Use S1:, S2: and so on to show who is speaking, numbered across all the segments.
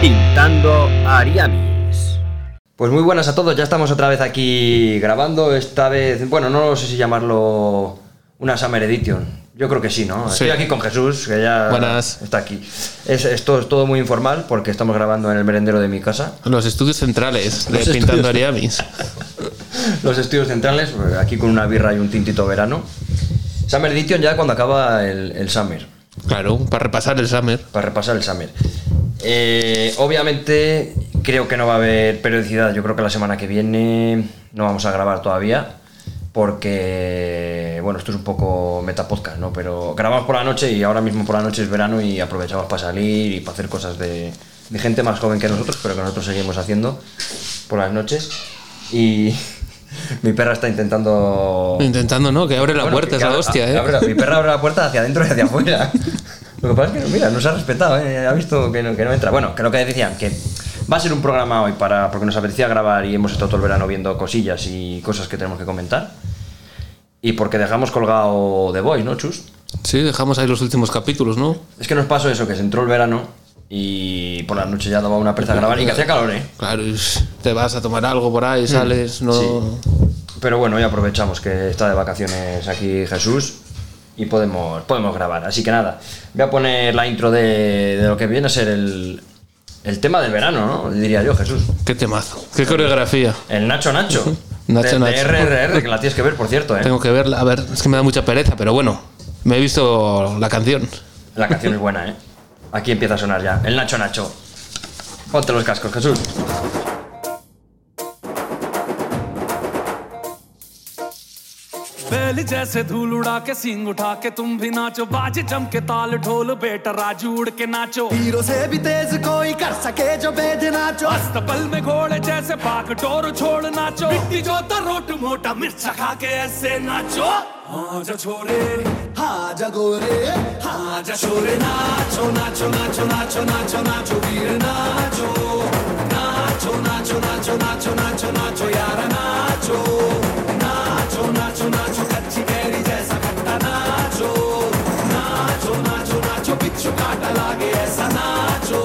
S1: Pintando Ariamis.
S2: Pues muy buenas a todos, ya estamos otra vez aquí grabando, esta vez, bueno, no sé si llamarlo una Summer Edition. Yo creo que sí, ¿no?
S3: Sí.
S2: Estoy aquí con Jesús, que ya
S3: Buenas.
S2: está aquí. Es, esto es todo muy informal porque estamos grabando en el merendero de mi casa.
S3: Los estudios centrales de
S2: Los
S3: Pintando
S2: estudios-
S3: Ariamis.
S2: Los estudios centrales, aquí con una birra y un tintito verano. Summer Edition ya cuando acaba el, el Summer,
S3: Claro, para repasar el summer.
S2: para repasar el Summer. Eh, obviamente creo que no va a haber periodicidad, yo creo que la semana que viene no vamos a grabar todavía. Porque, bueno, esto es un poco metapodcast, ¿no? Pero grabamos por la noche y ahora mismo por la noche es verano y aprovechamos para salir y para hacer cosas de, de gente más joven que nosotros, pero que nosotros seguimos haciendo por las noches. Y mi perra está intentando
S3: Intentando, ¿no? Que abre la
S2: bueno,
S3: puerta,
S2: que
S3: es la
S2: abre-
S3: hostia,
S2: a-
S3: ¿eh?
S2: abre la- mi perra abre la puerta hacia adentro y hacia afuera. Lo que pasa es que, mira, nos ha respetado, ¿eh? ha visto que no, que no entra. Bueno, que lo que decían, que va a ser un programa hoy para, porque nos apetecía grabar y hemos estado todo el verano viendo cosillas y cosas que tenemos que comentar. Y porque dejamos colgado The Voice, ¿no, Chus?
S3: Sí, dejamos ahí los últimos capítulos, ¿no?
S2: Es que nos pasó eso, que se entró el verano y por la noche ya daba una pereza grabar y que hacía calor, ¿eh?
S3: Claro, y te vas a tomar algo por ahí, sales, no.
S2: Mm, sí. Pero bueno, hoy aprovechamos que está de vacaciones aquí Jesús y podemos, podemos grabar. Así que nada, voy a poner la intro de, de lo que viene a ser el, el tema del verano, ¿no? Diría yo, Jesús.
S3: Qué temazo. Qué coreografía.
S2: El Nacho Nacho. de,
S3: Nacho Nacho.
S2: de RRR, que la tienes que ver, por cierto, ¿eh?
S3: Tengo que verla. A ver, es que me da mucha pereza, pero bueno, me he visto la canción.
S2: La canción es buena, ¿eh? Aquí empieza a sonar ya. El Nacho Nacho. Ponte los cascos, Jesús.
S4: बैल जैसे धूल उड़ा के सींग उठा के तुम भी नाचो बाजे जम के ताल ढोल बेटा राजू उड़ के नाचो
S5: हीरो से भी तेज कोई कर सके जो बेद नाचो
S4: अस्तबल में घोड़े जैसे भाग डोर छोड़ नाचो मिट्टी जोता
S5: तो
S4: रोट मोटा मिर्चा खा के ऐसे नाचो हाँ जा छोरे
S5: हाँ जगोरे
S4: हाँ जा छोरे नाचो नाचो नाचो नाचो नाचो नाचो वीर नाचो नाचो नाचो नाचो नाचो नाचो नाचो यार नाचो नाचो नाचो नाचो कच्ची कैरी जैसा खट्टा नाचो नाचो नाचो नाचो बिच्छू काटा लागे ऐसा नाचो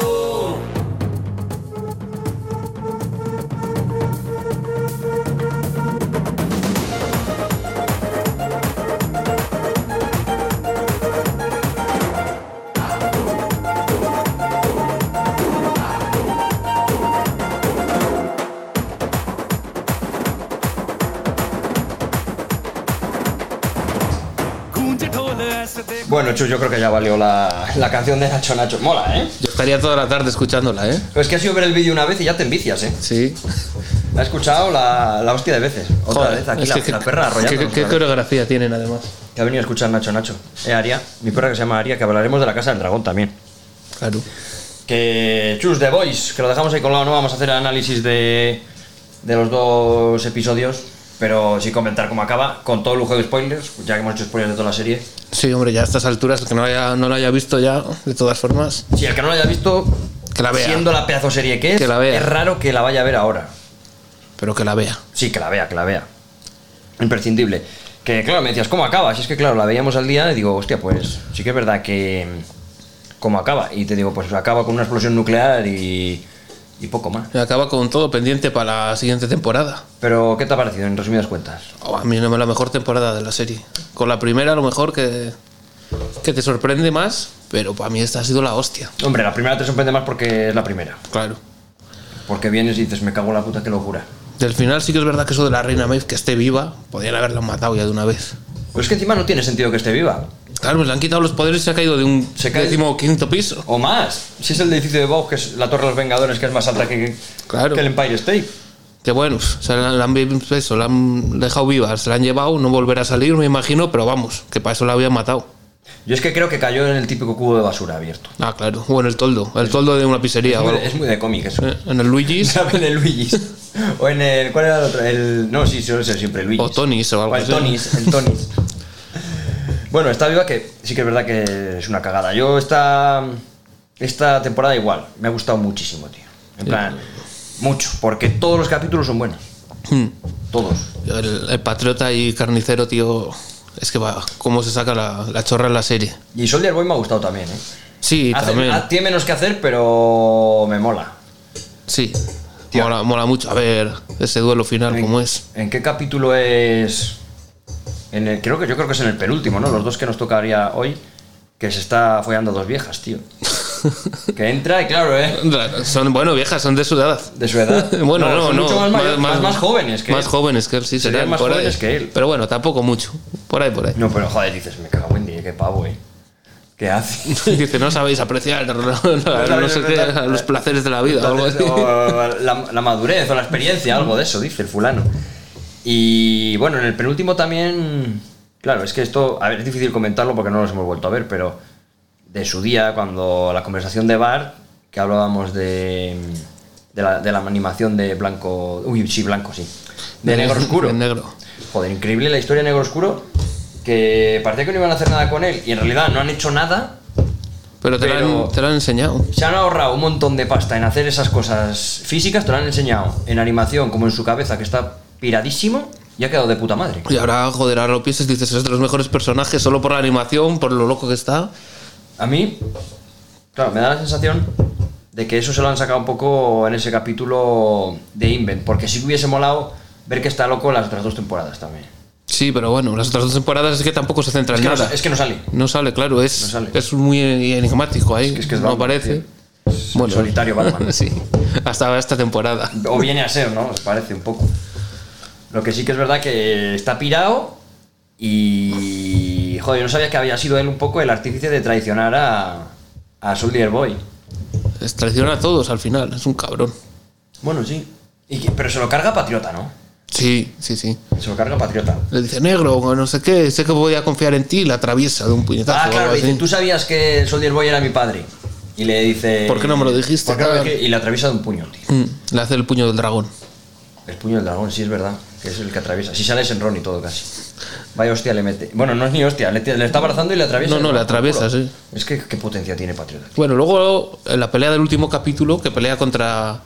S4: गूंजे ढोल ऐसे देख
S2: Bueno, Chus, yo creo que ya valió la, la canción de Nacho Nacho. Mola, ¿eh?
S3: Yo estaría toda la tarde escuchándola, ¿eh?
S2: Pero es que ha sido ver el vídeo una vez y ya te envicias, ¿eh?
S3: Sí.
S2: La he escuchado la, la hostia de veces. Otra
S3: Joder,
S2: vez, aquí
S3: es
S2: la,
S3: que-
S2: la perra arrollando.
S3: ¿Qué, qué- qué coreografía tienen, además?
S2: Que ha venido a escuchar Nacho Nacho. Eh, Aria, mi perra que se llama Aria, que hablaremos de la casa del dragón también.
S3: Claro.
S2: Que Chus de Boys, que lo dejamos ahí colgado, no vamos a hacer el análisis de, de los dos episodios, pero sí comentar cómo acaba, con todo lujo de spoilers, ya que hemos hecho spoilers de toda la serie.
S3: Sí, hombre, ya a estas alturas, el que no, haya, no lo haya visto ya, de todas formas.
S2: Si el que no lo haya visto,
S3: Que la vea.
S2: siendo la pedazo serie que es,
S3: Que la vea.
S2: es raro que la vaya a ver ahora.
S3: Pero que la vea.
S2: Sí, que la vea, que la vea. Imprescindible. Que claro, me decías, ¿cómo acaba? Si es que claro, la veíamos al día y digo, hostia, pues sí que es verdad que. mm, ¿Cómo acaba? Y te digo, pues acaba con una explosión nuclear y. y poco más.
S3: Y acaba con todo pendiente para la siguiente temporada.
S2: Pero, ¿qué te ha parecido en resumidas cuentas?
S3: Oh, a mí no me la mejor temporada de la serie. Con la primera, a lo mejor que, que te sorprende más, pero para mí esta ha sido la hostia.
S2: Hombre, la primera te sorprende más porque es la primera.
S3: Claro.
S2: Porque vienes y dices, me cago en la puta, qué locura.
S3: Del final sí que es verdad que eso de la reina Maeve que esté viva, podían haberla matado ya de una vez.
S2: Pero es que encima no tiene sentido que esté viva.
S3: Claro, pues le han quitado los poderes y se ha caído de un
S2: Se cae-
S3: décimo quinto piso.
S2: O más. Si es el edificio de Vogue, que es la Torre de los Vengadores, que es más alta que,
S3: Claro.
S2: que el Empire State.
S3: Que bueno, o sea, la, la han, eso, la han dejado viva, se la han llevado, no volverá a salir, me imagino, pero vamos, que para eso la habían matado.
S2: Yo es que creo que cayó en el típico cubo de basura abierto.
S3: Ah, claro. O en el toldo, el toldo de una pizzería
S2: Es
S3: o
S2: muy,
S3: algo.
S2: de- es muy de cómic eso.
S3: Eh, En el Luigi's.
S2: Sabe en el Luigi's. O en el. ¿Cuál era el otro? El, no, sí, suele ser siempre el Luigi's.
S3: O Tony's o algo
S2: el
S3: así.
S2: Tony's, el Tony's. Bueno, está viva que sí que es verdad que es una cagada. Yo esta, esta temporada igual. Me ha gustado muchísimo, tío. En plan, mucho. Porque todos los capítulos son buenos.
S3: Hmm.
S2: Todos.
S3: El, el patriota y carnicero, tío. Es que va, cómo se saca la, la chorra en la serie.
S2: Y Soldier Boy me ha gustado también, ¿eh?
S3: Sí,
S2: Hace-
S3: también.
S2: ah, tiene menos que hacer, pero me mola.
S3: Sí.
S2: Tío.
S3: Mola, mola mucho. A ver, ese duelo final,
S2: ¿En-
S3: ¿cómo es?
S2: ¿En qué capítulo es? En el, creo que yo creo que es en el penúltimo, ¿no? Los dos que nos tocaría hoy, que se está follando dos viejas, tío. que entra y claro, eh.
S3: Son, bueno, viejas, son de su edad.
S2: De su edad.
S3: Bueno, no, no.
S2: son mucho más, mayores- más- más jóvenes que
S3: Más
S2: él.
S3: jóvenes que él, sí,
S2: Serían
S3: serán
S2: más
S3: por ahí.
S2: jóvenes que él.
S3: Pero bueno, tampoco mucho. Por ahí, por ahí.
S2: No, pero joder, dices, me cago en 10, qué pavo, eh. ¿Qué hace?
S3: Dice, no sabéis apreciar no, no, no sé qué, los placeres de la vida o algo así.
S2: O La, la madurez o la experiencia, algo de eso, dice el fulano. Y bueno, en el penúltimo también. Claro, es que esto. A ver, es difícil comentarlo porque no nos hemos vuelto a ver, pero de su día, cuando la conversación de Bar, que hablábamos de. De la, de la animación de blanco. Uy, sí, blanco, sí. De negro oscuro.
S3: De negro.
S2: Joder, increíble la historia de Negro Oscuro. Que parecía que no iban a hacer nada con él. Y en realidad no han hecho nada.
S3: Pero te, Lo
S2: Pero-
S3: han, te lo han enseñado.
S2: Se han ahorrado un montón de pasta en hacer esas cosas físicas, te lo han enseñado en animación, como en su cabeza, que está piradísimo, y ha quedado de puta madre.
S3: Y ahora, joder, ahora lo piensas, dices, es de los mejores personajes solo por la animación, por lo loco que está.
S2: A mí, claro, me da la sensación de que eso se lo han sacado un poco en ese capítulo de Invent, porque sí que hubiese molado ver que está loco en las otras dos temporadas también.
S3: Sí, pero bueno, las otras dos temporadas es que tampoco se centra
S2: Es
S3: en
S2: que, no,
S3: Pues nada.
S2: sa- es que no sale.
S3: No sale, claro, es,
S2: No sale.
S3: es muy enigmático ahí.
S2: Es que es que es
S3: no
S2: Batman,
S3: aparece.
S2: tío. Es solitario Batman.
S3: sí, hasta esta temporada.
S2: O viene a ser, ¿no? Se parece un poco. Lo que sí que es verdad que está pirado y. Joder, yo no sabía que había sido él un poco el artífice de traicionar a. a Soldier Boy.
S3: Es traiciona a todos al final, es un cabrón.
S2: Bueno, sí. Y que- pero se lo carga Patriota, ¿no?
S3: Sí, sí, sí.
S2: Se lo carga Patriota.
S3: Le dice negro, o no sé qué, sé que voy a confiar en ti y la atraviesa de un puñetazo.
S2: Ah,
S3: o
S2: claro,
S3: algo
S2: le dice,
S3: así.
S2: tú sabías que Soldier Boy era mi padre. Y le dice.
S3: ¿Por qué no me lo dijiste,
S2: "¿Por qué no me lo
S3: tal?"
S2: dijiste?" Y le atraviesa de un puño, tío.
S3: Mm, Le hace el puño del dragón.
S2: El puño del dragón, sí es verdad, que es el que atraviesa. Si sales en Ron y todo casi. Vaya hostia, le mete. Bueno, no es ni hostia, le, tira- le está abrazando y le atraviesa.
S3: No, no, le atraviesa, sí.
S2: Es que qué potencia tiene Patriota.
S3: Bueno, luego en la pelea del último capítulo, que pelea contra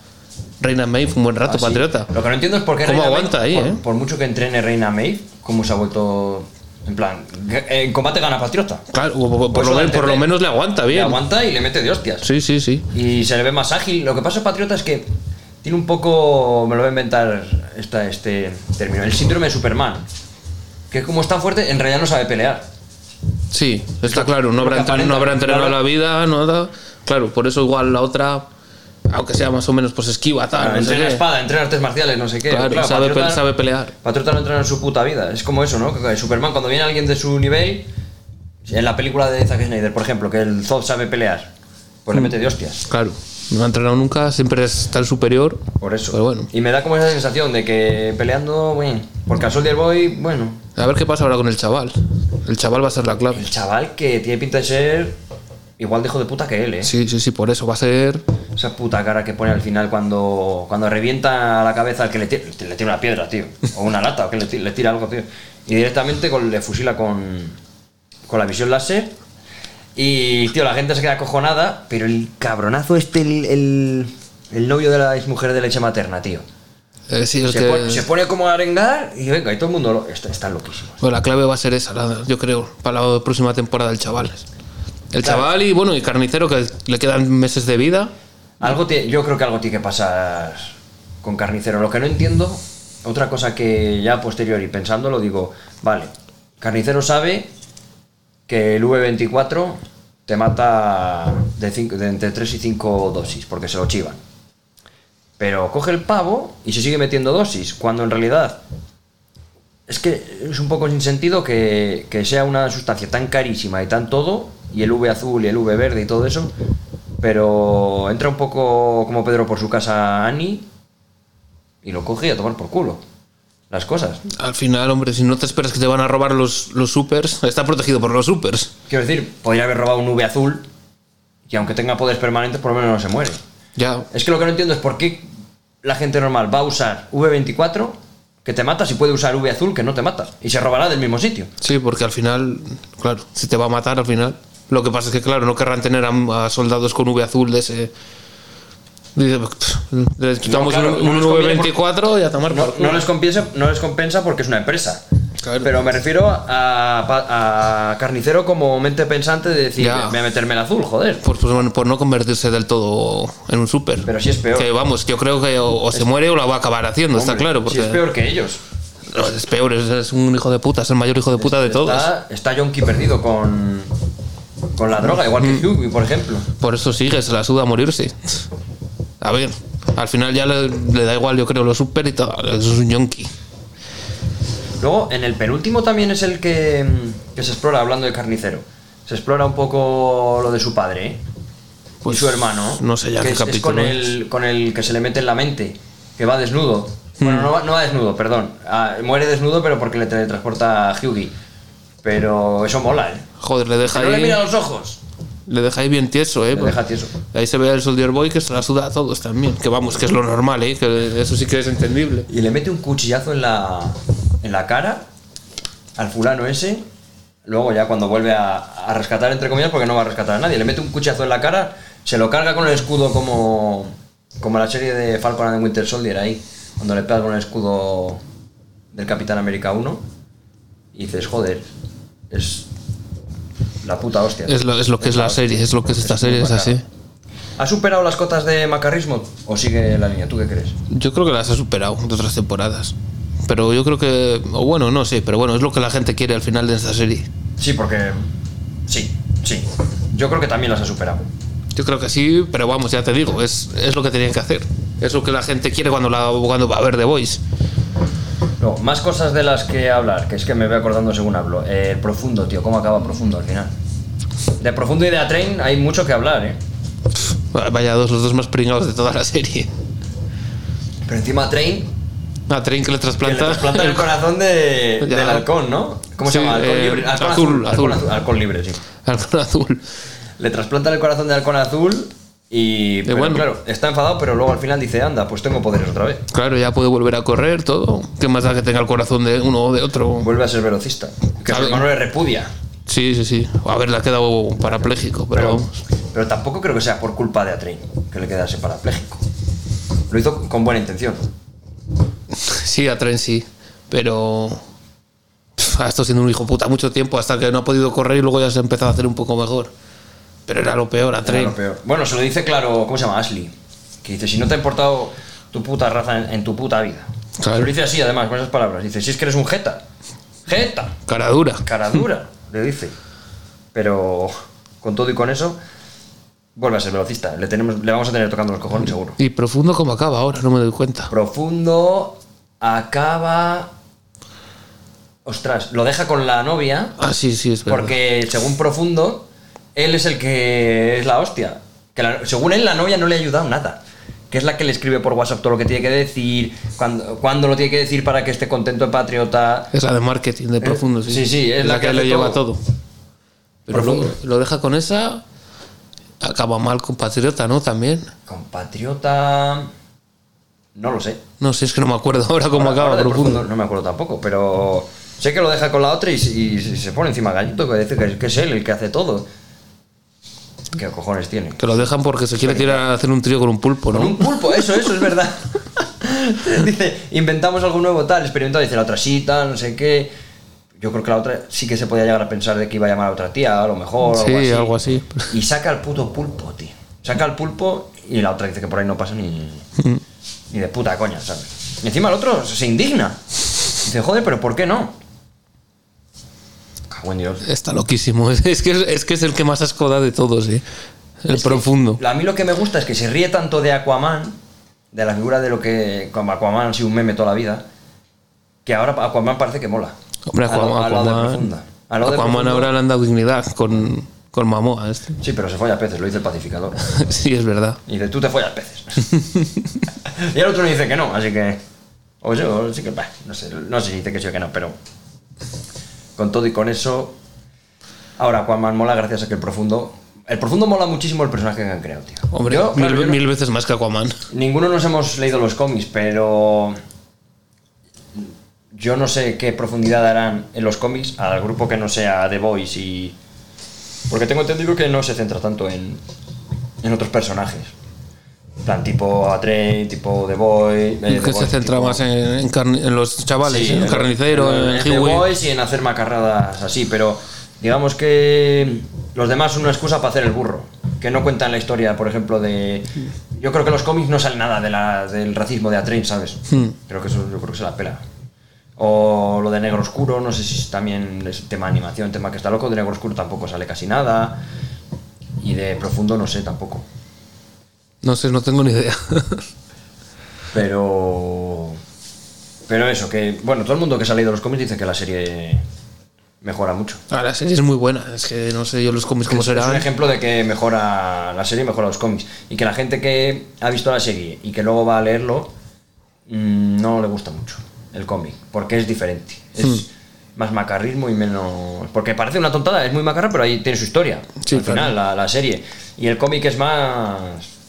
S3: Reina May, fue un buen rato,
S2: Ah, sí.
S3: Patriota.
S2: Lo que no entiendo es por qué
S3: ¿Cómo
S2: Reina
S3: aguanta
S2: Maeve,
S3: ahí,
S2: por,
S3: eh?
S2: por mucho que entrene Reina Maeve, cómo se ha vuelto. En plan, g- en combate gana Patriota.
S3: Claro, o- o- por,
S2: Pues
S3: lo,
S2: la
S3: men- por lo
S2: entendé.
S3: menos le aguanta
S2: Le
S3: bien.
S2: aguanta y le mete de hostias.
S3: Sí, sí, sí.
S2: Y se le ve más ágil. Lo que pasa a Patriota es que tiene un poco. Me lo voy a inventar esta, este término. El síndrome de Superman. Que como es tan fuerte, en realidad no sabe pelear.
S3: Sí, está claro, no
S2: Porque
S3: habrá, entren-
S2: aparenta-
S3: no habrá entrenado
S2: claro.
S3: la vida, nada. Claro, por eso igual la otra, aunque sea más o menos, pues esquiva, tal.
S2: Claro,
S3: no sé
S2: entrena
S3: qué.
S2: espada, entrena artes marciales, no sé qué.
S3: Claro, sabe, pe- sabe pelear.
S2: Patriota no entrena en su puta vida. Es como eso, ¿no? Que Superman, cuando viene alguien de su nivel, en la película de Zack Snyder, por ejemplo, que el Zod sabe pelear, pues
S3: Mm.
S2: le mete de hostias.
S3: Claro, no ha entrenado nunca, siempre es tan superior.
S2: Por eso.
S3: Pero bueno.
S2: Y me da como esa sensación de que peleando, bueno, porque a Soldier Boy, bueno,
S3: A ver qué pasa ahora con el chaval. El chaval va a ser la clave.
S2: el chaval que tiene pinta de ser igual de hijo de puta que él, ¿eh?
S3: Sí, sí, sí, por eso va a ser.
S2: Esa puta cara que pone al final cuando, cuando revienta la cabeza al que le tira, le tira una piedra, tío. O una lata, o que le ti- le tira, algo, tío. Y directamente con- le fusila con, con la visión láser. Y, tío, la gente se queda acojonada, pero el cabronazo este, el, el, el novio de la exmujer de leche materna, tío.
S3: eh, sí, es
S2: Se,
S3: que.
S2: pone, se pone como a arengar y venga, y todo el mundo lo- está, está loquísimo.
S3: Bueno, la clave va a ser esa, la- yo creo, para la próxima temporada del chaval. El chaval y bueno, y carnicero que le quedan meses de vida.
S2: Algo tie- yo creo que algo tiene que pasar con Carnicero. Lo que no entiendo, otra cosa que ya posterior y pensándolo digo, vale, Carnicero sabe que el V24 te mata de, cinco- de entre 3 y 5 dosis, porque se lo chivan. Pero coge el pavo y se sigue metiendo dosis, cuando en realidad es que es un poco sin sentido que, que sea una sustancia tan carísima y tan todo, y el V azul y el V verde y todo eso, pero entra un poco como Pedro por su casa Ani y lo coge y a tomar por culo las cosas.
S3: Al final, hombre, si no te esperas que te van a robar los, los supers, está protegido por los supers.
S2: Quiero decir, podría haber robado un V azul y aunque tenga poderes permanentes, por lo menos no se muere.
S3: Ya,
S2: Es que lo que no entiendo es por qué la gente normal va a usar V24 que te mata si puede usar V azul que no te mata y se robará del mismo sitio.
S3: sí, porque al final, claro, si te va a matar al final. Lo que pasa es que, claro, no querrán tener a, a soldados con V azul de ese. Dice, "Pff, Les quitamos
S2: claro,
S3: un,
S2: no
S3: un
S2: les conviene
S3: V24 y a tomar
S2: No,
S3: por culo".
S2: no les compensa, no les compensa porque es una empresa.
S3: Claro.
S2: Pero me refiero a, pa- a Carnicero como mente pensante de decir,
S3: Ya.
S2: voy a meterme el azul, joder.
S3: Por, pues, bueno, por no convertirse del todo en un súper.
S2: Pero si es peor.
S3: Que vamos, yo creo que o, o se muere o la va a acabar haciendo, está
S2: Hombre,
S3: claro. Porque
S2: Si es peor que ellos.
S3: No, es peor, es, es un hijo de puta, es el mayor hijo de puta de todos.
S2: Está, está Yonki perdido con, con la droga, igual
S3: Mm.
S2: que Hughie, por ejemplo.
S3: Por eso sigue, se la suda a morirse. A ver, al final ya le, le da igual, yo creo, lo super y todo. Es un yonki.
S2: Luego, en el penúltimo también es el que, mm, que se explora, hablando de Carnicero. Se explora un poco lo de su padre, ¿eh?
S3: Pues,
S2: y su hermano.
S3: no sé ya
S2: que
S3: qué
S2: es, es
S3: capítulo
S2: con,
S3: es.
S2: El, con el que se le mete en la mente, que va desnudo.
S3: Mm.
S2: Bueno, no va, no va desnudo, perdón. Ah, muere desnudo, pero porque le teletransporta a Hughie. Pero eso mola, ¿eh?
S3: Joder, le deja
S2: Que no le
S3: ahí.
S2: mira a los ojos.
S3: Le deja ahí bien tieso, eh.
S2: Le
S3: Porque
S2: deja tieso.
S3: Ahí se ve al Soldier Boy que se la suda a todos también. Que vamos, que es lo normal, eh. Que eso sí que es entendible.
S2: Y le mete un cuchillazo en la, en la cara al fulano ese. Luego ya cuando vuelve a, a rescatar, entre comillas, porque no va a rescatar a nadie. Le mete un cuchillazo en la cara, se lo carga con el escudo como, como la serie de Falcon and the Winter Soldier ahí. Cuando le pegas con el escudo del Capitán América 1. Y dices, joder, es la puta hostia.
S3: Es lo, es lo que es la serie, es lo que es esta serie, es así.
S2: ¿Ha superado las cotas de macarrismo o sigue la línea? ¿Tú qué crees?
S3: Yo creo que las ha superado de otras temporadas. Pero yo creo que. O bueno, no sé, pero bueno, es lo que la gente quiere al final de esta serie.
S2: Sí, porque. Sí, sí. Yo creo que también las ha superado.
S3: Yo creo que sí, pero vamos, ya te digo, es, es lo que tenían que hacer. Es lo que la gente quiere cuando, la, cuando va a ver The Voice.
S2: No, más cosas de las que hablar, que es que me voy acordando según hablo. Eh, el profundo, tío, ¿cómo acaba profundo al final? De profundo y de A Train hay mucho que hablar, ¿eh?
S3: Vaya dos, los dos más pringados de toda la serie.
S2: Pero encima A Train,
S3: A Tren que le
S2: que le
S3: trasplanta.
S2: trasplanta el corazón de-
S3: Ya.
S2: del halcón, ¿no? ¿Cómo se
S3: Sí,
S2: llama? Halcón
S3: eh,
S2: libre. Halcón
S3: azul,
S2: halcón
S3: azul.
S2: halcón libre, sí.
S3: Halcón azul.
S2: Le trasplanta el corazón de halcón azul y. Pero,
S3: bueno.
S2: claro, está enfadado, pero luego al final dice, anda, pues tengo poderes otra vez.
S3: Claro, ya puede volver a correr, todo. ¿Qué más da que tenga el corazón de uno o de otro?
S2: Vuelve a ser velocista. Que su
S3: Claro.
S2: hermano le repudia.
S3: Sí, sí, sí. A ver, le ha quedado parapléjico, pero,
S2: Pero,
S3: vamos.
S2: pero tampoco creo que sea por culpa de Atrein que le quedase parapléjico. Lo hizo con buena intención.
S3: Sí, a Tren sí. Pero. pf, Ha estado siendo un hijo puta mucho tiempo hasta que no ha podido correr y luego ya se ha empezado a hacer un poco mejor. Pero era lo peor, a
S2: Era
S3: Tren.
S2: lo peor. Bueno, se lo dice claro, ¿cómo se llama? Ashley. Que dice, si no te ha importado tu puta raza en, en tu puta vida.
S3: Claro.
S2: Se lo dice así, además, con esas palabras. Dice, si es que eres un jeta. Jeta.
S3: Cara dura.
S2: Cara dura, le dice. Pero con todo y con eso, vuelve a ser velocista. Le, tenemos, le vamos a tener tocando los cojones seguro.
S3: Y profundo como acaba ahora, no me doy cuenta.
S2: Profundo acaba... Ostras, lo deja con la novia.
S3: Ah, sí, sí, es verdad.
S2: Porque según Profundo, él es el que es la hostia. Que la- según él, la novia no le ha ayudado nada. Que es la que le escribe por WhatsApp todo lo que tiene que decir, cuándo, cuándo lo tiene que decir para que esté contento el patriota.
S3: Es la de marketing, de profundo, sí.
S2: Eh, sí, sí, es
S3: Es
S2: la
S3: la,
S2: que
S3: que,
S2: hace
S3: lo lleva
S2: todo.
S3: todo. Pero
S2: Profundo.
S3: luego lo deja con esa. Acaba mal con Patriota, ¿no? También.
S2: Compatriota. No lo sé.
S3: No sé, es que no me acuerdo ahora cómo
S2: Ahora-
S3: acaba
S2: ahora de
S3: profundo.
S2: No me acuerdo tampoco, pero sé que lo deja con la otra y, se- y se se pone encima gallito, que dice que, que es él el que hace todo. ¿Qué cojones tiene?
S3: Que lo dejan porque se quiere tirar a hacer un trío con un pulpo,
S2: Con
S3: ¿no?
S2: un pulpo, eso, eso es verdad. dice, inventamos algo nuevo, tal, experimentado. Dice la otra sí, tal, no sé qué. Yo creo que la otra sí que se podía llegar a pensar de que iba a llamar a otra tía, a lo mejor. o
S3: Sí,
S2: algo así.
S3: algo así.
S2: Y saca el puto pulpo, tío. Saca el pulpo y la otra dice que por ahí no pasa ni,
S3: Mm.
S2: ni de puta coña, ¿sabes? Y encima el otro se indigna. Dice, joder, pero ¿por qué no? Cago en Dios.
S3: Está loquísimo. Es que es, es que es el que más asco da de todos, ¿eh? El
S2: Es que
S3: profundo.
S2: lo- a mí lo que me gusta es que se ríe tanto de Aquaman, de la figura de lo que. Como Aquaman ha sido un meme toda la vida, que ahora Aquaman parece que mola.
S3: Hombre,
S2: Al lado-
S3: Aquaman,
S2: al lado de
S3: Aquaman,
S2: Profunda. Al lado de
S3: Aquaman
S2: Profunda-
S3: ahora le han dado dignidad con, con Mamoa. este.
S2: Sí, pero se folla a peces, lo dice el pacificador.
S3: Sí, es verdad.
S2: Y dice, tú te follas peces. y el otro le dice que no, así que. O yo, así que, bah, no sé, no sé si dice que sí o que no, pero. Con todo y con eso. Ahora, Aquaman mola gracias a que el profundo. El profundo mola muchísimo el personaje que han creado, tío.
S3: Hombre,
S2: Yo, claro,
S3: mil,
S2: yo no- Eh,
S3: mil veces más que Aquaman.
S2: Ninguno nos hemos leído los cómics, pero yo no sé qué profundidad darán en los cómics al grupo que no sea The Boys y... Porque tengo entendido que no se centra tanto en, en otros personajes. En plan tipo A Train, tipo The Boy. eh, The
S3: que se
S2: Boys,
S3: centra
S2: tipo-
S3: más en, en carni- en los chavales,
S2: Sí,
S3: en el carnicero, en, el
S2: The
S3: Hiwi.
S2: Boys y en hacer macarradas así, pero digamos que los demás son una excusa para hacer el burro. Que no cuentan la historia, por ejemplo, de. Yo creo que en los cómics no sale nada de la- del racismo de Atrain, ¿sabes?
S3: Hmm.
S2: Creo que eso yo creo que se la pela. O lo de Negro Oscuro, no sé si es también es tema de animación, tema que está loco. De Negro Oscuro tampoco sale casi nada. Y de Profundo no sé tampoco.
S3: No sé, no tengo ni idea.
S2: Pero. Pero eso, que. Bueno, todo el mundo que se ha leído los cómics dice que la serie mejora mucho.
S3: Ah, la serie es muy buena, es que no sé yo los cómics cómo
S2: Es- Es un
S3: serán.
S2: ejemplo de que mejora la serie, mejora los cómics. Y que la gente que ha visto la serie y que luego va a leerlo, mm, no le gusta mucho el cómic, porque es diferente. Es
S3: Hmm.
S2: más macarrismo y menos... Porque parece una tontada, es muy macarra, pero ahí tiene su historia.
S3: Sí,
S2: al final,
S3: claro.
S2: la, la serie. Y el cómic es más...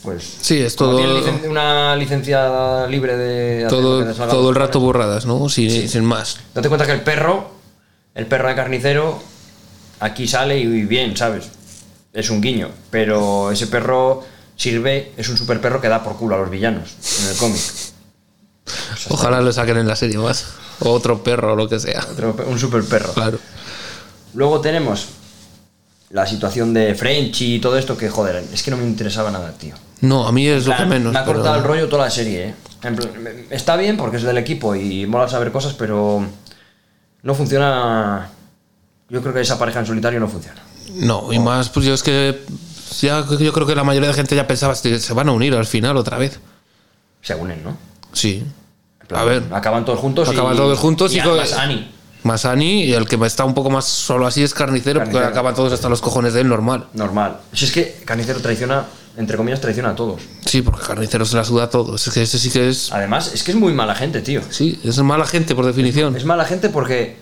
S2: Pues,
S3: Sí, es
S2: como
S3: todo-
S2: tiene licen- una licencia libre de... hacer lo que
S3: Todo,
S2: les salga
S3: todo el
S2: por
S3: rato
S2: cojones.
S3: borradas, ¿no? Sin, sin más.
S2: Date cuenta que el perro, el perro de carnicero, aquí sale y bien, ¿sabes? Es un guiño. Pero ese perro sirve, es un super perro que da por culo a los villanos en el cómic.
S3: Ojalá lo saquen en la serie más. O otro perro o lo que sea.
S2: Otro pe- Un super perro.
S3: Claro.
S2: Luego tenemos la situación de Frenchy y todo esto que, joder, es que no me interesaba nada, tío.
S3: No, a mí es lo que
S2: plan,
S3: menos.
S2: Me ha
S3: pero-
S2: cortado el rollo toda la serie, ¿eh? En plan, me- está bien porque es del equipo y mola saber cosas, pero no funciona. Yo creo que esa pareja en solitario no funciona.
S3: No, y
S2: Oh.
S3: más, pues yo es que. Ya, yo creo que la mayoría de gente ya pensaba "Hostia, se van a unir al final otra vez.
S2: Se unen, ¿no?
S3: Sí.
S2: En plan,
S3: A ver,
S2: Acaban todos juntos. y-
S3: acaban todos juntos
S2: y,
S3: y, co-
S2: además Ani.
S3: Más Ani, y el que está un poco más solo así es carnicero, porque
S2: Carnicero.
S3: acaban todos hasta los cojones de él normal.
S2: Normal. Si es que Carnicero traiciona, entre comillas, traiciona a todos.
S3: Sí, porque carnicero se la suda a todos. Es que ese sí que es.
S2: Además, es que es muy mala gente, tío.
S3: Sí, es mala gente por definición.
S2: Es mala gente porque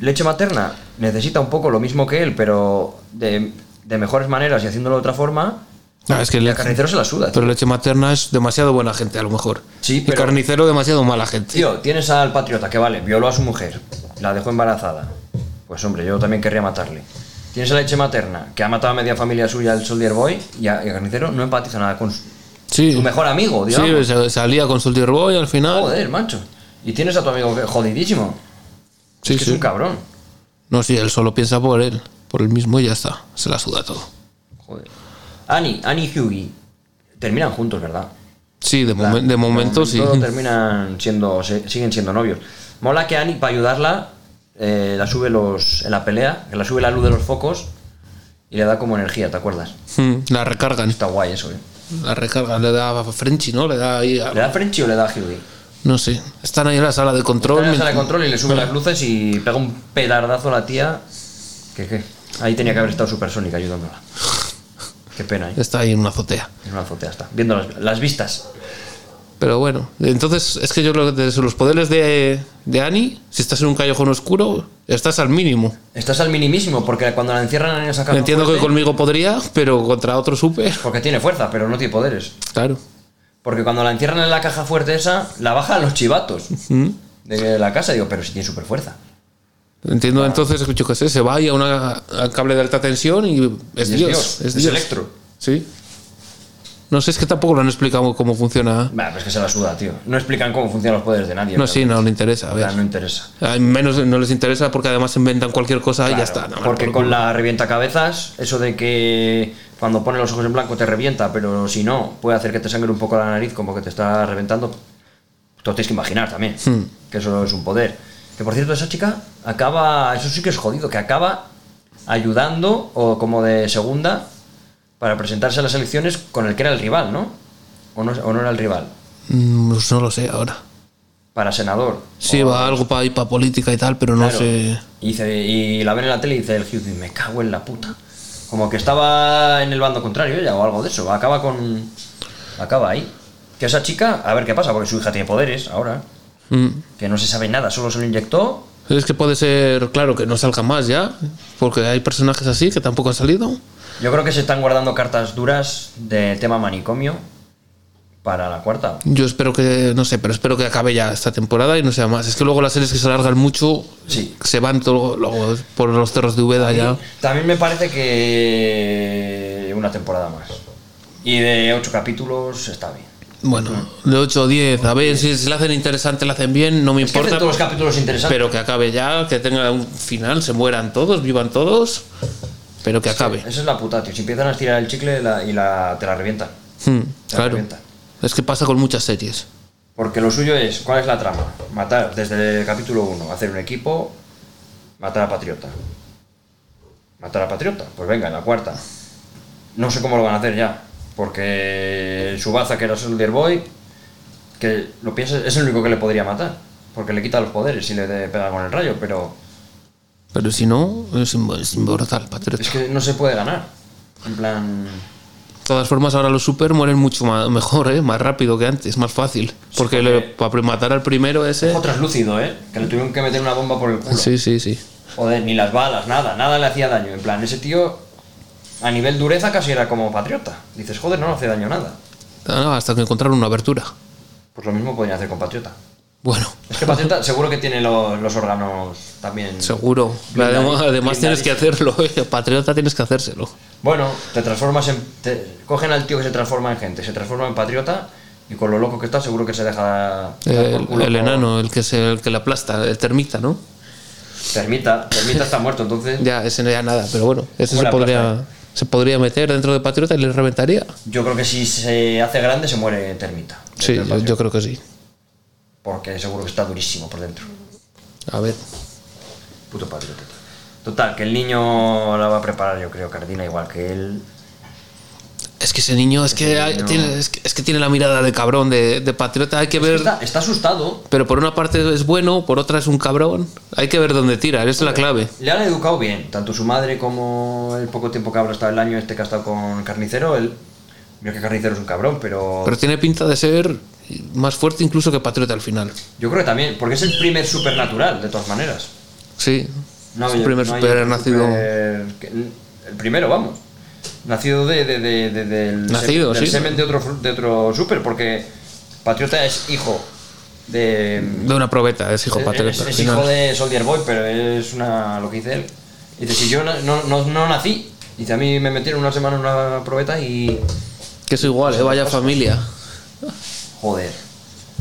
S2: leche materna necesita un poco lo mismo que él, pero de, de mejores maneras y haciéndolo de otra forma.
S3: Ah, es que
S2: Y
S3: le-
S2: a Carnicero se la suda. tío.
S3: Pero leche materna es demasiado buena gente, a lo mejor.
S2: Sí,
S3: Y
S2: pero-
S3: carnicero, demasiado mala gente.
S2: Tío, tienes al patriota que vale, violó a su mujer, la dejó embarazada. Pues hombre, yo también querría matarle. Tienes a leche materna que ha matado a media familia suya el Soldier Boy y a, y a Carnicero no empatiza nada con su,
S3: sí.
S2: su mejor amigo,
S3: Sí, pues,
S2: digamos.
S3: se- salía con Soldier Boy al final.
S2: Joder, macho. Y tienes a tu amigo que- jodidísimo.
S3: Sí,
S2: es que
S3: sí.
S2: es un cabrón.
S3: No, sí, él solo piensa por él, por él mismo y ya está. Se la suda todo.
S2: Joder. Annie, Annie y Hughie terminan juntos, ¿verdad?
S3: Sí, de, momen- de momento sí.
S2: Todos terminan siendo, se- siguen siendo novios. Mola que Annie, para ayudarla, eh, la sube los, en la pelea, que la sube la luz de los focos y le da como energía, ¿te acuerdas?
S3: Mm, La recargan,
S2: Está guay eso, ¿eh?
S3: la recargan. Le da a Frenchy, ¿no? Le da ahí. a-
S2: ¿Le da Frenchy o le da Hughie?
S3: No sé. Están ahí en la sala de control.
S2: Sale de
S3: mientras-
S2: control y le sube las luces y pega un pedardazo a la tía. Que qué? Ahí tenía que haber estado Supersónica ayudándola. Qué pena, ¿eh?
S3: Está ahí en una azotea.
S2: En una azotea está. Viendo las, las vistas.
S3: Pero bueno, entonces es que yo creo que desde los poderes de, de Annie, si estás en un callejón oscuro, estás al mínimo.
S2: Estás al minimísimo porque cuando la encierran en esa caja
S3: Entiendo que
S2: fuerte-
S3: conmigo podría, pero contra otro super,
S2: Porque tiene fuerza, pero no tiene poderes.
S3: claro.
S2: Porque cuando la encierran en la caja fuerte esa, la bajan los chivatos de la casa. Digo, pero si tiene super fuerza.
S3: Entiendo entonces, yo qué sé, se va ahí a una a cable de alta tensión y es,
S2: Y es
S3: Dios,
S2: Dios, es
S3: Dios.
S2: Electro.
S3: Sí. No sé, es que tampoco lo han explicado cómo funciona.
S2: Bah, pero es que se la suda, tío. No explican cómo funcionan los poderes de nadie.
S3: No,
S2: pero-
S3: sí, no le interesa. A
S2: O sea, no
S3: ver.
S2: interesa.
S3: A menos no les interesa porque además inventan cualquier cosa y
S2: Claro,
S3: ya está. no,
S2: porque
S3: no,
S2: con la revientacabezas, eso de que cuando pone los ojos en blanco te revienta, pero si no, puede hacer que te sangre un poco la nariz como que te está reventando. Tú lo tienes que imaginar también, que eso es un poder. Que por cierto, esa chica acaba, eso sí que es jodido, que acaba ayudando o como de segunda para presentarse a las elecciones con el que era el rival, ¿no? O no, o no era el rival,
S3: Mm, pues no lo sé ahora.
S2: para senador.
S3: Sí,
S2: o-
S3: va algo para ir para política y tal, pero no
S2: Oh. Claro.
S3: sé.
S2: Y, dice- y la ven en la tele y dice el Hughes, me cago en la puta. Como que estaba en el bando contrario ella o algo de eso. Acaba con. Acaba ahí. Que esa chica, a ver qué pasa, porque su hija tiene poderes ahora.
S3: Mm.
S2: Que no se sabe nada, solo se lo inyectó.
S3: Es que puede ser, claro, que no salga más ya, porque hay personajes así que tampoco han salido.
S2: Yo creo que se están guardando cartas duras del tema manicomio para la cuarta.
S3: Yo espero que, no sé, pero espero que acabe ya esta temporada y no sea más. Es que luego las series que se alargan mucho
S2: Sí.
S3: se van todo, luego por los cerros de Úbeda ya.
S2: También me parece que. Una temporada más. Y de ocho capítulos está bien.
S3: Bueno, de 8 o 10, a ver si se la hacen interesante, la hacen bien, no me
S2: Es que hacen
S3: importa.
S2: todos los capítulos interesantes.
S3: Pero que acabe ya, que tenga un final, se mueran todos, vivan todos, pero que acabe.
S2: Esa es la puta, tío. Si empiezan a estirar el chicle la- y la, te la revientan.
S3: Hmm,
S2: Te
S3: claro.
S2: revienta.
S3: Es que pasa con muchas series.
S2: Porque lo suyo es, ¿cuál es la trama? Matar, desde el capítulo 1, hacer un equipo, matar a Patriota. Matar a Patriota, pues venga, en la cuarta. No sé cómo lo van a hacer ya, porque Subaza, que era Soldier Boy, que lo piensas, es el único que le podría matar, porque le quita los poderes y le de- pega con el rayo, pero
S3: Pero si no, es, im- es inmortal, patriota.
S2: es que no se puede ganar. En plan,
S3: De todas formas, ahora los super mueren mucho ma- mejor, ¿eh? más rápido que antes, más fácil. Porque le- para matar al primero ese.
S2: ojo traslúcido, ¿eh? Que le tuvieron que meter una bomba por el culo.
S3: Sí, sí, sí.
S2: Joder, ni las balas, nada, nada le hacía daño. En plan, ese tío a nivel dureza casi era como patriota. Dices, joder, no le hace daño nada.
S3: Ah, no, hasta que encontraron una abertura.
S2: Pues lo mismo podrían hacer con patriota.
S3: Bueno,
S2: Es que patriota seguro que tiene lo- los órganos también.
S3: seguro.
S2: Blindari-
S3: además además tienes que
S2: blindarísimo.
S3: hacerlo, ¿eh? patriota tienes que hacérselo.
S2: Bueno, te transformas en. te- cogen al tío que se transforma en gente, se transforma en patriota y con lo loco que está, seguro que se deja. dar por
S3: El,
S2: culo
S3: el
S2: con-
S3: enano, el que, se, el que le aplasta, el termita, ¿no?
S2: Termita, termita está muerto, entonces.
S3: Ya, ese no era nada, pero bueno, ese
S2: Buena
S3: se podría,
S2: plaza,
S3: se podría meter dentro de Patriota y le reventaría.
S2: Yo creo que si se hace grande se muere termita.
S3: Sí,
S2: Del
S3: yo,
S2: patriota.
S3: yo creo que sí.
S2: Porque seguro que está durísimo por dentro.
S3: A ver,
S2: Puto patriota. Total, que el niño la va a preparar, yo creo, Cardina, igual que él.
S3: es que ese niño, es que, hay-
S2: niño-
S3: Tiene, es que, es que tiene la mirada de cabrón, de, de Patriota, hay que ver...
S2: Está, está asustado.
S3: Pero por una parte es bueno, por otra es un cabrón. Hay que ver dónde tira, esa es la clave.
S2: Le han educado bien, tanto su madre como el poco tiempo que habrá estado el año este que ha estado con Carnicero. Él, mira que Carnicero es un cabrón, pero,
S3: Pero tiene pinta de ser más fuerte incluso que Patriota al final.
S2: yo creo que también, porque es el primer supernatural, de todas maneras.
S3: Sí, es el
S2: había-
S3: primer
S2: no hay
S3: super
S2: otro
S3: nacido...
S2: super- que- el primero, vamos. Nacido de, de- de- de- del,
S3: Nacido,
S2: semen, del
S3: sí.
S2: semen de otro, fru- de otro super, porque Patriota es hijo de...
S3: De una probeta, es hijo
S2: Es-
S3: Patriota.
S2: Es,
S3: al
S2: es
S3: final.
S2: hijo de Soldier Boy, pero es una. lo que dice él. Dice, si yo na- no, no, no nací. Dice, a mí me metieron una semana en una probeta y.
S3: Que es igual, ¿eh? vaya familia.
S2: Joder.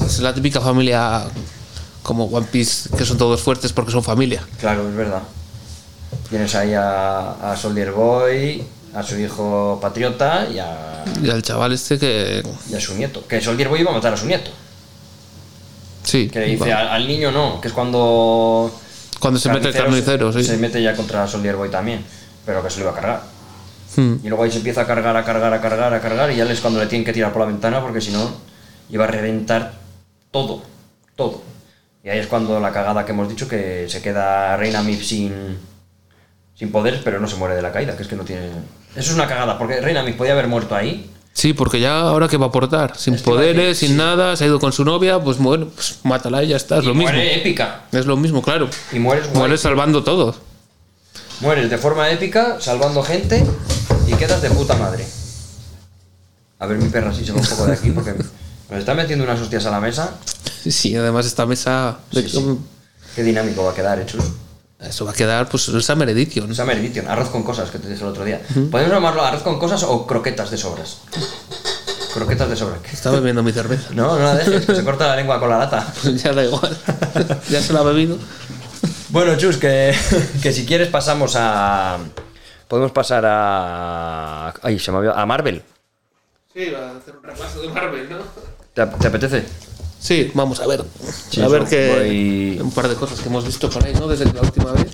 S3: Es la típica familia como One Piece, que son todos fuertes porque son familia.
S2: Claro, es verdad. Tienes ahí a, a Soldier Boy, a su hijo patriota y a,
S3: Y al chaval este que.
S2: y a su nieto. Que Soldier Boy iba a matar a su nieto.
S3: Sí.
S2: Que le dice
S3: va.
S2: al, al niño no, que es cuando.
S3: Cuando se mete el carnicero,
S2: se-
S3: sí.
S2: Se mete ya contra Soldier Boy también, pero que se lo iba a cargar.
S3: Hmm.
S2: Y luego ahí se empieza a cargar, a cargar, a cargar, a cargar, y ya es cuando le tienen que tirar por la ventana, porque si no, iba a reventar todo, todo. Y ahí es cuando la cagada que hemos dicho, que se queda Reina Mif sin, sin poderes, pero no se muere de la caída, que es que no tiene... Eso es una cagada, porque Reina Mif podía haber muerto ahí,
S3: Sí, porque ya ahora que va a aportar, sin
S2: Es que va a
S3: poderes,
S2: decir,
S3: sin nada, se ha ido con su novia, pues bueno, pues mátala y ya está, es lo
S2: y
S3: mismo.
S2: muere épica.
S3: Es lo mismo, claro.
S2: Y mueres guay.
S3: Muere salvando todo.
S2: Mueres de forma épica, salvando gente, y quedas de puta madre. A ver, mi perra, si se va un poco de aquí, porque nos está metiendo unas hostias a la mesa.
S3: Sí, además esta mesa.
S2: Sí, sí.
S3: um,
S2: Qué dinámico va a quedar, eh, chus.
S3: Eso va a quedar, pues, el Summer Edition.
S2: Summer Edition, arroz con cosas, que te dije el otro día. Podemos llamarlo arroz con cosas o croquetas de sobras. Croquetas de sobras. ¿qué?
S3: Está bebiendo mi cerveza. Pues
S2: No, no la dejes, que se corta la lengua con la lata.
S3: ya da igual. ya se la ha bebido.
S2: Bueno, Chus, que, que si quieres pasamos a... Podemos pasar a... Ay, se me había... A Marvel.
S3: Sí, va a hacer un repaso de Marvel, ¿no?
S2: ¿Te, ap- te apetece?
S3: Sí, vamos a ver.
S2: Sí,
S3: a ver
S2: yo
S3: que
S2: voy-
S3: un par de cosas que hemos visto por ahí, ¿no? Desde la última vez.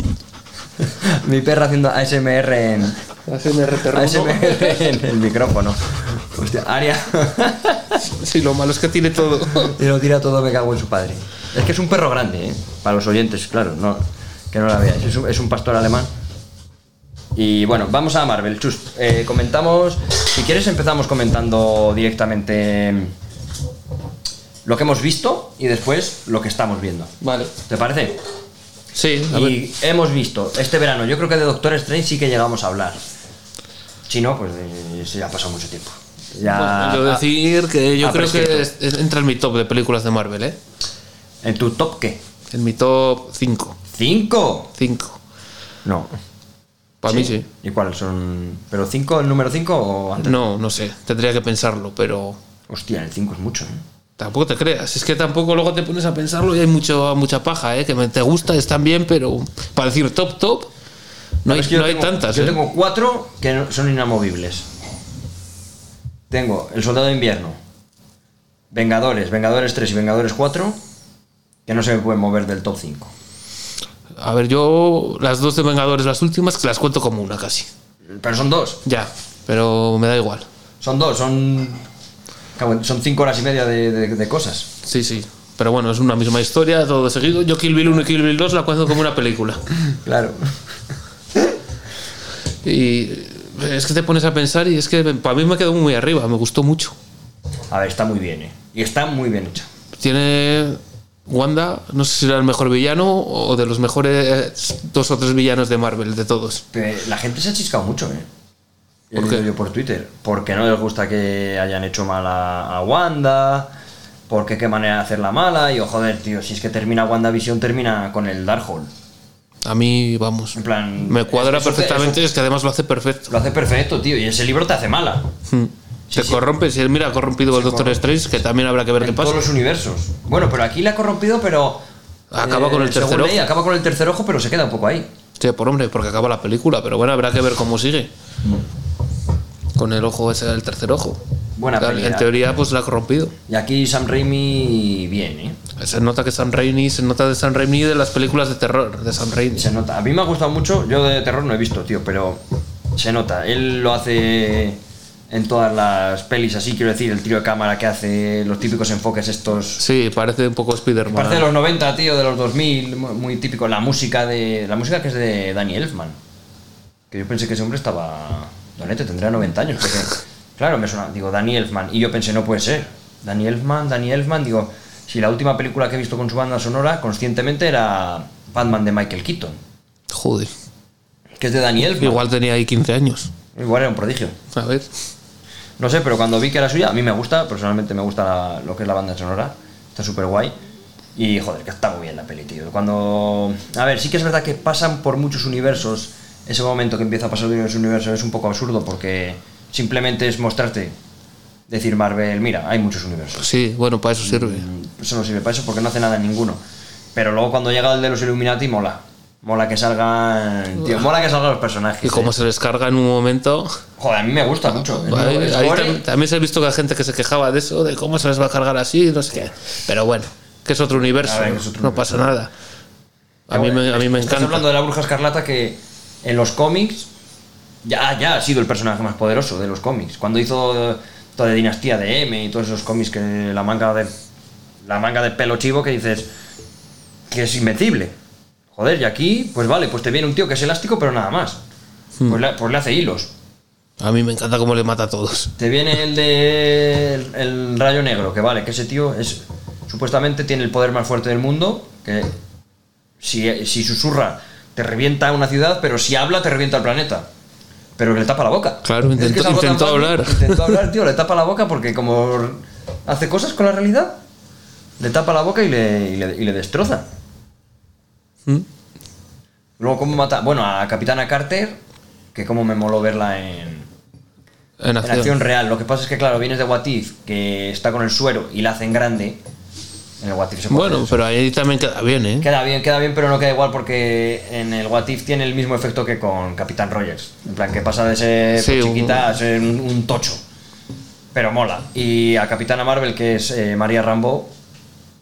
S2: Mi perra haciendo ASMR en...
S3: Hace un RTR1.
S2: ASMR en el micrófono. Hostia, Aria...
S3: Sí, lo malo es que tiene todo.
S2: Y lo tira todo, me cago en su padre. Es que es un perro grande, ¿eh? Para los oyentes, claro, no, que no la veáis. Es un, es un pastor alemán. Y bueno, vamos a Marvel, chus. Eh, comentamos, si quieres empezamos comentando directamente lo que hemos visto y después lo que estamos viendo.
S3: Vale.
S2: ¿Te parece?
S3: Sí, a ver.
S2: Y hemos visto este verano, yo creo que de Doctor Strange sí que llegamos a hablar. Si no, pues eh, se ha pasado mucho tiempo. Ya,
S3: Yo decir que yo
S2: ah,
S3: creo que es-
S2: prescrito.
S3: entra en mi top de películas de Marvel, ¿eh?
S2: ¿En tu top qué?
S3: En mi top 5.
S2: ¿Cinco?
S3: 5.
S2: No.
S3: Para mí sí.
S2: ¿Y cuál? ¿Son. ¿Pero 5, el número 5 o antes?
S3: No, no sé. Tendría que pensarlo, pero
S2: Hostia, el 5 es mucho, ¿eh?
S3: tampoco te creas. Es que tampoco luego te pones a pensarlo y hay mucho, mucha paja, ¿eh? Que me, te gusta, están bien, pero para decir top, top, no hay,
S2: Es que yo
S3: no hay
S2: tengo-
S3: tantas,
S2: Yo
S3: ¿eh?
S2: tengo 4 que no- son inamovibles. Tengo El Soldado de Invierno, Vengadores, Vengadores 3 y Vengadores 4, que no se me pueden mover del top 5.
S3: A ver, yo las dos de Vengadores, las últimas, que las cuento como una casi.
S2: Pero son dos,
S3: Ya, pero me da igual.
S2: son dos, son. cago en- Son 5 horas y media de, de- de cosas.
S3: Sí, sí. Pero bueno, es una misma historia, todo seguido. Yo Kill Bill 1 y Kill Bill 2 la cuento como una película.
S2: Claro.
S3: Y eh, es que te pones a pensar y es que para mí me quedó muy arriba, me gustó mucho.
S2: A ver, está muy bien, ¿eh? Y está muy bien hecha.
S3: Tiene Wanda, no sé si era el mejor villano o de los mejores dos o tres villanos de Marvel, de todos.
S2: Pe- La gente se ha chiscado mucho, ¿eh? He
S3: ¿Por qué?
S2: leído yo por Twitter. Porque no les gusta que hayan hecho mal a, a Wanda. Porque qué manera de hacerla mala. Y yo, joder, tío, si es que termina WandaVision, termina con el Darkhold.
S3: A mí, vamos.
S2: En plan.
S3: Me cuadra
S2: eso te-
S3: perfectamente,
S2: eso
S3: es que además lo hace perfecto. Mm.
S2: lo hace perfecto, tío. Y ese libro te hace mala.
S3: Te
S2: sí.
S3: corrompe, si él mira, ha corrompido el Doctor
S2: corrompe.
S3: Strange, que también habrá que ver qué
S2: en todos
S3: pasa.
S2: los universos. Bueno, pero aquí la ha corrompido, pero. eh,
S3: Acaba con el
S2: según
S3: tercer ojo.
S2: leí, acaba con el tercer ojo, pero se queda un poco ahí.
S3: Sí, por hombre, porque acaba la película, pero bueno, habrá que ver cómo sigue. Con el ojo ese, el tercer ojo.
S2: Buena
S3: Claro,
S2: peli,
S3: En
S2: ¿eh?
S3: teoría, pues la ha corrompido.
S2: Y aquí Sam Raimi, bien, ¿eh?
S3: Se nota que Sam Raimi, se nota de Sam Raimi de las películas de terror, de Sam Raimi.
S2: Se nota. A mí me ha gustado mucho. Yo de terror no he visto, tío, pero se nota. Él lo hace en todas las pelis, así quiero decir, el tiro de cámara que hace, los típicos enfoques estos.
S3: Sí, parece un poco Spider-Man.
S2: Parte de los 90, tío, de los 2000, mu- muy típico. La música de la música que es de Danny Elfman. Que yo pensé que ese hombre estaba. Donete, tendría 90 años. Porque, claro, me suena. Digo, Danny Elfman. Y yo pensé, no puede ser. Danny Elfman, Danny Elfman. Digo, si la última película que he visto con su banda sonora, conscientemente, era Batman de Michael Keaton
S3: Joder.
S2: que es de Daniel.
S3: Igual tenía ahí 15 años.
S2: Igual era un prodigio.
S3: A ver.
S2: No sé, pero cuando vi que era suya, a mí me gusta, personalmente me gusta la- lo que es la banda sonora, está súper guay. Y joder, que está muy bien la peli, tío. Cuando. A ver, sí que es verdad que pasan por muchos universos. Ese momento que empieza a pasar de universo a universo es un poco absurdo porque simplemente es mostrarte, decir Marvel, mira, hay muchos universos.
S3: Pues Sí, bueno, para eso sirve.
S2: Eso no sirve para eso porque no hace nada en ninguno. Pero luego cuando llega el de los Illuminati, mola. Mola que salgan. Tío, mola que salgan los personajes.
S3: Y como
S2: eh.
S3: se les carga en un momento.
S2: Joder, a mí me gusta mucho. El
S3: ahí-
S2: nuevo- el
S3: ahí
S2: gore-
S3: tam- también se ha visto que hay gente que se quejaba de eso, de cómo se les va a cargar así, no sé qué. Pero bueno, que es otro universo.
S2: A ver, que es otro
S3: no
S2: universo.
S3: pasa nada. A mí me, a mí me
S2: Estás
S3: encanta.
S2: hablando de la bruja escarlata que en los cómics ya, ya ha sido el personaje más poderoso de los cómics. Cuando hizo eh, toda de Dinastía de M y todos esos cómics que la manga de la manga de pelo chivo que dices que es invencible. Joder, y aquí, pues vale, pues te viene un tío que es elástico, pero nada más.
S3: Hmm.
S2: Pues, le, pues le hace hilos.
S3: A mí me encanta cómo le mata a todos.
S2: Te viene el de el, el rayo negro, que vale, que ese tío es supuestamente tiene el poder más fuerte del mundo, que si, si susurra te revienta una ciudad, pero si habla te revienta el planeta. Pero le tapa la boca.
S3: Claro,
S2: Es que es
S3: intentó-
S2: algo tan
S3: intentó
S2: fácil.
S3: hablar.
S2: Intentó hablar, tío, le tapa la boca porque como hace cosas con la realidad, le tapa la boca y le, y le- y le destroza.
S3: ¿Mm?
S2: Luego, ¿cómo mata? Bueno, a Capitana Carter, que como me moló verla en,
S3: En
S2: en
S3: acción.
S2: acción real. Lo que pasa es que, claro, vienes de Watif, que está con el suero y la hacen grande. En el Watif se puede hacer
S3: Bueno,
S2: eso.
S3: pero ahí también queda bien, ¿eh?
S2: Queda bien, queda bien, pero no queda igual porque en el Watif tiene el mismo efecto que con Capitán Rogers. En plan, que pasa de ser
S3: Sí, un-
S2: chiquita a ser un, un tocho. Pero mola. Y a Capitana Marvel, que es eh, María Rambo,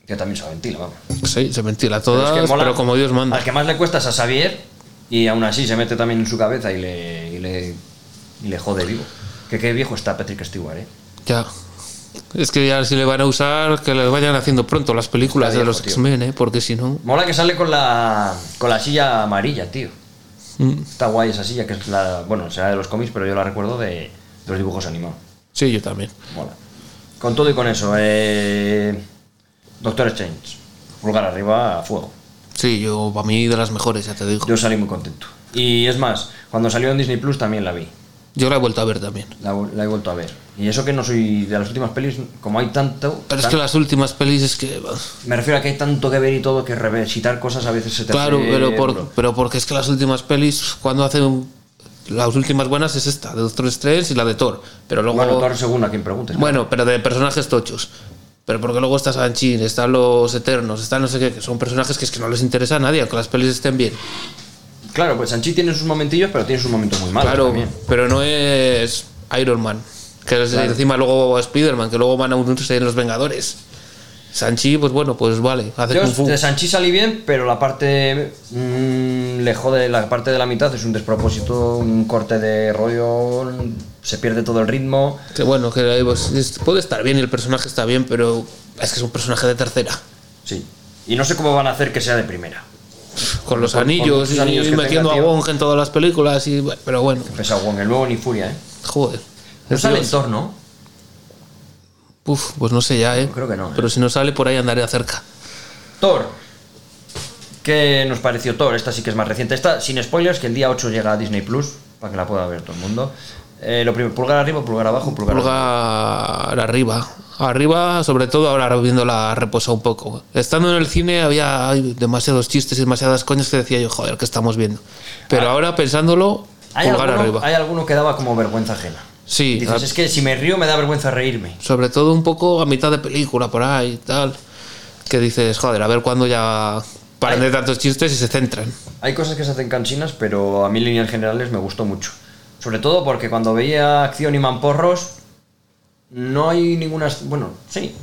S2: que también se la ventila, vamos.
S3: Sí, se ventila
S2: es
S3: todas,
S2: que
S3: pero,
S2: mola.
S3: como Dios manda.
S2: Al que más le cuesta es a Xavier y aún así se mete también en su cabeza y le, y le, y le jode vivo. Que qué viejo está Patrick Stewart, ¿eh?
S3: Ya. Es que ya si le van a usar, que les vayan haciendo pronto las películas
S2: Está
S3: de
S2: viejo,
S3: los
S2: tío.
S3: X-Men, ¿eh? Porque si no.
S2: Mola que sale con la, con la silla amarilla, tío. Está guay esa silla, que es la. Bueno, será de los cómics, pero yo la recuerdo de, de los dibujos animados.
S3: Sí, yo también.
S2: Mola. Con todo y con eso, eh, Doctor Strange. Pulgar arriba, a fuego.
S3: Sí, yo, para mí, de las mejores, ya te digo. Yo,
S2: Yo salí muy contento. Y es más, cuando salió en Disney Plus también la vi.
S3: la he vuelto a ver también.
S2: La, la he vuelto a ver. Y eso que no soy de las últimas pelis, como hay tanto.
S3: Pero es
S2: tan-
S3: que las últimas pelis es que. bah,
S2: Me refiero a que hay tanto que ver y todo que revisitar cosas a veces se te
S3: Claro,
S2: hace
S3: pero, por-
S2: duro.
S3: pero porque es que las últimas pelis, cuando hace un- Las últimas buenas es esta, de Doctor Strange y la de Thor. Pero luego.
S2: Bueno, Thor según a quien preguntes.
S3: Bueno, pero de personajes tochos. Pero porque luego está Sanchín, están los Eternos, están no sé qué, que son personajes que es que no les interesa a nadie, aunque las pelis estén bien.
S2: Claro, pues Sanchi tiene sus momentillos, pero tiene sus momentos muy malos
S3: claro,
S2: también.
S3: pero no es Iron Man. Que es- encima luego Spider-Man, que luego van a unirse en los Vengadores. Sanchi, pues bueno, pues vale, hace Kung
S2: Yo
S3: Fu.
S2: de Sanchi salí bien, pero la parte mm, le jode, la parte de la mitad es un despropósito, un corte de rollo, se pierde todo el ritmo.
S3: Que bueno, que ahí, pues, es- puede estar bien y el personaje está bien, pero es que es un personaje de tercera.
S2: Sí. Y no sé cómo van a hacer que sea de primera.
S3: Con los
S2: Con- con
S3: anillos
S2: muchos
S3: y,
S2: anillos que
S3: metiendo
S2: tenga,
S3: a
S2: tío.
S3: Wong en todas las películas, y, bueno, pero bueno,
S2: Pesa Wong, el nuevo ni furia, ¿eh?
S3: joder.
S2: No Pues
S3: Es
S2: sale
S3: Dios.
S2: en Thor, ¿no?
S3: Uf, pues no sé ya, ¿eh?
S2: Creo que no, ¿eh?
S3: Pero si no sale, por ahí andaré cerca.
S2: Thor. ¿Qué nos pareció Thor? Esta sí que es más reciente. Esta, sin spoilers, que el día 8 llega a Disney Plus, para que la pueda ver todo el mundo. Eh, lo primero, pulgar arriba, pulgar abajo, pulgar abajo.
S3: Pulgar arriba. Arriba, sobre todo ahora viéndola reposa un poco. Estando en el cine había ay, demasiados chistes y demasiadas coñas que decía yo, joder, que estamos viendo. Pero ahora pensándolo,
S2: Ah. Hay
S3: pulgar
S2: alguno,
S3: arriba.
S2: hay alguno que daba como vergüenza ajena.
S3: Sí, ah.
S2: Dices,
S3: a-
S2: es que si me río me da vergüenza reírme.
S3: sobre todo un poco a mitad de película por ahí y tal. Que dices, joder, a ver cuándo ya paran de tantos chistes y se centran.
S2: Hay cosas que se hacen cansinas, pero a mí en líneas generales me gustó mucho. Sobre todo porque cuando veía acción y mamporros, no hay ninguna... es- Bueno, sí.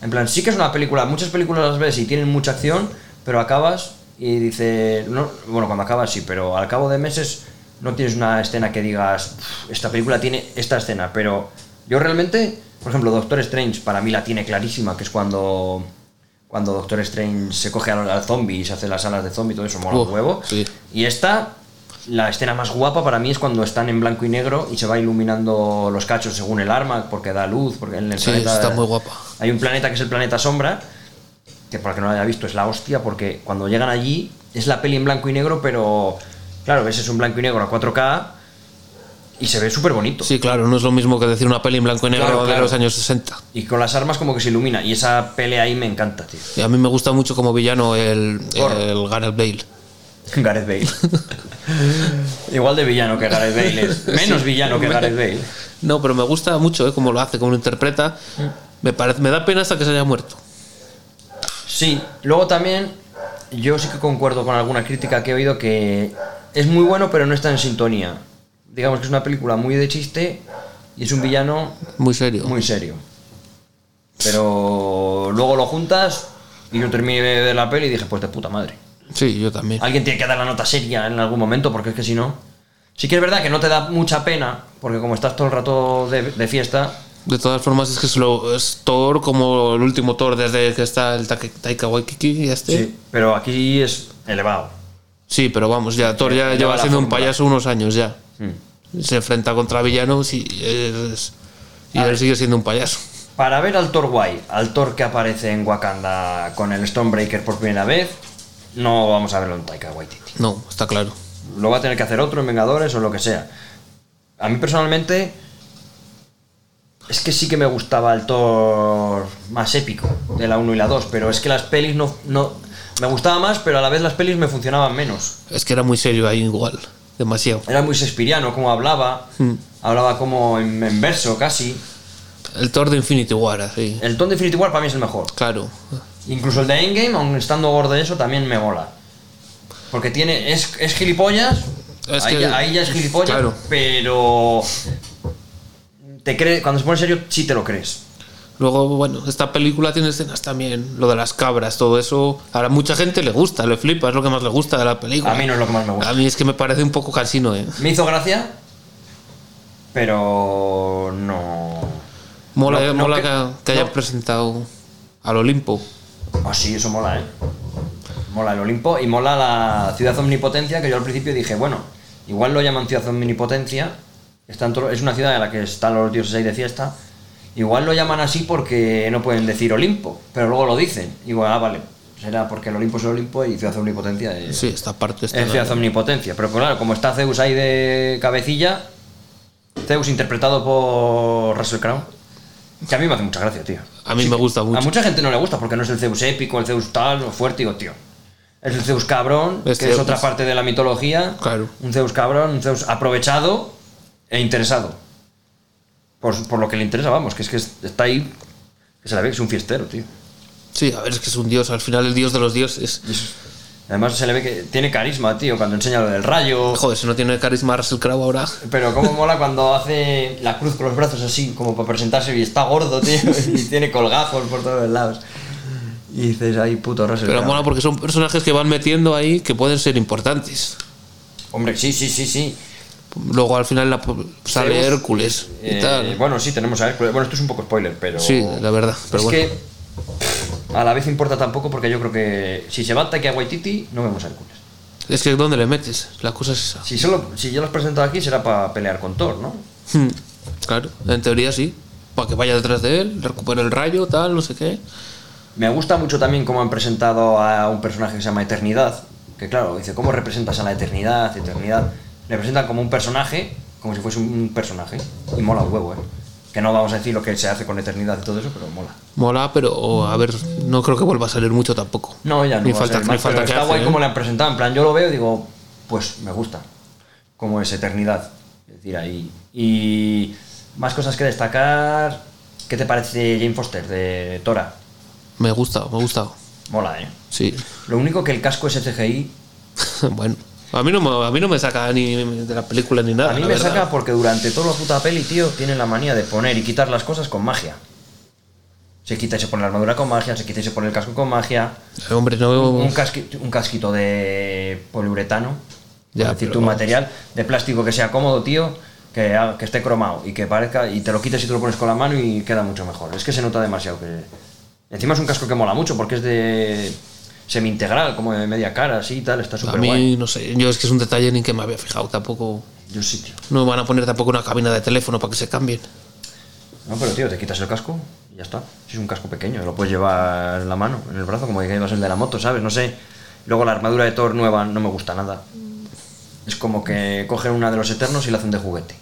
S2: En plan, sí que es una película. Muchas películas las ves y tienen mucha acción, pero acabas y dices... No, bueno, cuando acabas sí, pero al cabo de meses no tienes una escena que digas, "Uf, esta película tiene esta escena, pero yo realmente, por ejemplo, Doctor Strange para mí la tiene clarísima, que es cuando... Cuando Doctor Strange se coge al, al zombie y se hace las alas de zombie y todo eso, mola un
S3: Uf,
S2: huevo.
S3: sí.
S2: Y esta, la escena más guapa para mí es cuando están en blanco y negro y se va iluminando los cachos según el arma, porque da luz, porque en el
S3: Sí,
S2: planeta-
S3: está muy guapa.
S2: Hay un planeta que es el planeta sombra, que para el que no lo haya visto es la hostia, porque cuando llegan allí es la peli en blanco y negro, pero claro, ese es un blanco y negro a 4K y se ve súper bonito.
S3: Sí, claro, no es lo mismo que decir una peli en blanco y negro
S2: Claro,
S3: de
S2: claro.
S3: los años 60.
S2: Y con las armas como que se ilumina. Y esa pelea ahí me encanta, tío.
S3: Y a mí me gusta mucho como villano el,
S2: Gorro.
S3: el Gareth Bale.
S2: Gareth Bale. Igual de villano que Gareth Bale es. Menos villano que Gareth Bale.
S3: No, pero me gusta mucho ¿eh? cómo lo hace, cómo lo interpreta. Me, parece, me da pena hasta que se haya muerto.
S2: Sí, luego también yo sí que concuerdo con alguna crítica que he oído que es muy bueno pero no está en sintonía. Digamos que es una película muy de chiste y es un villano
S3: Muy serio.
S2: muy serio. Pero luego lo juntas y yo terminé de ver la peli y dije, pues de puta madre.
S3: Sí, yo también.
S2: Alguien tiene que dar la nota seria en algún momento porque es que si no... Sí que es verdad que no te da mucha pena porque como estás todo el rato de, de fiesta...
S3: De todas formas, es que es, lo- es Thor como el último Thor desde que está el Take- Taika Waikiki y este. Sí.
S2: Pero aquí es elevado.
S3: pero vamos, ya Thor ya
S2: lleva
S3: lleva
S2: la
S3: siendo un
S2: fórmula. Mm.
S3: payaso unos años ya. Se enfrenta contra villanos y, es- y él sigue siendo un payaso.
S2: Para ver al Thor guay, al Thor que aparece en Wakanda con el Stonebreaker por primera vez, no vamos a verlo en Taika Waititi.
S3: No, está claro.
S2: Lo va a tener que hacer otro en Vengadores o lo que sea. A mí personalmente es que sí que me gustaba el Thor más épico de la 1 y la 2, pero es que las pelis no, no... Me gustaba más, pero a la vez las pelis me funcionaban menos.
S3: Es que era muy serio ahí igual. Demasiado.
S2: Era muy shakespeariano como hablaba, hablaba como en, en verso casi.
S3: El Thor de Infinity War, así.
S2: El Thor de Infinity War para mí es el mejor.
S3: Claro.
S2: Incluso el de Endgame, aun estando gordo de eso, también me mola. Porque tiene. Es, es gilipollas.
S3: Es
S2: ahí,
S3: que-
S2: ya, ahí ya es gilipollas.
S3: claro.
S2: Pero. Te cree, cuando se pone serio, sí te lo crees.
S3: Luego, bueno, esta película tiene escenas también, lo de las cabras, todo eso. A mucha gente le gusta, le flipa, es lo que más le gusta de la película.
S2: A mí no es lo que más me gusta.
S3: A mí es que me parece un poco cansino, eh.
S2: Me hizo gracia. Pero. No.
S3: Mola,
S2: No, no,
S3: mola
S2: que-
S3: que, que hayan
S2: no.
S3: presentado al Olimpo.
S2: Ah, sí, eso mola, ¿eh? Mola el Olimpo y mola la ciudad omnipotencia, que yo al principio dije, bueno, igual lo llaman ciudad omnipotencia, está en todo- es una ciudad en la que están los dioses ahí de fiesta, igual lo llaman así porque no pueden decir Olimpo, pero luego lo dicen, y digo, ah, vale, será porque el Olimpo es el Olimpo y ciudad omnipotencia es,
S3: Sí, esta parte está.
S2: es ciudad omnipotencia, pero claro, como está Zeus ahí de cabecilla, Zeus interpretado por Russell Crowe, que a mí me hace mucha gracia, tío.
S3: A mí me gusta
S2: A
S3: mucho.
S2: mucha gente no le gusta porque no es el Zeus épico, el Zeus tal, o fuerte, digo, tío. Es el Zeus cabrón,
S3: Es
S2: que es
S3: Zeus.
S2: otra parte de la mitología.
S3: Claro.
S2: Un Zeus cabrón, un Zeus aprovechado e interesado. Por, por lo que le interesa, vamos, que es que es- está ahí. Que se la ve que es un fiestero, tío.
S3: Sí, a ver, es que es un dios, al final el dios de los dioses.
S2: Además se le ve que tiene carisma, tío, cuando enseña lo del rayo.
S3: Joder, si no tiene carisma Russell Crowe ahora.
S2: Pero cómo mola cuando hace la cruz con los brazos así, como para presentarse y está gordo, tío, y tiene colgajos por todos lados. Y dices, ay, puto Russell
S3: Pero
S2: Crowe".
S3: mola porque son personajes que van metiendo ahí que pueden ser importantes.
S2: Hombre, sí, sí, sí, sí.
S3: Luego al final la- sale
S2: Zeus,
S3: Hércules y
S2: Eh,
S3: tal.
S2: Bueno, sí, tenemos a Hércules. Bueno, esto es un poco spoiler, pero...
S3: Sí, la verdad, pero
S2: es
S3: bueno.
S2: que a la vez importa tampoco porque yo creo que si se va que a Waititi, no vemos a Hércules.
S3: Es que ¿dónde le metes? La cosa es esa.
S2: Si, solo, si yo los presento aquí será para pelear con Thor, ¿no?
S3: Hmm, Claro, en teoría sí. Para que vaya detrás de él, recupere el rayo, tal, no sé qué.
S2: Me gusta mucho también cómo han presentado a un personaje que se llama Eternidad, que claro, dice, ¿cómo representas a la eternidad? Eternidad. Le presentan como un personaje, como si fuese un personaje, y mola un huevo, ¿eh? Que no vamos a decir lo que se hace con eternidad y todo eso, pero mola.
S3: Mola, pero oh, a ver, no creo que vuelva a salir mucho tampoco.
S2: No, ya no.
S3: Ni
S2: va a
S3: falta,
S2: ser
S3: ni
S2: más,
S3: falta
S2: pero
S3: que
S2: está guay
S3: hace, ¿eh?
S2: como le han presentado. En plan, yo lo veo y digo, pues me gusta. Como es eternidad. Es decir, ahí. Y más cosas que destacar. ¿Qué te parece Jane Foster de Tora?
S3: Me gusta, me gusta.
S2: Mola, ¿eh?
S3: Sí.
S2: Lo único que el casco es CGI.
S3: bueno, a mí, no, me- a mí no me saca ni de la película ni nada.
S2: A mí
S3: la
S2: me
S3: verdad.
S2: saca porque durante toda la puta peli, tío, tienen la manía de poner y quitar las cosas con magia. Se quita y se pone la armadura con magia, se quita y se pone el casco con magia.
S3: Eh, Hombre, no.
S2: un, casqui- un casquito de poliuretano,
S3: Ya,
S2: es decir,
S3: pero
S2: tu
S3: vamos.
S2: material de plástico que sea cómodo, tío, que, haga- que esté cromado y que parezca, y te lo quites y te lo pones con la mano y queda mucho mejor. Es que se nota demasiado que... Encima es un casco que mola mucho porque es de semi-integral, como de media cara, así y tal, está
S3: A
S2: súper
S3: mí,
S2: guay.
S3: no sé. Yo es que es un detalle ni que me había fijado tampoco.
S2: Yo sí, tío.
S3: No van a poner tampoco una cabina de teléfono para que se cambien.
S2: No, pero tío, te quitas el casco y ya está. Si es un casco pequeño, lo puedes llevar en la mano, en el brazo, como que llevas el de la moto, ¿sabes? No sé. Luego la armadura de Thor nueva no me gusta nada. Es como que cogen una de los eternos y la hacen de juguete.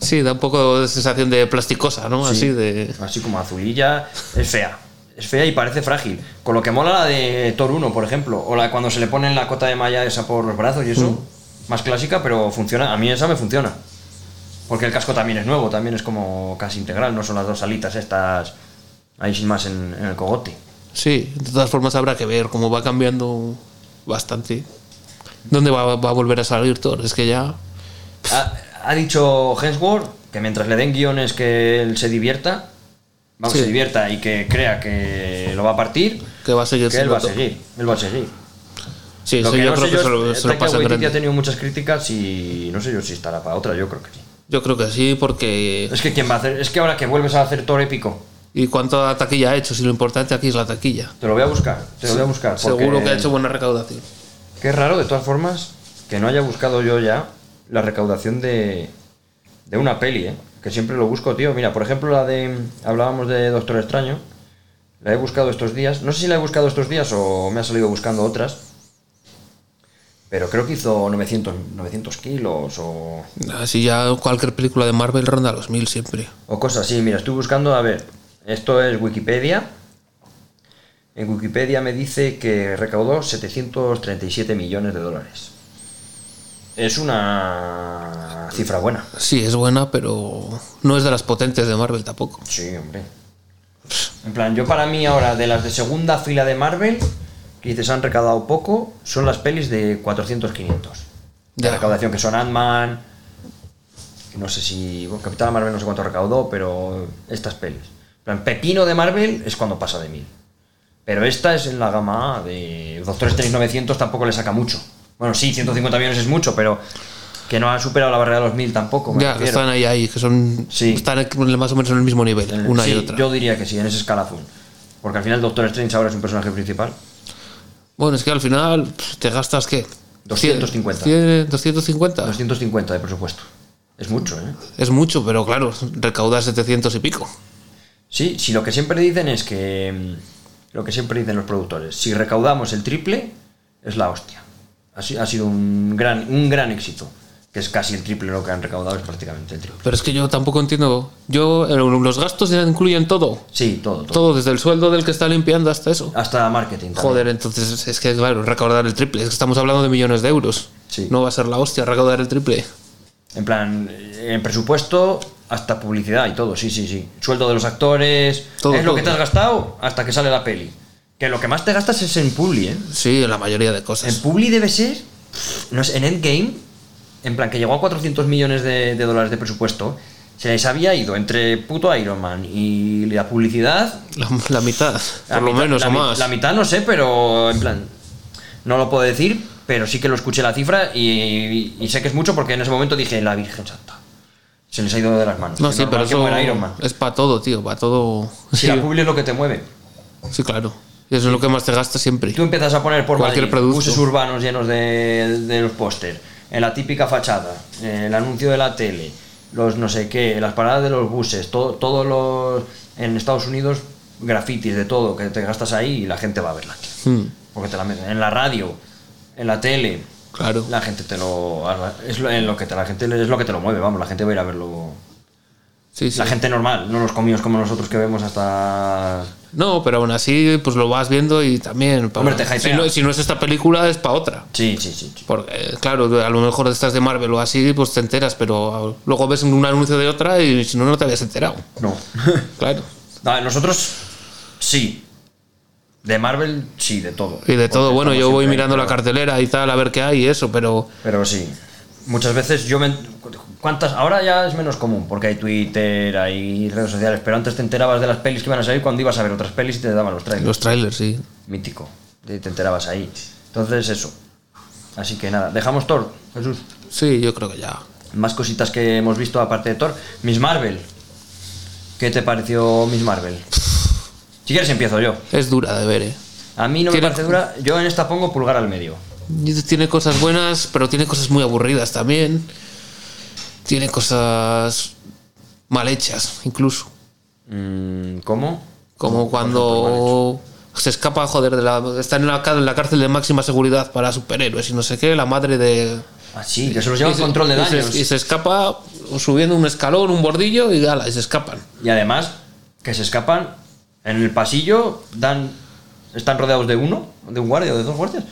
S3: Sí, da un poco de sensación de plasticosa, ¿no? Así
S2: Sí.
S3: de.
S2: Así como azulilla. Es fea. Es fea y parece frágil. Con lo que mola la de Thor 1, por ejemplo. O la cuando se le ponen la cota de malla esa por los brazos y eso. Más clásica, pero funciona. A mí esa me funciona. Porque el casco también es nuevo, también es como casi integral. No son las dos alitas estas ahí sin más en, en el cogote.
S3: Sí, de todas formas habrá que ver cómo va cambiando bastante. ¿Dónde va, va a volver a salir Thor? Es que ya.
S2: Ha, ha dicho Hemsworth que mientras le den guiones que él se divierta. Vamos,
S3: Sí.
S2: se divierta y que crea que lo va a partir.
S3: Que va a seguir
S2: Que él va a
S3: siendo Thor.
S2: seguir. Él va a seguir.
S3: Sí,
S2: Lo
S3: eso
S2: que
S3: yo
S2: no
S3: creo
S2: sé
S3: que
S2: yo
S3: se lo,
S2: es-
S3: se lo
S2: Taika
S3: pasan
S2: Waititi ha
S3: grande.
S2: tenido muchas críticas y no sé yo si estará para otra, yo creo que sí.
S3: Yo creo que sí, porque.
S2: Es que quién va a hacer, es que ahora que vuelves a hacer Thor épico,
S3: ¿Y cuánta taquilla ha hecho? Si lo importante aquí es la taquilla.
S2: te lo voy a buscar, te lo voy a buscar. porque-
S3: Seguro que ha hecho buena recaudación.
S2: Qué raro, de todas formas, que no haya buscado yo ya la recaudación de, de una peli, ¿eh? Que siempre lo busco, tío. Mira, por ejemplo, la de. Hablábamos de Doctor Extraño. La he buscado estos días. No sé si la he buscado estos días o me ha salido buscando otras. Pero creo que hizo 900, 900 kilos o.
S3: Así ya cualquier película de Marvel ronda los mil siempre.
S2: O cosas así, mira, estoy buscando, a ver, esto es Wikipedia. En Wikipedia me dice que recaudó 737 millones de dólares. Es una cifra buena.
S3: Sí, es buena, pero no es de las potentes de Marvel tampoco.
S2: Sí, hombre. En plan, yo para mí ahora, de las de segunda fila de Marvel, que dices han recaudado poco, son las pelis de 400-500. De
S3: Ya.
S2: recaudación, que son Ant-Man, que no sé si... Bueno, Capitán Marvel no sé cuánto recaudó, pero estas pelis. En plan, Pepino de Marvel es cuando pasa de 1000. Pero esta es en la gama A de Doctor Strange 900 tampoco le saca mucho. Bueno, sí, 150 millones es mucho, pero que no ha superado la barrera de los 1000 tampoco. me
S3: Ya, que
S2: refiero.
S3: están ahí, ahí, que son.
S2: Sí.
S3: Están aquí más o menos en el mismo nivel,
S2: En el-
S3: una y
S2: sí,
S3: otra.
S2: Yo diría que sí, en ese escalafón. Porque al final Doctor Strange ahora es un personaje principal.
S3: Bueno, es que al final pff, te gastas qué?
S2: 250.
S3: 100, 250.
S2: 250 de presupuesto. Es mucho, ¿eh?
S3: Es mucho, pero claro, recaudas 700 y pico.
S2: Sí, si lo que siempre dicen es que. mm, Lo que siempre dicen los productores, si recaudamos el triple, es la hostia. Ha, si- ha sido un gran, un gran éxito. Que que es casi el triple lo que han recaudado, es prácticamente el triple.
S3: Pero es que yo tampoco entiendo. Yo, eh, los gastos ya incluyen todo.
S2: Sí, todo, todo.
S3: Todo, desde el sueldo del que está limpiando hasta eso.
S2: Hasta marketing. también.
S3: Joder, entonces es que, claro, recaudar el triple. Es que estamos hablando de millones de euros.
S2: Sí.
S3: No va a ser la hostia recaudar el triple.
S2: En plan, en presupuesto hasta publicidad y todo, sí, sí, sí. Sueldo de los actores,
S3: Todo,
S2: es lo
S3: todo,
S2: que te has
S3: todo.
S2: gastado hasta que sale la peli. Que lo que más te gastas es en publi, ¿eh?
S3: Sí, en la mayoría de
S2: En
S3: cosas.
S2: publi debe ser, no sé, en Endgame, en plan que llegó a 400 millones de, de dólares de presupuesto, se les había ido entre puto Iron Man y la publicidad.
S3: La, la mitad,
S2: la
S3: por lo
S2: mitad-
S3: menos
S2: la
S3: o
S2: mi-
S3: más.
S2: La mitad no sé, pero en plan, no lo puedo decir, pero sí que lo escuché la cifra y, y sé que es mucho porque en ese momento dije, la Virgen Santa. Se les ha ido de las manos.
S3: no,
S2: Es
S3: sí, pero
S2: normal que
S3: eso
S2: muera Iron Man.
S3: es para todo, tío, para todo.
S2: Si
S3: Sí,
S2: la publi es lo que te mueve.
S3: sí, claro. Y eso es lo que más te gasta siempre.
S2: Tú empiezas a poner por
S3: Cualquier
S2: Madrid
S3: producto.
S2: buses urbanos llenos de, de los pósters, en la típica fachada, eh, el anuncio de la tele, los no sé qué, las paradas de los buses, todo, todos los. En Estados Unidos, grafitis de todo que te gastas ahí y la gente va a verla. tío.
S3: Hmm,
S2: Porque te la meten en la radio, en la tele.
S3: claro.
S2: La gente te lo. Es lo, en lo que te, la gente, es lo que te lo mueve, vamos, la gente va a ir a verlo.
S3: Sí, sí.
S2: La gente normal, no los comidos como nosotros que vemos hasta.
S3: No, pero aún así, pues lo vas viendo y también. pa-
S2: Hombre, te hypea.
S3: si, no, si no es esta película, es para otra.
S2: Sí, sí, sí. sí.
S3: Porque, eh, claro, a lo mejor de estas de Marvel o así, pues te enteras, pero luego ves un anuncio de otra y si no, no te habías enterado.
S2: No.
S3: Claro.
S2: Ah, Nosotros sí. De Marvel sí, de todo.
S3: Y de todo,
S2: Porque
S3: bueno, yo
S2: estamos
S3: voy
S2: siempre
S3: mirando
S2: ahí,
S3: la
S2: pero-
S3: cartelera y tal, a ver qué hay y eso, pero
S2: Pero sí. Muchas veces yo me. ¿Cuántas? Ahora ya es menos común, porque hay Twitter, hay redes sociales, pero antes te enterabas de las pelis que iban a salir cuando ibas a ver otras pelis y te daban los trailers.
S3: los trailers, sí.
S2: Mítico. Te te enterabas ahí. Entonces, eso. Así que nada, dejamos Thor, Jesús.
S3: Sí, yo creo que ya.
S2: Más cositas que hemos visto aparte de Thor. Miss Marvel. ¿Qué te pareció Miss Marvel? Si quieres empiezo yo.
S3: Es dura de ver, eh.
S2: A mí no me
S3: Tiene-
S2: parece dura. Yo en esta pongo pulgar al medio.
S3: Y Tiene cosas buenas, pero tiene cosas muy aburridas también. Tiene cosas mal hechas, incluso.
S2: Mm, ¿Cómo?
S3: Como cuando se escapa, joder, de la, está en la, ca- en la cárcel de máxima seguridad para superhéroes y no sé qué, la madre de...
S2: Así, Ah, que se los lleva
S3: y
S2: el control de
S3: y se-
S2: daños.
S3: Y se escapa subiendo un escalón, un bordillo y ala, y se escapan.
S2: Y además, que se escapan en el pasillo, dan. Están rodeados de uno, de un guardia o de dos guardias.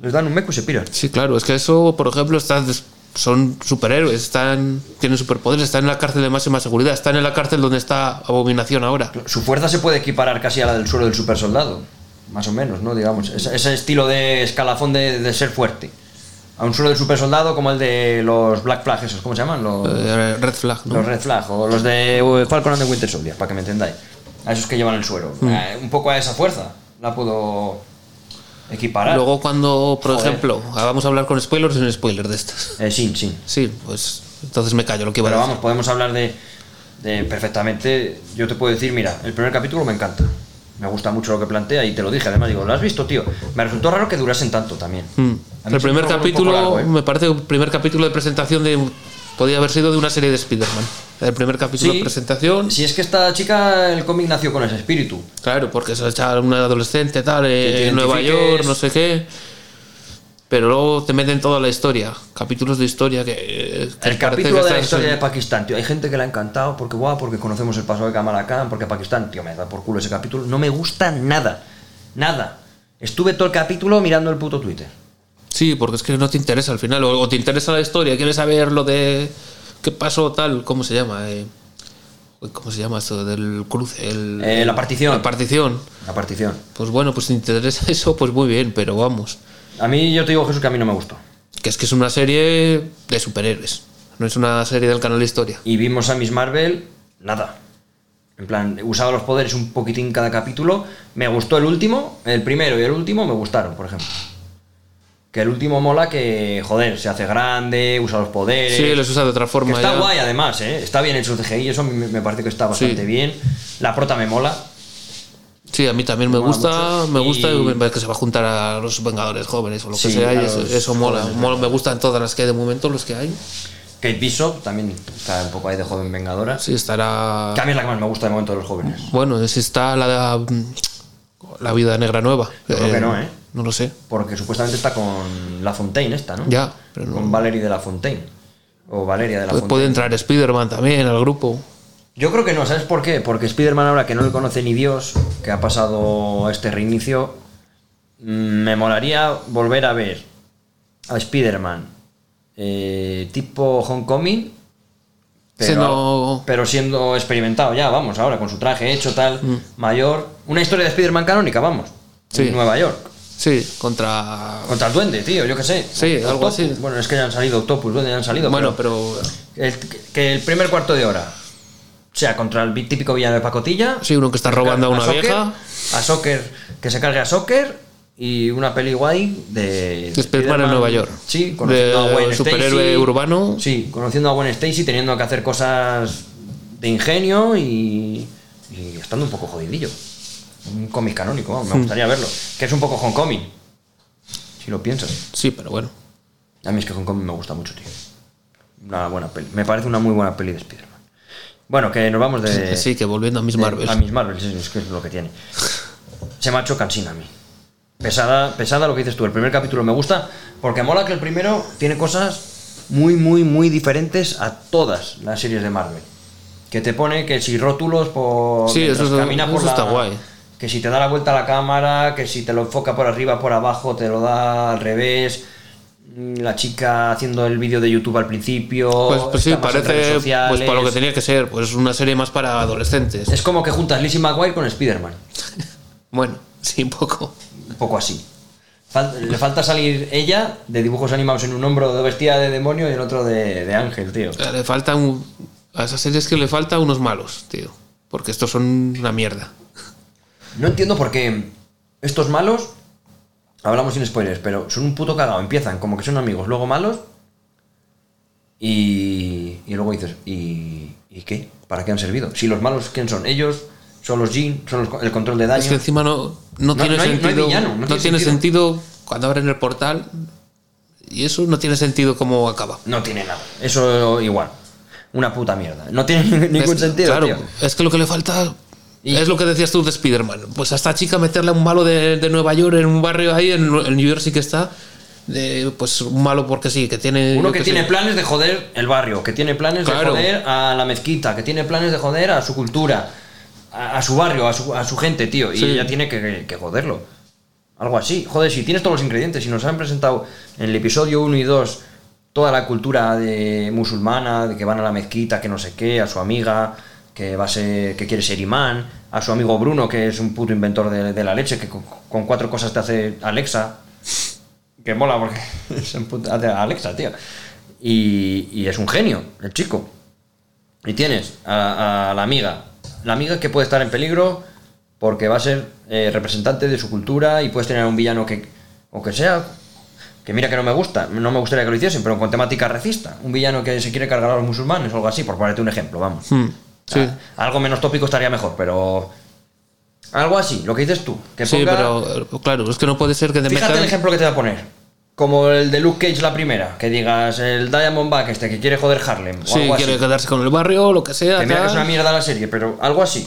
S2: Les dan un meco y se piran.
S3: Sí, claro, es que eso, por ejemplo, están, son superhéroes, están, tienen superpoderes, están en la cárcel de máxima seguridad, están en la cárcel donde está Abominación ahora.
S2: Su fuerza se puede equiparar casi a la del suelo del supersoldado. Más o menos, ¿no? Digamos. Ese, ese estilo de escalafón de, de ser fuerte. A un suelo del supersoldado como el de los Black Flag, esos, ¿cómo se llaman? Los,
S3: Eh, Red Flag, ¿no?
S2: Los Red Flag o los de eh, Falcon and the Winter Soldier, para que me entendáis. A esos que llevan el suelo.
S3: Mm.
S2: Eh, un poco a esa fuerza la puedo equiparar.
S3: Luego cuando, por
S2: Joder.
S3: ejemplo, ah, vamos a hablar con spoilers en spoiler de estas.
S2: Eh, sí, sí.
S3: Sí, pues entonces me callo lo que iba
S2: Pero
S3: a decir.
S2: vamos, podemos hablar de, de perfectamente. Yo te puedo decir, mira, el primer capítulo me encanta. Me gusta mucho lo que plantea y te lo dije. Además, digo, ¿lo has visto, tío? Me resultó raro que durasen tanto también. A mí
S3: Mm.
S2: se
S3: El
S2: me
S3: primer
S2: hizo un poco
S3: capítulo,
S2: largo, ¿eh?
S3: me parece, el primer capítulo de presentación de. Podía haber sido de una serie de Spider-Man. El primer capítulo
S2: Sí.
S3: de presentación.
S2: Si es que esta chica, el cómic nació con ese espíritu.
S3: Claro, porque se echa una adolescente, tal, eh,
S2: te
S3: en Nueva
S2: identifiques.
S3: York, no sé qué. Pero luego te meten toda la historia. Capítulos de historia que. eh, que
S2: El
S3: parece
S2: capítulo
S3: que
S2: de la
S3: estás
S2: historia de
S3: en-
S2: Pakistán, tío. Hay gente que le ha encantado porque guau, porque conocemos el pasado de Kamala Khan, porque Pakistán, tío, me da por culo ese capítulo. No me gusta nada. Nada. Estuve todo el capítulo mirando el puto Twitter.
S3: Sí, porque es que no te interesa al final. O, o te interesa la historia, quieres saber lo de. ¿Qué pasó, tal? ¿Cómo se llama? Eh, uy, ¿Cómo se llama esto? Del cruce. el-
S2: Eh, la partición.
S3: La partición.
S2: La partición.
S3: Pues bueno, pues si te interesa eso, pues muy bien, pero vamos.
S2: A mí, yo te digo, Jesús, que a mí no me gustó.
S3: Que es que es una serie de superhéroes. No es una serie del canal de historia.
S2: Y vimos a Miss Marvel, nada. En plan, usaba los poderes un poquitín cada capítulo. Me gustó el último, el primero y el último me gustaron, por ejemplo. Que el último mola que, joder, se hace grande, usa los poderes.
S3: Sí, los usa de otra
S2: Eh, Que
S3: forma.
S2: está
S3: ya.
S2: guay además, ¿eh? está bien hecho el CGI, eso me, me parece que está bastante
S3: Sí.
S2: bien. La prota me mola.
S3: Sí, a mí también me
S2: Mola
S3: gusta.
S2: mucho.
S3: Me gusta
S2: Y-
S3: que se va a juntar a los Vengadores jóvenes o lo que
S2: Sí,
S3: sea. y
S2: a
S3: eso,
S2: los
S3: eso mola.
S2: jóvenes,
S3: Mola, Me gustan todas las que hay de momento, los que hay.
S2: Kate Bishop también está un poco ahí de joven vengadora.
S3: Sí, estará.
S2: Que a mí es la que más me gusta de momento de los jóvenes.
S3: Bueno, es está mm, la. La vida negra nueva.
S2: Yo creo
S3: Eh,
S2: que no, ¿eh?
S3: No lo sé.
S2: Porque supuestamente está con La Fontaine esta, ¿no?
S3: Ya, pero no-
S2: Con Valerie de La Fontaine. O Valeria de La
S3: Puede,
S2: Fontaine.
S3: puede entrar Spider-Man también al grupo.
S2: Yo creo que no, ¿sabes por qué? Porque Spider-Man ahora que no le conoce ni Dios, que ha pasado este reinicio, mm, me molaría volver a ver a Spider-Man eh, tipo Homecoming, pero,
S3: Siendo-
S2: pero siendo experimentado ya, vamos, ahora con su traje hecho tal, mayor. Una historia de Spider-Man canónica, vamos.
S3: Mm. Sí.
S2: En Nueva York.
S3: Sí, contra.
S2: Contra el duende, tío, yo qué sé.
S3: Sí, algo
S2: Octopus.
S3: así.
S2: Bueno, es que ya han salido Octopus, duende ya han salido.
S3: Bueno,
S2: pero-
S3: pero.
S2: el- que el primer cuarto de hora sea contra el típico villano de pacotilla.
S3: Sí, uno que está robando a una
S2: Soccer,
S3: vieja.
S2: A Soccer, que se cargue a Soccer. Y una peli guay de. de
S3: Spider-Man en Nueva York.
S2: Sí, conociendo
S3: De
S2: a Gwen
S3: superhéroe
S2: Stacy.
S3: urbano.
S2: Sí, conociendo a Gwen Stacy, teniendo que hacer cosas de ingenio y. y estando un poco jodidillo. Un cómic canónico,
S3: Hmm.
S2: vamos, me gustaría verlo. Que es un poco Homecoming. Si lo piensas.
S3: Sí, pero bueno.
S2: A mí es que Homecoming me gusta mucho, tío. Una buena peli. Me parece una muy buena peli de Spider-Man. Bueno, que nos vamos de.
S3: sí, que volviendo a Miss
S2: de-
S3: Marvel.
S2: Eh, A Miss Marvel, sí, es que es lo que tiene. Se me ha hecho cansina a mí. Pesada, pesada lo que dices tú. El primer capítulo me gusta porque mola que el primero tiene cosas muy, muy, muy diferentes a todas las series de Marvel. Que te pone que si rótulos por.
S3: Sí,
S2: mientras
S3: eso- eso está
S2: la-
S3: guay.
S2: Que si te da la vuelta a la cámara, que si te lo enfoca por arriba, por abajo, te lo da al revés. Mm, La chica haciendo el vídeo de YouTube al principio.
S3: Pues, pues sí,
S2: está más en
S3: parece.
S2: redes
S3: Pues para lo que
S2: sociales.
S3: tenía que ser. Pues una serie más para adolescentes.
S2: Es como que juntas Lizzie McGuire con Spider-Man.
S3: Bueno, sí, un poco.
S2: Un poco así. Fal- le falta salir ella de dibujos animados en un hombro de vestida de demonio y el otro de, de ángel, tío.
S3: Le falta un- A esas series que le falta unos malos, tío. Porque estos son una mierda.
S2: No entiendo por qué estos malos, hablamos sin spoilers, pero son un puto cagado. Empiezan como que son amigos, luego malos y, y luego dices, ¿y, ¿y qué? ¿Para qué han servido? Si los malos, ¿quién son? Ellos, son los Jin, son los- el control de daño.
S3: Es que encima no, no,
S2: No-
S3: tiene
S2: no hay- no hay
S3: sentido.
S2: villano, no tiene
S3: tiene
S2: sentido.
S3: sentido cuando abren el portal. Y eso no tiene sentido cómo acaba.
S2: No tiene nada. Eso igual. Una puta mierda. No tiene ningún
S3: Es-
S2: sentido,
S3: Claro,
S2: tío.
S3: es que lo que le falta
S2: Y-
S3: es lo que decías tú de Spider-Man. Pues a esta chica meterle a un malo de, de Nueva York en un barrio ahí, en, en New Jersey que está. de, pues un malo porque sí, que tiene.
S2: Uno
S3: eh, yo
S2: que
S3: qué
S2: tiene
S3: sé.
S2: planes de joder el barrio, que tiene planes
S3: Claro.
S2: de joder a la mezquita, que tiene planes de joder a su cultura, a, a su barrio, a su, a su gente, tío. Y
S3: Sí.
S2: ella tiene que, que- que joderlo. Algo así. Joder, si tienes todos los ingredientes, si nos han presentado en el episodio 1 y 2 toda la cultura de musulmana, de que van a la mezquita, que no sé qué, a su amiga, que va a ser, que quiere ser imán, a su amigo Bruno, que es un puto inventor de, de la leche, que con- con cuatro cosas te hace Alexa. Que mola porque es un puto- hace a Alexa, tío. Y, y es un genio, el chico. Y tienes a, a la amiga. La amiga que puede estar en peligro porque va a ser eh, representante de su cultura y puedes tener a un villano que, o que sea, que mira que no me gusta, no me gustaría que lo hiciesen, pero con temática racista. Un villano que se quiere cargar a los musulmanes o algo así, por ponerte un ejemplo, vamos.
S3: Hmm, sí.
S2: A- algo menos tópico estaría mejor, pero... Algo así, lo que dices tú. Que
S3: Sí,
S2: ponga-
S3: pero eh, claro, es que no puede ser que te
S2: Fíjate
S3: metan-
S2: el ejemplo que te voy a poner. Como el de Luke Cage, la primera. Que digas el Diamondback este que quiere joder Harlem. O
S3: Sí,
S2: algo así.
S3: quiere quedarse con el barrio, lo que sea.
S2: Que mira que es
S3: tal.
S2: una mierda la serie, pero algo así.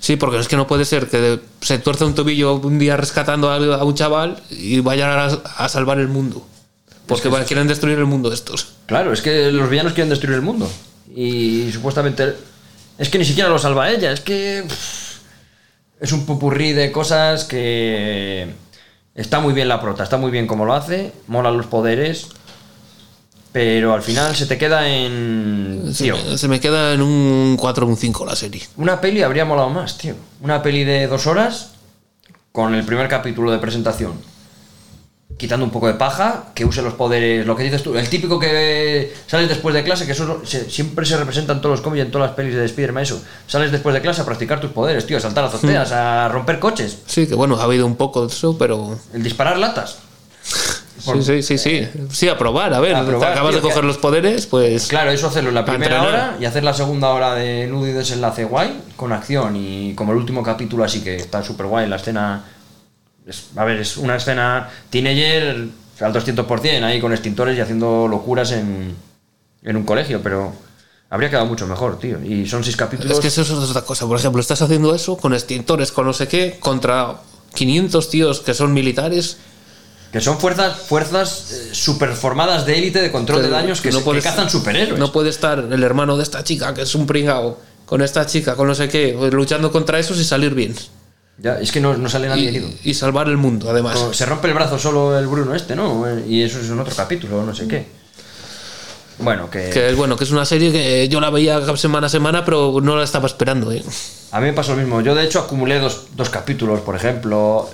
S3: Sí, porque es que no puede ser que de- se tuerza un tobillo un día rescatando a, a un chaval y vayan a, a salvar el mundo. Porque va- quieren destruir el mundo estos.
S2: Claro, es que los villanos quieren destruir el mundo. Y supuestamente. Es que ni siquiera lo salva ella, es que. pff, es un popurrí de cosas que. Está muy bien la prota, está muy bien como lo hace, mola los poderes. Pero al final se te queda en.
S3: Se
S2: Tío,
S3: me, se me queda en un 4 o un 5 la serie.
S2: Una peli habría molado más, tío. Una peli de dos horas con el primer capítulo de presentación. Quitando un poco de paja, que use los poderes, lo que dices tú, el típico que sales después de clase, que eso se- siempre se representa en todos los cómics y en todas las pelis de Spider-Man, eso. Sales después de clase a practicar tus poderes, tío, a saltar azoteas, a romper coches,
S3: Sí, que bueno, ha habido un poco de eso, pero.
S2: el disparar latas. Por-
S3: Sí, sí, sí, sí. Sí, a probar, a ver.
S2: a probar,
S3: te acabas
S2: tío,
S3: de coger
S2: que-
S3: los poderes, pues.
S2: Claro, eso hacerlo en la
S3: Para
S2: primera
S3: entrenar.
S2: hora y hacer la segunda hora de nudo y desenlace guay, con acción y como el último capítulo así que está súper guay, la escena... es- a ver, es una escena teenager al 200% ahí con extintores y haciendo locuras en, en un colegio, pero habría quedado mucho mejor, tío. Y son seis capítulos...
S3: Es que eso es otra cosa. Por ejemplo, estás haciendo eso con extintores, con no sé qué, contra 500 tíos que son militares.
S2: Que son fuerzas, fuerzas eh, superformadas de élite de control de
S3: Pero
S2: daños que, se- que
S3: puedes-
S2: cazan superhéroes.
S3: No puede estar el hermano de esta chica, que es un pringao, con esta chica, con no sé qué, pues, luchando contra esos y salir bien.
S2: Ya, es que no, no sale nadie herido.
S3: Y, y salvar el mundo, además.
S2: Como Pues, Se rompe el brazo solo el Bruno este, ¿no? Y eso es en otro capítulo, no sé qué. Bueno, que,
S3: Que es bueno, que es una serie que eh, yo la veía semana a semana, pero no la estaba esperando. ¿eh?
S2: a mí me pasó lo mismo. Yo, de hecho, acumulé dos, dos capítulos, por ejemplo,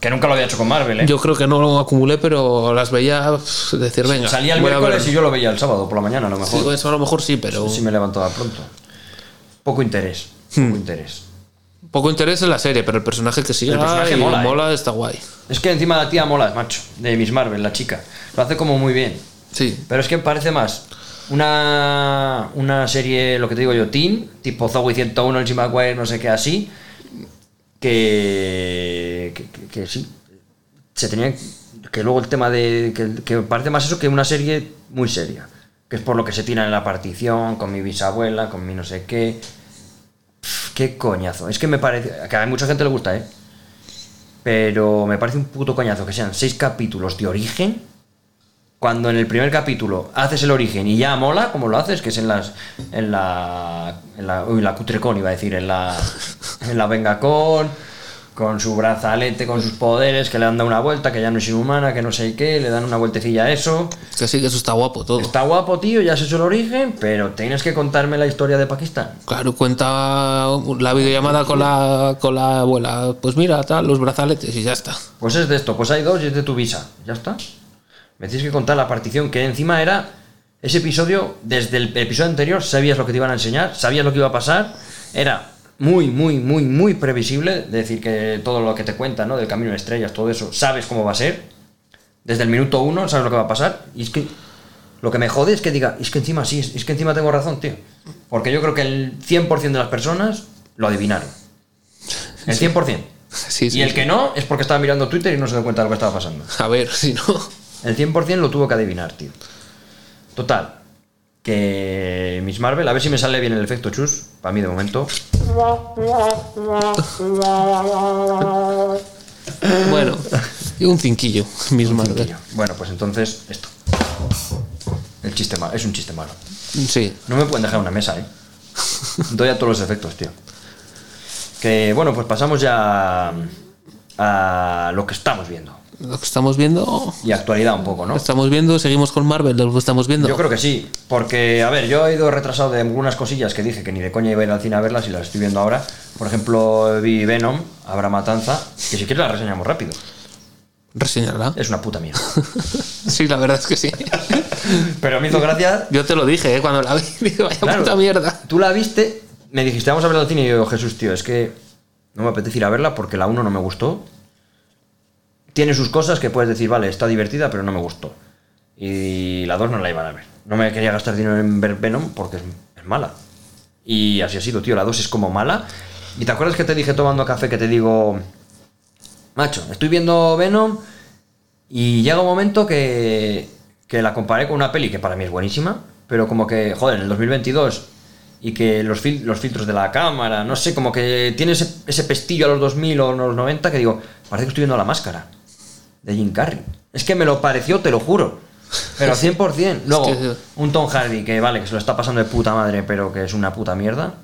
S2: que nunca lo había hecho con Marvel, ¿eh?
S3: Yo creo que no lo acumulé, pero las veía pf, decir, venga.
S2: Salía el
S3: voy a
S2: miércoles y
S3: verlo.
S2: yo lo veía el sábado por la mañana, a lo mejor.
S3: Sí, eso a lo mejor sí, pero
S2: Si me levantaba pronto. Poco interés.
S3: Hmm.
S2: Poco interés.
S3: poco interés en la serie, pero el personaje que sigue
S2: El personaje
S3: ay,
S2: mola, ¿eh?
S3: está guay.
S2: Es que encima la tía mola, macho, de Miss Marvel, la chica. Lo hace como muy bien.
S3: Sí,
S2: Pero es que parece más una, una serie, lo que te digo yo, teen, tipo Zoey 101, el Jim McGuire, no sé qué, así, que, que, que- que sí. Se tenía que luego el tema de. Que, que parece más eso que una serie muy seria. Que es por lo que se tira en la partición, con mi bisabuela, con mi no sé qué. Pff, qué coñazo. Es que me parece. Que a mucha gente le gusta, ¿eh? Pero me parece un puto coñazo que sean seis capítulos de origen cuando en el primer capítulo haces el origen y ya mola como lo haces, que es en las en la en la, uy, la cutrecon iba a decir, en la en la vengacon con su brazalete, con sus poderes, que le han dado una vuelta, que ya no es inhumana, que no sé qué, le dan una vueltecilla a eso.
S3: que sí, que eso está guapo todo.
S2: Está guapo, tío, ya has hecho el origen, pero tienes que contarme la historia de Pakistán.
S3: Claro, cuenta la videollamada con la, con la abuela. Pues mira, tal, los brazaletes y ya está.
S2: Pues es de esto, pues hay dos y es de tu visa. Ya está. Me tienes que contar la partición que encima era ese episodio, desde el episodio anterior sabías lo que te iban a enseñar, sabías lo que iba a pasar, era muy, muy, muy, muy previsible, decir que todo lo que te cuentan, ¿no? Del camino de estrellas, todo eso, sabes cómo va a ser, desde el minuto uno sabes lo que va a pasar, y es que lo que me jode es que diga, es que encima sí, es que encima tengo razón, tío, porque yo creo que el 100% de las personas lo adivinaron, el 100%.
S3: Sí, sí,
S2: y el
S3: sí.
S2: que no es porque estaba mirando Twitter y no se dio cuenta de lo que estaba pasando.
S3: A ver, si no.
S2: El 100% lo tuvo que adivinar, tío. Total. Que Miss Marvel, a ver si me sale bien el efecto chus, para mí de momento.
S3: Bueno, y un cinquillo, Miss Marvel.
S2: Bueno, pues entonces esto. El chiste malo, es un chiste malo.
S3: Sí,
S2: No me pueden dejar una mesa, ¿eh? Doy a todos los efectos, tío. Que bueno, pues pasamos ya a lo que estamos viendo.
S3: lo que estamos viendo.
S2: Y actualidad un poco, ¿no?
S3: Estamos viendo, seguimos con Marvel, lo que estamos viendo.
S2: Yo creo que sí, porque, a ver, yo he ido retrasado de algunas cosillas que dije que ni de coña iba a ir al cine a verlas y las estoy viendo ahora. Por ejemplo, vi Venom, Habrá Matanza, que si quieres la reseñamos rápido.
S3: Reseñarla.
S2: Es una puta mierda.
S3: Sí, la verdad es que sí.
S2: Pero me hizo gracia.
S3: Yo te lo dije, ¿eh? cuando la vi, dije, vaya
S2: claro,
S3: puta mierda.
S2: Tú la viste, me dijiste, vamos a verla al cine y yo, Jesús, tío, es que no me apetece ir a verla porque la 1 no me gustó. Tiene sus cosas que puedes decir, vale, está divertida, pero no me gustó. Y la 2 no la iban a ver. No me quería gastar dinero en ver Venom porque es, es mala. Y así ha sido, tío. La 2 es como mala. ¿Y te acuerdas que te dije tomando café que te digo, macho, estoy viendo Venom y llega un momento que, que la comparé con una peli que para mí es buenísima, pero como que, joder, en el 2022 y que los, fil- los filtros de la cámara, no sé, como que tiene ese, ese pestillo a los 2000 o a los 90 que digo, parece que estoy viendo la máscara de Jim Carrey. Es que me lo pareció, te lo juro. Pero 100%. Luego,
S3: Es que-
S2: un Tom Hardy que vale, que se lo está pasando de puta madre, pero que es una puta mierda.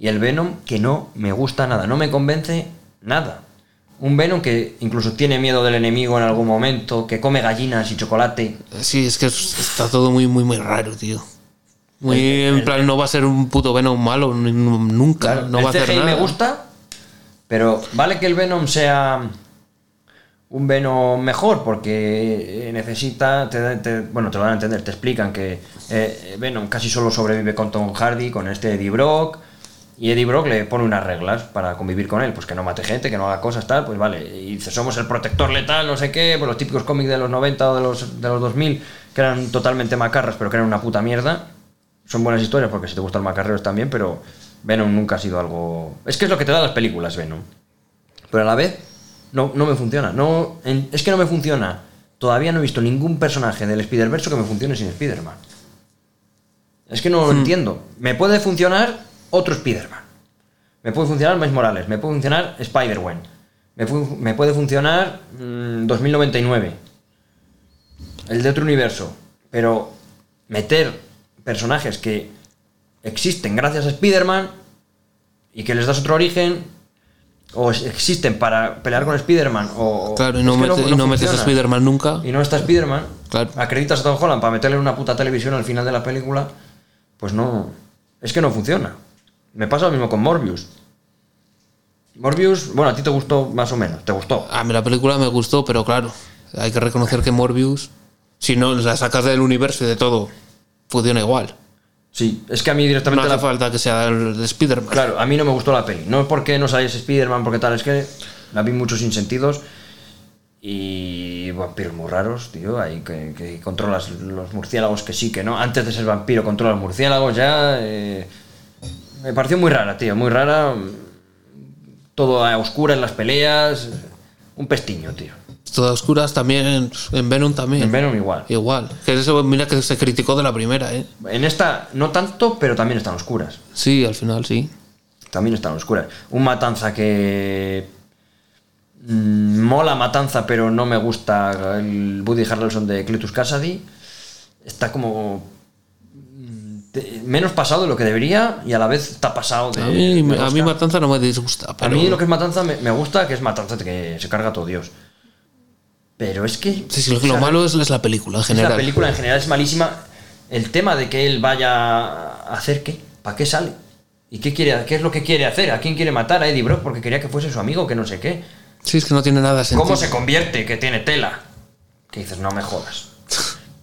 S2: Y el Venom que no me gusta nada, no me convence nada. Un Venom que incluso tiene miedo del enemigo en algún momento, que come gallinas y chocolate.
S3: Sí, es que es- está todo muy, muy, muy raro, tío. Muy, en plan, no va a ser un puto Venom malo ni- nunca, no
S2: el
S3: va a hacer
S2: CGI
S3: nada.
S2: este me gusta, pero vale que el Venom sea un Venom mejor, porque eh, necesita, te, da- te- bueno, te lo van a entender, te explican que eh, Venom casi solo sobrevive con Tom Hardy, con este Eddie Brock, y Eddie Brock le pone unas reglas para convivir con él, pues que no mate gente, que no haga cosas, tal, pues vale, y dice, somos el protector letal, no sé qué, pues los típicos cómics de los 90 o de los, de los 2000, que eran totalmente macarras, pero que eran una puta mierda, son buenas historias porque si te gustan macarreros también, pero Venom nunca ha sido algo. Es que es lo que te dan las películas, Venom. Pero a la vez, no, no me funciona. No, en- es que no me funciona. Todavía no he visto ningún personaje del Spider-Verse que me funcione sin Spider-Man. Es que no
S3: Hmm.
S2: lo entiendo. Me puede funcionar otro Spider-Man. Me puede funcionar Miles Morales. Me puede funcionar Spider-Gwen. Me, fu- me puede funcionar mm, 2099. El de otro universo. Pero meter personajes que existen gracias a Spider-Man y que les das otro origen. O es- existen para pelear con Spider-Man. O,
S3: Claro, y
S2: es
S3: no,
S2: que
S3: mete- y no metes a
S2: funciona.
S3: Spider-Man nunca.
S2: Y no está Spider-Man.
S3: Claro.
S2: Acreditas a Tom Holland para meterle una puta televisión al final de la película. Pues no. Es que no funciona. Me pasa lo mismo con Morbius. Morbius, bueno, a ti te gustó más o menos. Te gustó.
S3: A mí la película me gustó, pero claro, hay que reconocer que Morbius, si no la sacas del universo y de todo, funciona igual.
S2: Sí, es que a mí
S3: No
S2: directamente
S3: hace
S2: la,
S3: falta que sea el de Spider-Man.
S2: Claro, a mí no me gustó la peli. No es porque no sabéis Spider-Man, porque tal, es que la vi muchos insentidos. Y vampiros muy raros, tío. Ahí que, que controlas los murciélagos, que sí, que no. Antes de ser vampiro, controlas murciélagos, ya. eh, me pareció muy rara, tío, muy rara. Todo a oscura en las peleas. Un pestiño, tío.
S3: Todas oscuras también, en Venom también.
S2: En Venom igual.
S3: Igual. Que eso, mira que se criticó de la primera, ¿eh?
S2: En esta, no tanto, pero también están oscuras.
S3: Sí, al final sí.
S2: también están oscuras. Un matanza que mm, mola matanza, pero no me gusta el Woody Harrelson de Cletus Cassidy. Está como mm, te- menos pasado de lo que debería y a la vez está pasado de
S3: A mí,
S2: me
S3: a mí
S2: gusta.
S3: Matanza no me disgusta.
S2: A
S3: Pero
S2: mí lo que es matanza me, me gusta, que es matanza que se carga a todo Dios. Pero es que
S3: Sí, sí, lo,
S2: o sea,
S3: lo malo es, es la película en
S2: es
S3: general.
S2: la película en general es malísima. El tema de que él vaya a hacer qué, ¿para qué sale? ¿Y qué, quiere, qué es lo que quiere hacer? ¿A quién quiere matar? A Eddie Brock porque quería que fuese su amigo, que no sé qué.
S3: Sí, es que no tiene nada de sentido.
S2: ¿Cómo se convierte? Que tiene tela. Que dices, no me jodas.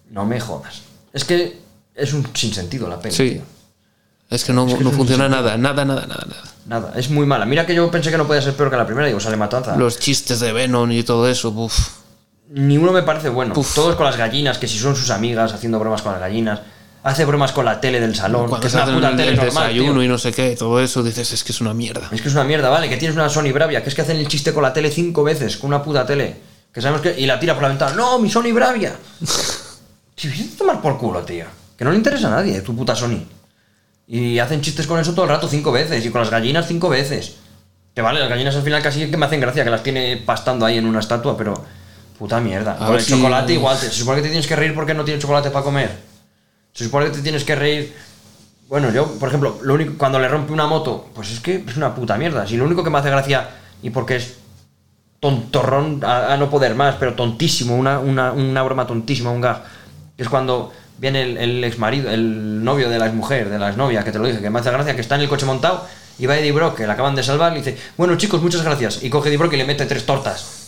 S2: No me jodas. Es que es un sinsentido la peli.
S3: Sí.
S2: tío.
S3: Es que no,
S2: Es que
S3: no
S2: es un
S3: funciona nada, nada, nada, nada, nada.
S2: Nada, es muy mala. Mira que yo pensé que no podía ser peor que la primera. Digo, sale matanza.
S3: Los chistes de Venom y todo eso, uff.
S2: Ni uno me parece bueno.
S3: Uf.
S2: Todos con las gallinas, que si son sus amigas, haciendo bromas con las gallinas. Hace bromas con la tele del salón.
S3: Cuando
S2: que es
S3: se
S2: una
S3: hacen
S2: puta
S3: el,
S2: tele
S3: el
S2: normal, tío.
S3: desayuno y no sé qué, y todo eso, dices, es que es una mierda.
S2: Es que es una mierda, vale, que tienes una Sony Bravia, que es que hacen el chiste con la tele cinco veces, con una puta tele. Que sabemos que. Y la tira por la ventana. ¡No, mi Sony Bravia! Si a tomar por culo, tío. Que no le interesa a nadie, tu puta Sony. Y hacen chistes con eso todo el rato cinco veces, y con las gallinas cinco veces. Que vale, las gallinas al final casi que me hacen gracia, que las tiene pastando ahí en una estatua, pero. Puta mierda. Con
S3: ver
S2: el
S3: si-
S2: chocolate igual, te- se supone que te tienes que reír porque no tienes chocolate para comer. Se supone que te tienes que reír. Bueno, yo, por ejemplo, lo único cuando le rompe una moto, pues es que es una puta mierda. Si lo único que me hace gracia, y porque es tontorrón a, a no poder más, pero tontísimo, una, una, una broma tontísima, un gag, que es cuando viene el, el ex marido, el novio de la exmujer, de la exnovia, que te lo dije, que me hace gracia, que está en el coche montado, y va Eddie Brock, que le acaban de salvar, y dice, bueno chicos, muchas gracias, y coge Eddie Brock y le mete tres tortas.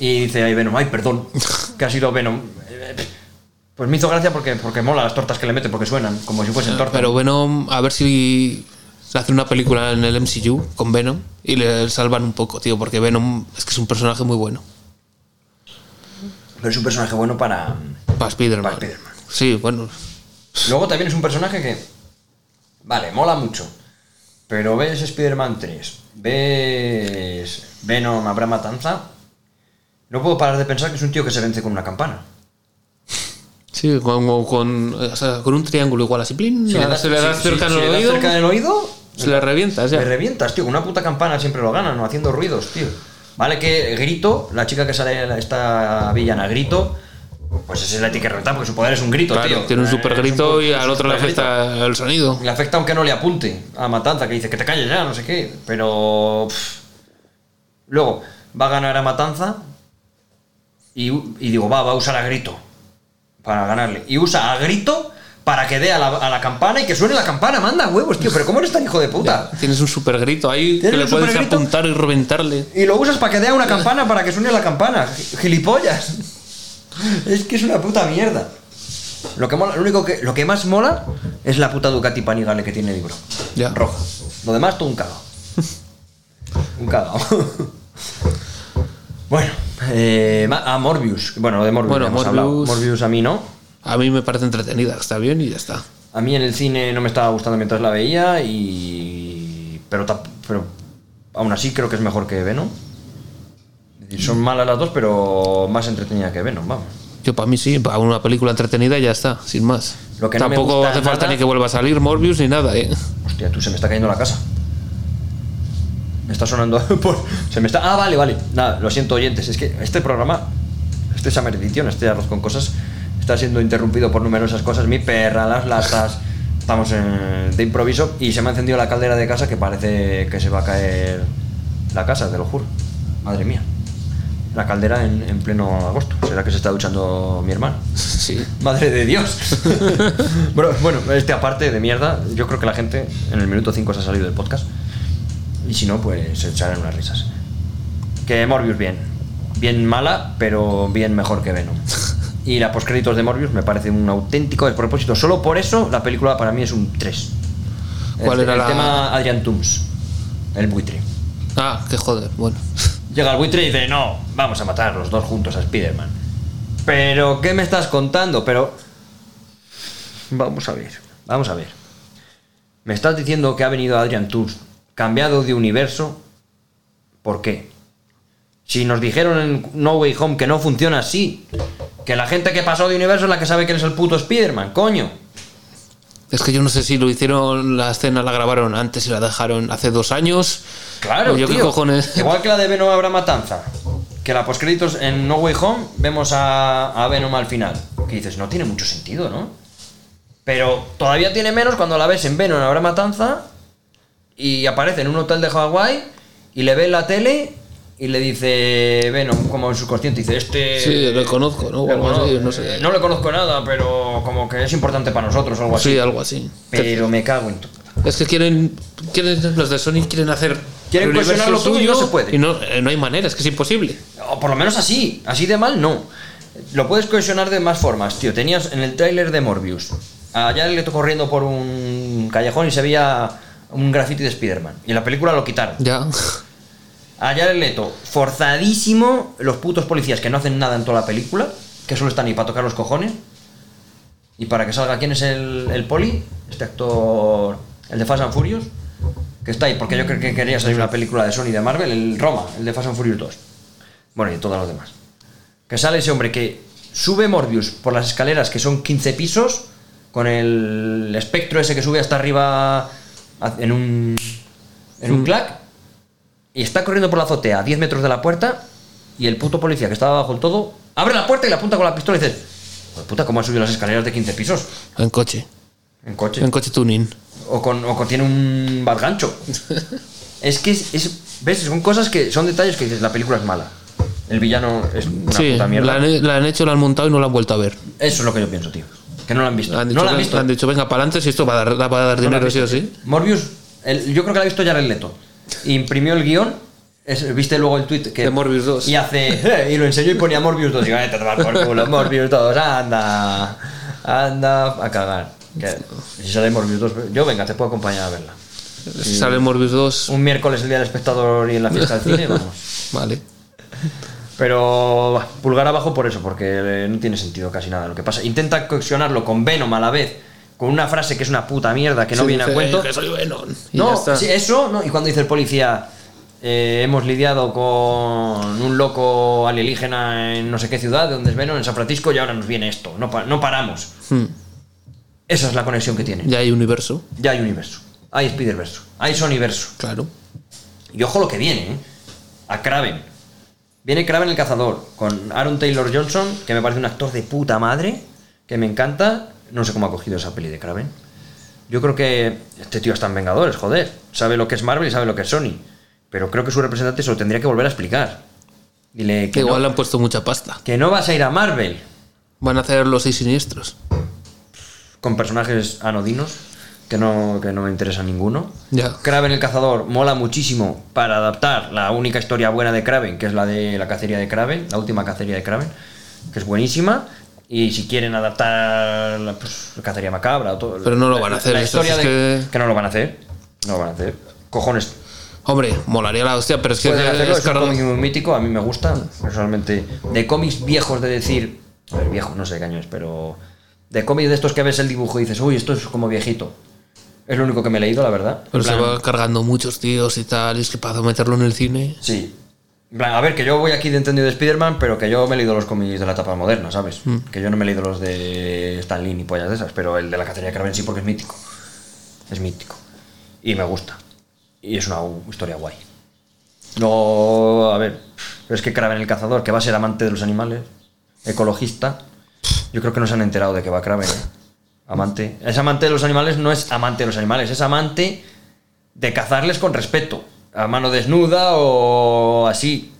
S2: Y dice, ay Venom, ay perdón, que ha sido Venom. Pues me hizo gracia porque, porque mola las tortas que le mete, porque suenan como si fuesen tortas.
S3: Pero Venom, a ver si se hace una película en el MCU con Venom y le salvan un poco, tío, porque Venom es que es un personaje muy bueno.
S2: Pero es un personaje bueno para.
S3: Para Spider-Man.
S2: Para Spider-Man.
S3: sí, bueno.
S2: Luego también es un personaje que. Vale, mola mucho. Pero ves Spider-Man 3, ves. Venom, habrá matanza. No puedo parar de pensar que es un tío que se vence con una campana.
S3: Sí, con, con, o sea, con un triángulo igual así. plin, se le das
S2: si-
S3: cerca
S2: si-
S3: en
S2: si le
S3: el
S2: das
S3: oído.
S2: cerca en el oído,
S3: Se le revientas
S2: le
S3: ya.
S2: revientas, tío. Con una puta campana siempre lo ganan, no haciendo ruidos, tío. Vale que Grito, la chica que sale en la- esta villana, Grito, pues esa es la tiene que reventar porque su poder es un grito,
S3: Claro,
S2: tío.
S3: tiene un
S2: Eh,
S3: super
S2: es
S3: grito
S2: un-
S3: y al otro le
S2: supergrito.
S3: afecta el sonido.
S2: Le afecta aunque no le apunte a Matanza, que dice que te calles ya, no sé qué. Pero. pff. Luego, va a ganar a Matanza. Y, y digo, va, va a usar a grito. Para ganarle. Y usa a grito para que dé a la, a la campana y que suene la campana. Manda huevos, tío. Pero ¿cómo eres tan hijo de puta?
S3: Tienes un super grito ahí que
S2: Tienes
S3: le
S2: un
S3: puedes
S2: supergrito.
S3: apuntar y reventarle.
S2: Y lo usas para que dé a una campana para que suene la campana. Gi- Gilipollas. Es que es una puta mierda. Lo que mola, lo único que, lo que más mola es la puta Ducati Panigale que tiene libro.
S3: Ya.
S2: Roja. Lo demás todo un cagao. Un cagao. bueno, eh, ma- a Morbius. Bueno, lo de Morbius
S3: Bueno,
S2: ya hemos
S3: Morbius-
S2: hablado. Morbius a mí no.
S3: A mí me parece entretenida, está bien y ya está.
S2: A mí en el cine no me estaba gustando mientras la veía y... Pero, tap- pero aún así creo que es mejor que Venom. Es decir, son malas las dos, pero más entretenida que Venom, vamos.
S3: Yo para mí sí, para una película entretenida ya está, sin más.
S2: Lo que no me
S3: Tampoco
S2: gusta
S3: hace falta
S2: nada-
S3: ni que vuelva a salir Morbius ni nada, ¿eh?
S2: Hostia, tú se me está cayendo la casa. Me está sonando. por- se me está. Ah, vale, vale. Nada, lo siento, oyentes. Es que este programa, este Summer Edition, este arroz con cosas, está siendo interrumpido por numerosas cosas. Mi perra, las latas. Estamos en- de improviso y se me ha encendido la caldera de casa que parece que se va a caer la casa, te lo juro. Madre mía. La caldera en, en pleno agosto. ¿Será que se está duchando mi hermano?
S3: Sí.
S2: Madre de Dios. bueno, bueno, este aparte de mierda, yo creo que la gente en el minuto 5 se ha salido del podcast. Y si no, pues se echarán unas risas. Que Morbius bien. Bien mala, pero bien mejor que Venom. Y la postcréditos de Morbius me parece un auténtico despropósito. Solo por eso la película para mí es un 3.
S3: ¿Cuál
S2: el,
S3: era
S2: el
S3: la-
S2: tema Adrian Toomes, el buitre.
S3: Ah, que joder, bueno.
S2: Llega el buitre y dice, no, vamos a matar los dos juntos a Spider-Man. Pero, ¿qué me estás contando? Pero... Vamos a ver. Vamos a ver. Me estás diciendo que ha venido Adrian Toomes cambiado de universo. ¿Por qué? Si nos dijeron en No Way Home que no funciona así, que la gente que pasó de universo es la que sabe que eres el puto Spider-Man, coño.
S3: Es que yo no sé si lo hicieron, la escena la grabaron antes y la dejaron hace dos años.
S2: Claro,
S3: O yo qué
S2: tío.
S3: cojones.
S2: Igual que la de Venom habrá matanza. Que la postcréditos en No Way Home vemos a, a Venom al final. Que dices, no tiene mucho sentido, ¿no? Pero todavía tiene menos cuando la ves en Venom habrá matanza y aparece en un hotel de Hawái y le ve en la tele y le dice Venom como en su consciente dice este
S3: Sí, lo conozco, ¿no? O
S2: lo
S3: algo así,
S2: conozco,
S3: no sé.
S2: eh, no le conozco nada pero como que es importante para nosotros o algo así Eh,
S3: Sí, algo así.
S2: pero me cago en tu
S3: Es que quieren, quieren los de Sony quieren hacer
S2: Quieren
S3: el universo
S2: cohesionar lo tuyo y no se puede.
S3: y no, eh, no hay manera, es que es imposible.
S2: O por lo menos así, así de mal no. Lo puedes cohesionar de más formas, tío. Tenías en el tráiler de Morbius, a Jared Leto corriendo por un callejón y se veía un graffiti de Spider-Man. Y en la película lo quitaron.
S3: Ya.
S2: A Jared Leto, forzadísimo, los putos policías que no hacen nada en toda la película, que solo están ahí para tocar los cojones. Y para que salga quién es el, el poli, este actor, el de Fast and Furious, que está ahí, porque yo creo que quería salir una película de Sony de Marvel, el Roma, el de Fast and Furious 2. Bueno, y todos los demás. Que sale ese hombre que sube Morbius por las escaleras que son 15 pisos, con el espectro ese que sube hasta arriba en un, en un clac, y está corriendo por la azotea a 10 metros de la puerta y el puto policía que estaba bajo el todo abre la puerta y le apunta con la pistola y dice, "Joder, puta, ¿cómo ha subido las escaleras de 15 pisos?
S3: En coche.
S2: En coche.
S3: En coche tuning.
S2: O, con, o con- tiene un bad gancho. es que es, es- ¿Ves? Son cosas que son detalles que dices, la película es mala. El villano es una
S3: sí,
S2: puta mierda.
S3: la han, la han hecho, la han montado y no la han vuelto a ver.
S2: Eso es lo que yo pienso, tío. Que no la han visto.
S3: Han dicho,
S2: no la han visto.
S3: han dicho, venga, para adelante, si esto va a dar, va a dar
S2: No la
S3: dinero,
S2: has
S3: sí o
S2: visto.
S3: sí.
S2: Morbius, el- yo creo que la ha visto Jared Leto. Imprimió el guión, es- viste luego el tweet que.
S3: De Morbius 2.
S2: Y hace. Y lo enseñó y ponía Morbius 2. Y digo, "Vete a tomar por culo, Morbius 2, anda. Anda a cagar. Que, si sale Morbius 2, yo venga, te puedo acompañar a verla.
S3: Si Sale Morbius 2.
S2: Un miércoles el día del espectador y en la fiesta del cine, vamos.
S3: Vale.
S2: Pero bah, pulgar abajo por eso, porque eh, no tiene sentido casi nada lo que pasa. Intenta coaccionarlo con Venom a la vez, con una frase que es una puta mierda que no
S3: Sí,
S2: viene
S3: dice,
S2: a cuento.
S3: "Eh, que soy Venom", y ya
S2: No,
S3: está.
S2: sí, eh. eso, no. Y cuando dice el policía, eh, hemos lidiado con un loco alienígena en no sé qué ciudad, donde es Venom, en San Francisco, y ahora nos viene esto. No, pa- no paramos.
S3: Hmm.
S2: Esa es la conexión que tiene.
S3: Ya hay universo,
S2: Ya hay universo. Hay Spider-Verse. Hay Sonyverso.
S3: claro.
S2: Y ojo lo que viene, ¿eh? A Kraven. Viene Kraven el cazador con Aaron Taylor Johnson, que me parece un actor de puta madre, que me encanta. No sé cómo ha cogido esa peli de Kraven. Yo creo que este tío está en Vengadores, joder. Sabe lo que es Marvel y sabe lo que es Sony. Pero creo que su representante se lo tendría que volver a explicar. Dile que,
S3: Que igual
S2: no,
S3: le han puesto mucha pasta.
S2: que no vas a ir a Marvel
S3: Van a hacer los seis siniestros.
S2: con personajes anodinos, que no, que no me interesa ninguno.
S3: Ya.
S2: Kraven el cazador mola muchísimo para adaptar la única historia buena de Kraven, que es la de la cacería de Kraven, la última cacería de Kraven, que es buenísima. Y si quieren adaptar la pues, la cacería macabra o todo.
S3: Pero no lo
S2: la-
S3: van a hacer,
S2: la
S3: eso
S2: historia
S3: es
S2: de-
S3: que-
S2: no lo van a hacer. No lo van a hacer. Cojones.
S3: Hombre, molaría la hostia, pero es que
S2: Pueden hacerlo,
S3: es
S2: es un
S3: Cardo-
S2: cómic muy mítico, a mí me gusta. Personalmente, de cómics viejos de decir. A ver, viejo, no sé qué año es, pero. De cómics de estos que ves el dibujo y dices, uy, esto es como viejito. Es lo único que me he leído, la verdad. En
S3: Pero se
S2: plan,
S3: va cargando muchos tíos y tal, y es que para meterlo en el cine.
S2: Sí. En plan, A ver, que yo voy aquí de entendido de Spider-Man, pero que yo me he leído los cómics de la etapa moderna, ¿sabes? Que yo no me he leído los de Stan Lee ni pollas de esas, pero el de la cacería de Kraven sí porque es mítico. Es mítico. Y me gusta. Y es una u- historia guay. No, a ver, pero es que Kraven el cazador, que va a ser amante de los animales, ecologista, yo creo que no se han enterado de que va Kraven. ¿eh? Amante. Es amante de los animales, no es amante de los animales, es amante de cazarles con respeto, a mano desnuda o así.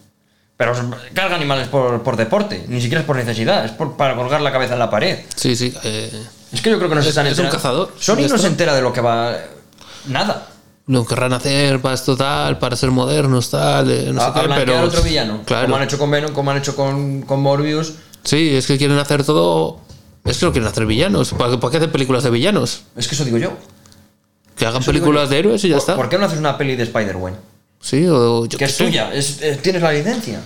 S2: Pero carga animales por, por deporte, ni siquiera es por necesidad, es por- para colgar la cabeza en la pared.
S3: Sí, sí. eh,
S2: Es que yo creo que no se
S3: Es-
S2: están
S3: es un
S2: enterando.
S3: cazador, es
S2: Sony
S3: un
S2: no se
S3: destro-
S2: entera de lo que va. Nada.
S3: lo querrán hacer para esto tal, para ser modernos, tal, eh, no
S2: a,
S3: sé
S2: a
S3: qué,
S2: blanquear
S3: pero.
S2: otro villano.
S3: Claro.
S2: Como han hecho con Venom, como han hecho con, con Morbius.
S3: Sí, es que quieren hacer todo. Es que lo quieren hacer villanos. ¿Para, para qué hacer películas de villanos?
S2: Es que eso digo yo.
S3: Que hagan
S2: Eso digo
S3: películas de
S2: yo.
S3: héroes y ya
S2: ¿Por-
S3: está.
S2: ¿Por qué no haces una peli de Spider-Man?
S3: Sí, o yo
S2: Que
S3: qué
S2: es
S3: sé.
S2: tuya. es- eh, tienes la licencia.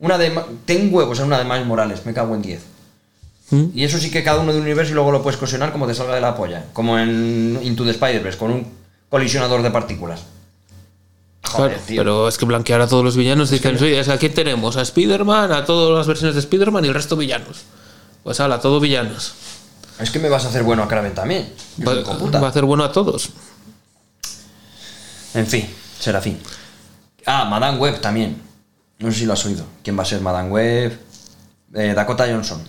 S2: Una de. Ma- Ten huevos en una de Miles Morales. Me cago en 10.
S3: ¿Mm?
S2: Y eso sí que cada uno de un universo y luego lo puedes cohesionar como te salga de la polla. Como en Into the Spider-Verse, con un colisionador de partículas. Joder,
S3: Claro,
S2: tío.
S3: pero es que blanquear a todos los villanos dicen, sí, es que aquí tenemos a Spider-Man, a todas las versiones de Spider-Man y el resto villanos. Pues ala, todo villanos.
S2: Es que me vas a hacer bueno a Kraven también. hijo
S3: Va,
S2: de coputa.
S3: va a hacer bueno a todos.
S2: En fin, Serafín. Ah, Madame Web también. No sé si lo has oído. ¿Quién va a ser Madame Web? Eh, Dakota Johnson.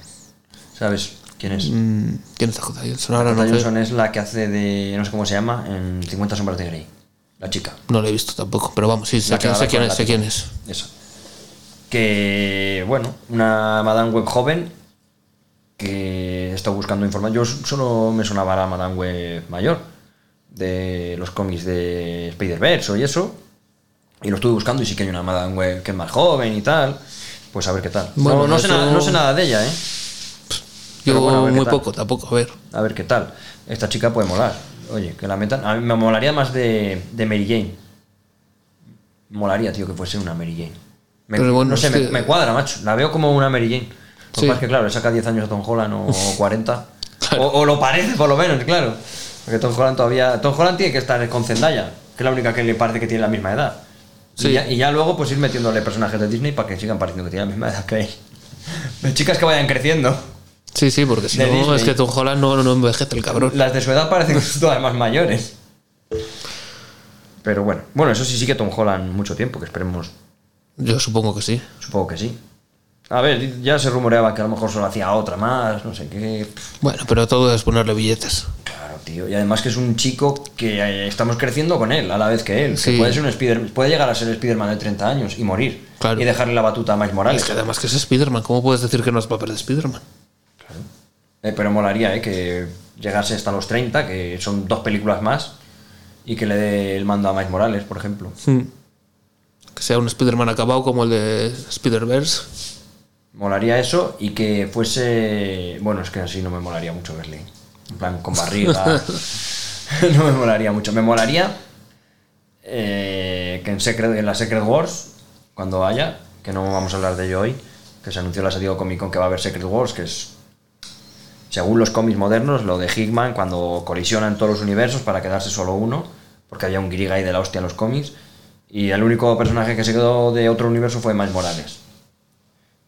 S2: ¿Sabes quién es?
S3: Mm, ¿Quién está Dakota Johnson? Ahora
S2: Dakota
S3: no, sé.
S2: Johnson es la que hace de. No sé cómo se llama. En 50 Sombras de Grey. La chica.
S3: No lo he visto tampoco, pero vamos, sí, sé,
S2: La que
S3: quién,
S2: habla
S3: sé quién
S2: con
S3: es,
S2: la
S3: sé
S2: tía.
S3: quién es.
S2: Eso. Que, bueno, una Madame Web joven que está buscando información. Yo solo me sonaba la Madame Web mayor de los cómics de Spider-Verse y eso. Y lo estuve buscando y sí que hay una Madame Web que es más joven y tal. Pues a ver qué tal.
S3: Bueno,
S2: no, no sé
S3: eso-
S2: nada, no sé nada de ella, ¿eh?
S3: Yo
S2: Pero bueno, a ver qué
S3: muy
S2: tal.
S3: poco, tampoco, a ver.
S2: A ver qué tal. Esta chica puede molar. Oye, que la metan. A mí me molaría más de, de Mary Jane. Molaría, tío, que fuese una Mary Jane. Me-
S3: Pero bueno,
S2: no sé,
S3: es
S2: me,
S3: que-
S2: me cuadra, macho. La veo como una Mary Jane. Lo que
S3: Sí.
S2: pasa es que, claro, le saca 10 años a Tom Holland o 40.
S3: Claro.
S2: O, o lo parece, por lo menos, claro. Porque Tom Holland todavía. Tom Holland tiene que estar con Zendaya, que es la única que le parece que tiene la misma edad.
S3: Sí.
S2: Y, ya, y ya luego, pues ir metiéndole personajes de Disney para que sigan pareciendo que tienen la misma edad que él. Pero chicas que vayan creciendo.
S3: Sí, sí, porque si
S2: De
S3: no,
S2: Disney.
S3: es que Tom Holland no, no envejece el cabrón.
S2: Las de su edad parecen todas más mayores. Pero bueno, bueno, eso sí, sí que Tom Holland mucho tiempo, que esperemos,
S3: Yo supongo que sí.
S2: supongo que sí. A ver, ya se rumoreaba que a lo mejor solo hacía otra más, no sé qué. Pff,
S3: Bueno, pero todo es ponerle billetes.
S2: Claro, tío. Y además que es un chico que eh, estamos creciendo con él a la vez que él. que
S3: Sí.
S2: puede, ser un Spider puede llegar a ser Spider-Man de 30 años y morir.
S3: Claro.
S2: Y dejarle la batuta a Miles Morales.
S3: Es que además que es Spider-Man, ¿cómo puedes decir que no es papel de Spider-Man?
S2: Eh, pero molaría, ¿eh? Que llegase hasta los 30, que son dos películas más, y que le dé el mando a Miles Morales, por ejemplo.
S3: Que sea un Spider-Man acabado como el de Spider-Verse.
S2: Molaría eso y que fuese. Bueno, es que así no me molaría mucho verle. En plan, con barriga. no me molaría mucho. Me molaría eh, que en, Secret, en la Secret Wars, cuando haya, que no vamos a hablar de ello hoy, que se anunció la San Comic Con que va a haber Secret Wars, que es. Según los cómics modernos, lo de Hickman, cuando colisionan todos los universos para quedarse solo uno, porque había un griga ahí de la hostia en los cómics, y el único personaje que se quedó de otro universo fue Miles Morales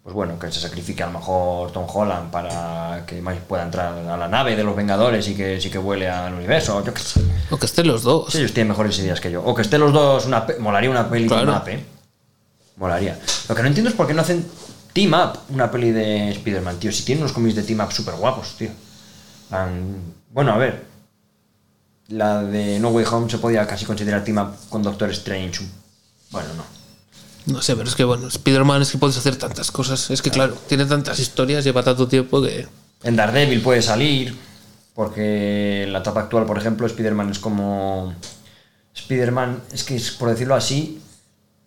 S2: pues bueno, que se sacrifique a lo mejor Tom Holland para que Miles pueda entrar a la nave de los Vengadores y que sí que vuele al universo. Yo qué sé.
S3: O que estén los dos.
S2: Sí, ellos tienen mejores ideas que yo. O que estén los dos, una pe- molaría una peli
S3: Claro.
S2: team up, ¿eh? Molaría. Lo que no entiendo es por qué no hacen team up una peli de Spider-Man, tío. Si tienen unos cómics de team up súper guapos, tío. Tan- Bueno, a ver. La de No Way Home se podía casi considerar team up con Doctor Strange. Bueno, no.
S3: No sé, pero es que bueno, Spider-Man es que puedes hacer tantas cosas. Es que claro, tiene tantas historias, lleva tanto tiempo que...
S2: En Daredevil puede salir, porque en la etapa actual, por ejemplo, Spider-Man es como... Spider-Man, es que es, por decirlo así,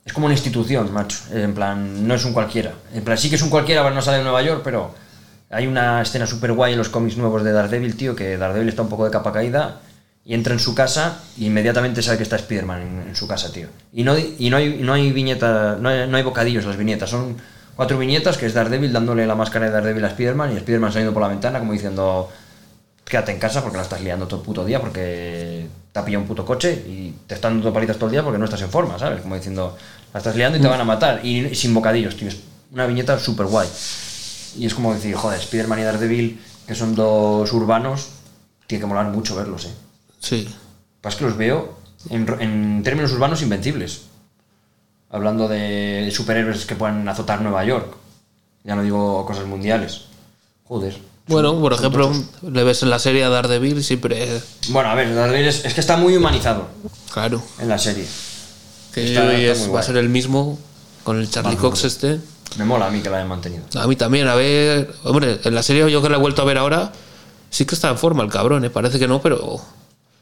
S2: es como una institución, macho. En plan, no es un cualquiera. En plan, sí que es un cualquiera, pero no sale de Nueva York, pero hay una escena súper guay en los cómics nuevos de Daredevil, tío, que Daredevil está un poco de capa caída y entra en su casa y inmediatamente sabe que está Spider-Man en, en su casa, tío. Y no, y no hay, no hay viñeta, no hay, no hay bocadillos las viñetas, son cuatro viñetas que es Daredevil dándole la máscara de Daredevil a Spider-Man y Spider-Man saliendo por la ventana como diciendo quédate en casa porque la estás liando todo el puto día porque te ha pillado un puto coche y te están dando palitas todo el día porque no estás en forma, ¿sabes? Como diciendo, la estás liando y te van a matar. Y sin bocadillos, tío. Es una viñeta súper guay. Y es como decir, joder, Spider-Man y Daredevil, que son dos urbanos, tiene que molar mucho verlos, ¿eh?
S3: Sí.
S2: Pues que los veo en, en términos urbanos invencibles. hablando de superhéroes que puedan azotar Nueva York. Ya no digo cosas mundiales. Joder.
S3: Bueno, por ejemplo, le ves en la serie a Daredevil y siempre.
S2: Bueno, a ver, Daredevil es, es que está muy humanizado
S3: Claro.
S2: en la serie.
S3: Que
S2: Está-
S3: hoy
S2: está
S3: es-
S2: muy
S3: va a
S2: guay.
S3: ser el mismo con el Charlie Cox este.
S2: Me mola a mí que la hayan mantenido.
S3: A mí también, a ver. Hombre, en la serie yo que la he vuelto a ver ahora, sí que está en forma el cabrón, ¿eh? Parece que no, pero.